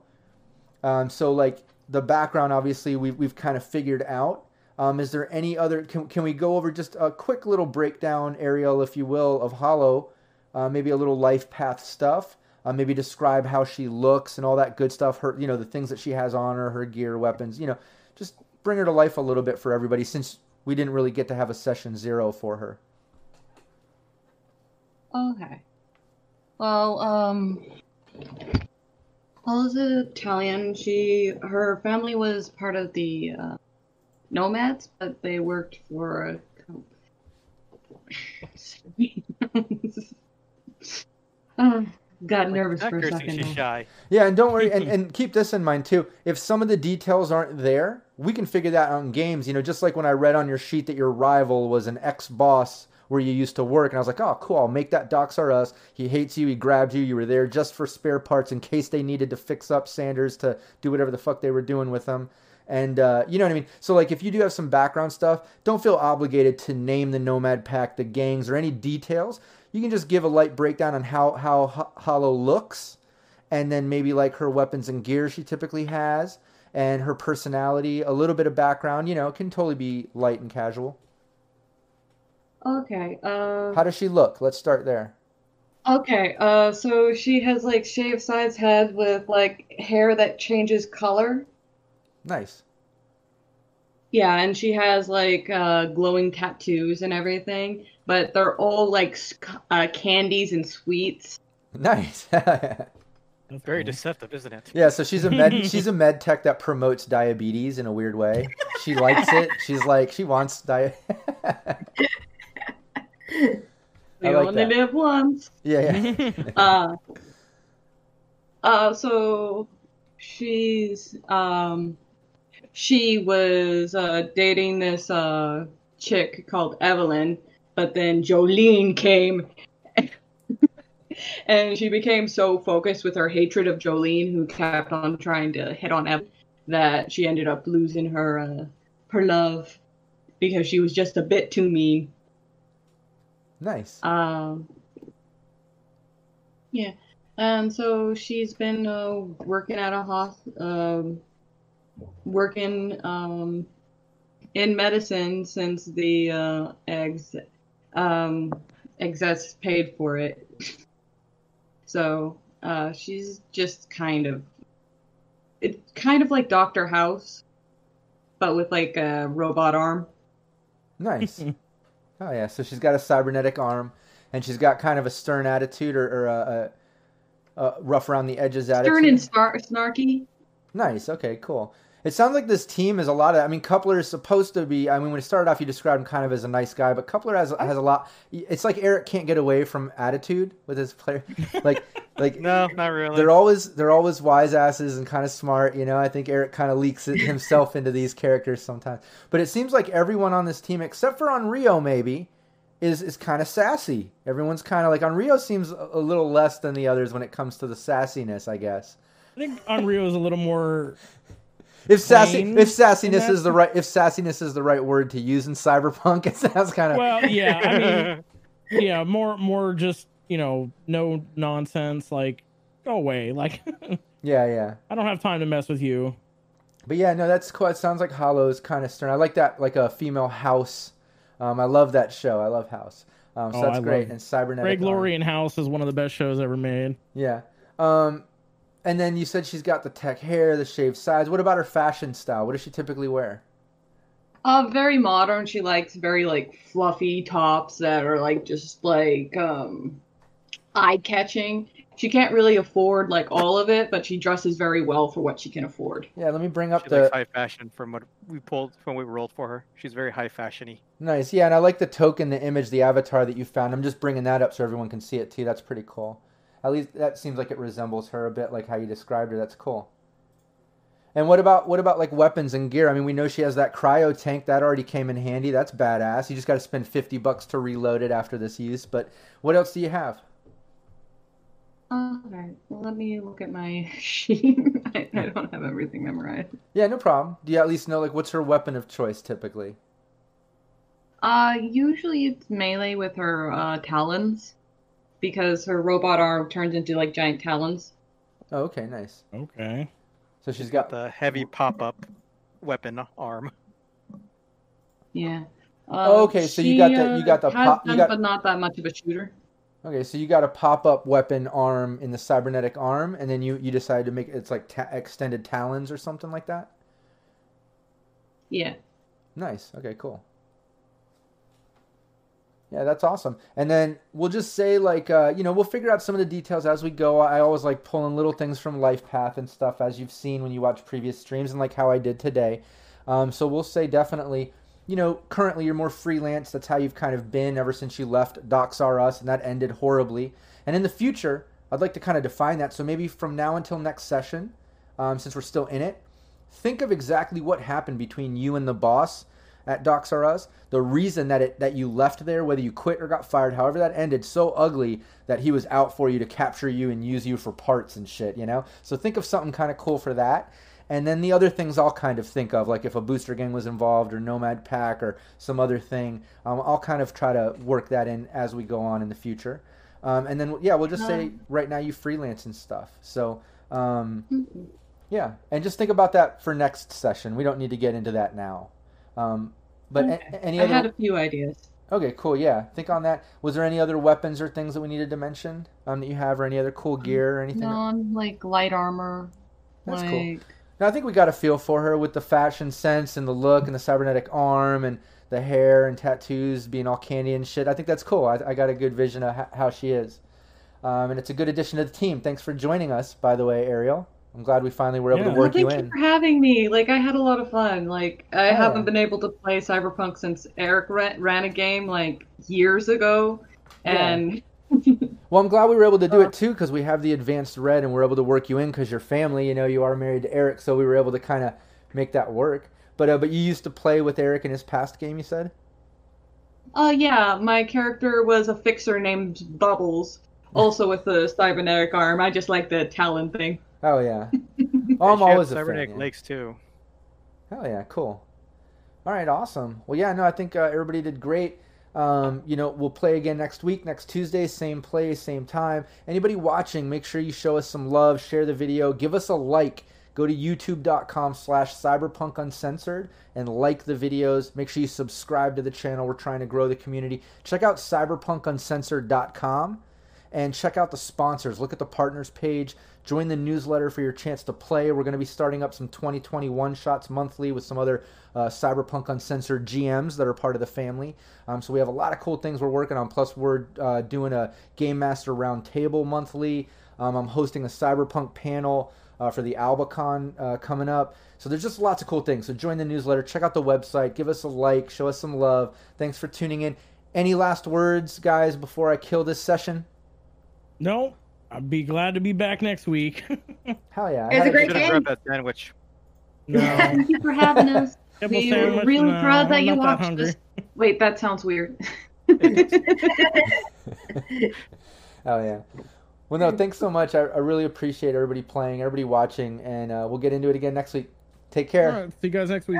Um, so like the background, obviously we've we've kind of figured out. Um, is there any other? Can can we go over just a quick little breakdown, Ariel, if you will, of Hollow? Uh, maybe a little life path stuff. Uh, maybe describe how she looks and all that good stuff. Her, you know, the things that she has on her, her gear, weapons. You know, just bring her to life a little bit for everybody, since we didn't really get to have a session zero for her. Okay. Well, um, Paula's Italian. She, her family was part of the uh, nomads, but they worked for a. com- [LAUGHS] Oh, got nervous for a Accuracy, second. she's shy. Yeah, and don't worry, and, and keep this in mind too. If some of the details aren't there, we can figure that out in games. You know, just like when I read on your sheet that your rival was an ex boss where you used to work, and I was like, oh, cool, I'll make that Docs R Us. He hates you, he grabbed you, you were there just for spare parts in case they needed to fix up Sanders to do whatever the fuck they were doing with him. And uh, you know what I mean? So, like, if you do have some background stuff, don't feel obligated to name the Nomad Pack, the gangs, or any details. You can just give a light breakdown on how, how Ho- Hollow looks and then maybe like her weapons and gear she typically has and her personality a little bit of background you know it can totally be light and casual Okay. Uh, How does she look? Let's start there. Okay, uh, so she has like shaved sides head with like hair that changes color. Nice. [LAUGHS] Yeah, and she has like uh, glowing tattoos and everything, but they're all like sc- uh, candies and sweets. Nice. [LAUGHS] That's Very cool. deceptive, isn't it? yeah, so she's a med she's a med tech that promotes diabetes in a weird way. She likes it. She's like she wants diet. We I like only that. live once. [LAUGHS] yeah, yeah. [LAUGHS] Uh, uh, so she's um, she was uh, dating this uh, chick called Evelyn, but then Jolene came, [LAUGHS] and she became so focused with her hatred of Jolene, who kept on trying to hit on Evelyn, that she ended up losing her uh, her love because she was just a bit too mean. Nice. Um, yeah, and so she's been uh, working at a hos um, working um, in medicine since the uh, ex um, excess paid for it. [LAUGHS] so uh, she's just kind of it's kind of like Doctor House, but with like a robot arm. Nice. oh yeah, so she's got a cybernetic arm, and she's got kind of a stern attitude or, or a, a, a rough around the edges attitude. Stern and snar- snarky. Nice. Okay. Cool. It sounds like this team is a lot of. I mean, Coupler is supposed to be. I mean, when it started off, you described him kind of as a nice guy, but Coupler has has a lot. It's like Eric can't get away from attitude with his player. Like, like No, not really. [LAUGHS] they're always they're always wise asses and kind of smart. You know, I think Eric kind of leaks it himself into these characters sometimes. But it seems like everyone on this team, except for on Rio, maybe, is is kind of sassy. Everyone's kind of like on Rio seems a a little less than the others when it comes to the sassiness, I guess. I think Unreal is a little more. If sassy, plain if sassiness that- is the right, if sassiness is the right word to use in cyberpunk, [LAUGHS] it sounds kind of Well, yeah. I mean, yeah, more more just you know no nonsense. Like go away. [LAUGHS] Like yeah, yeah. I don't have time to mess with you. But yeah, no, that's cool. It sounds like Hollow's kind of stern. I like that, like a female House. Um, I love that show. I love House. Um, so Oh, that's I great. love And cybernetic. Greg Arm. Laurie and House is one of the best shows ever made. Yeah. Um, and then you said she's got the tech hair, the shaved sides. What about her fashion style? What does she typically wear? Uh, very modern. She likes very like fluffy tops that are like just like um eye catching. She can't really afford like all of it, but she dresses very well for what she can afford. Yeah, let me bring [LAUGHS] up She the likes high fashion from what we pulled from what we rolled for her. She's very high fashiony. Nice. Yeah, and I like the token, the image, the avatar that you found. I'm just bringing that up so everyone can see it too. That's pretty cool. At least that seems like it resembles her a bit, like how you described her. That's cool. And what about what about like weapons and gear? I mean, we know she has that cryo tank that already came in handy. That's badass. You just got to spend 50 bucks to reload it after this use, but what else do you have? All right. Well, let me look at my [LAUGHS] sheet. I, I don't have everything memorized. Yeah, no problem. Do you at least know like what's her weapon of choice typically? Uh, usually it's melee with her uh, talons, because her robot arm turns into like giant talons. Oh, okay, nice. Okay. So she's got The heavy pop up weapon arm. Yeah. Uh, Oh, okay, so you she, got the- you uh, got the has pop- you guns, got- but not that much of a shooter. Okay, so you got a pop-up weapon arm in the cybernetic arm, and then you you decide to make it's like ta- extended talons or something like that. Yeah. Nice. Okay, cool. Yeah, that's awesome. And then we'll just say like uh, you know we'll figure out some of the details as we go. I always like pulling little things from Life Path and stuff, as you've seen when you watch previous streams, and like how I did today. Um, so we'll say definitely. You know, currently you're more freelance. That's how you've kind of been ever since you left Docs R Us, and that ended horribly. And in the future, I'd like to kind of define that. So maybe from now until next session, um, since we're still in it, think of exactly what happened between you and the boss at Docs R Us, the reason that it that you left there, whether you quit or got fired, however that ended, so ugly that he was out for you to capture you and use you for parts and shit, you know? So think of something kind of cool for that. And then the other things I'll kind of think of, like if a booster gang was involved or Nomad Pack or some other thing, um, I'll kind of try to work that in as we go on in the future. Um, and then, yeah, we'll just say right now you freelance and stuff. So, um, Mm-hmm. yeah, and just think about that for next session. We don't need to get into that now. Um, but a- any I other? had a few ideas. Okay, cool. Yeah, think on that. Was there any other weapons or things that we needed to mention um, that you have, or any other cool gear or anything? Non like light armor. That's like, cool. No, I think we got a feel for her with the fashion sense and the look and the cybernetic arm and the hair and tattoos being all candy and shit. I think that's cool. I, I got a good vision of ho- how she is. Um, and it's a good addition to the team. Thanks for joining us, by the way, Ariel. I'm glad we finally were able Yeah. to Well, work you thank you, in. for having me. Like I had a lot of fun. Like I Yeah. haven't been able to play Cyberpunk since Eric ran, ran a game like years ago, Yeah. and Well, I'm glad we were able to do Uh, it too because we have the advanced red and we're able to work you in because your family, you know, you are married to Eric, so we were able to kind of make that work. But uh, but you used to play with Eric in his past game, you said. Oh yeah, my character was a fixer named Bubbles, also with the cybernetic arm. I just like the talon thing. Oh yeah. Oh, I'm And she had always a fan. cybernetic yeah. legs too. Oh yeah, cool. All right, awesome. Well, yeah, no, I think uh, everybody did great. Um, you know, we'll play again next week, next Tuesday, same place, same time. Anybody watching, make sure you show us some love, share the video, give us a like. Go to youtube.com slash cyberpunk uncensored and like the videos. Make sure you subscribe to the channel. We're trying to grow the community. Check out cyberpunkuncensored.com and check out the sponsors. Look at the partners page. Join the newsletter for your chance to play. We're going to be starting up some 2021 shots monthly with some other uh, Cyberpunk Uncensored GMs that are part of the family. Um, so we have a lot of cool things we're working on. Plus, we're uh, doing a Game Master Roundtable monthly. Um, I'm hosting a Cyberpunk panel uh, for the AlbaCon uh, coming up. So there's just lots of cool things. So join the newsletter, check out the website, give us a like, show us some love. Thanks for tuning in. Any last words, guys, before I kill this session? No, I'd be glad to be back next week. [LAUGHS] Hell yeah. I It was had a great Should have game. grabbed that sandwich. [LAUGHS] no, Thank you for having us. Double we were sandwich? really No, proud that I'm you not watched hungry. us. Wait, that sounds weird. [LAUGHS] Oh yeah. Well, no, thanks so much. I, I really appreciate everybody playing, everybody watching, and uh, we'll get into it again next week. Take care. All right, see you guys next week.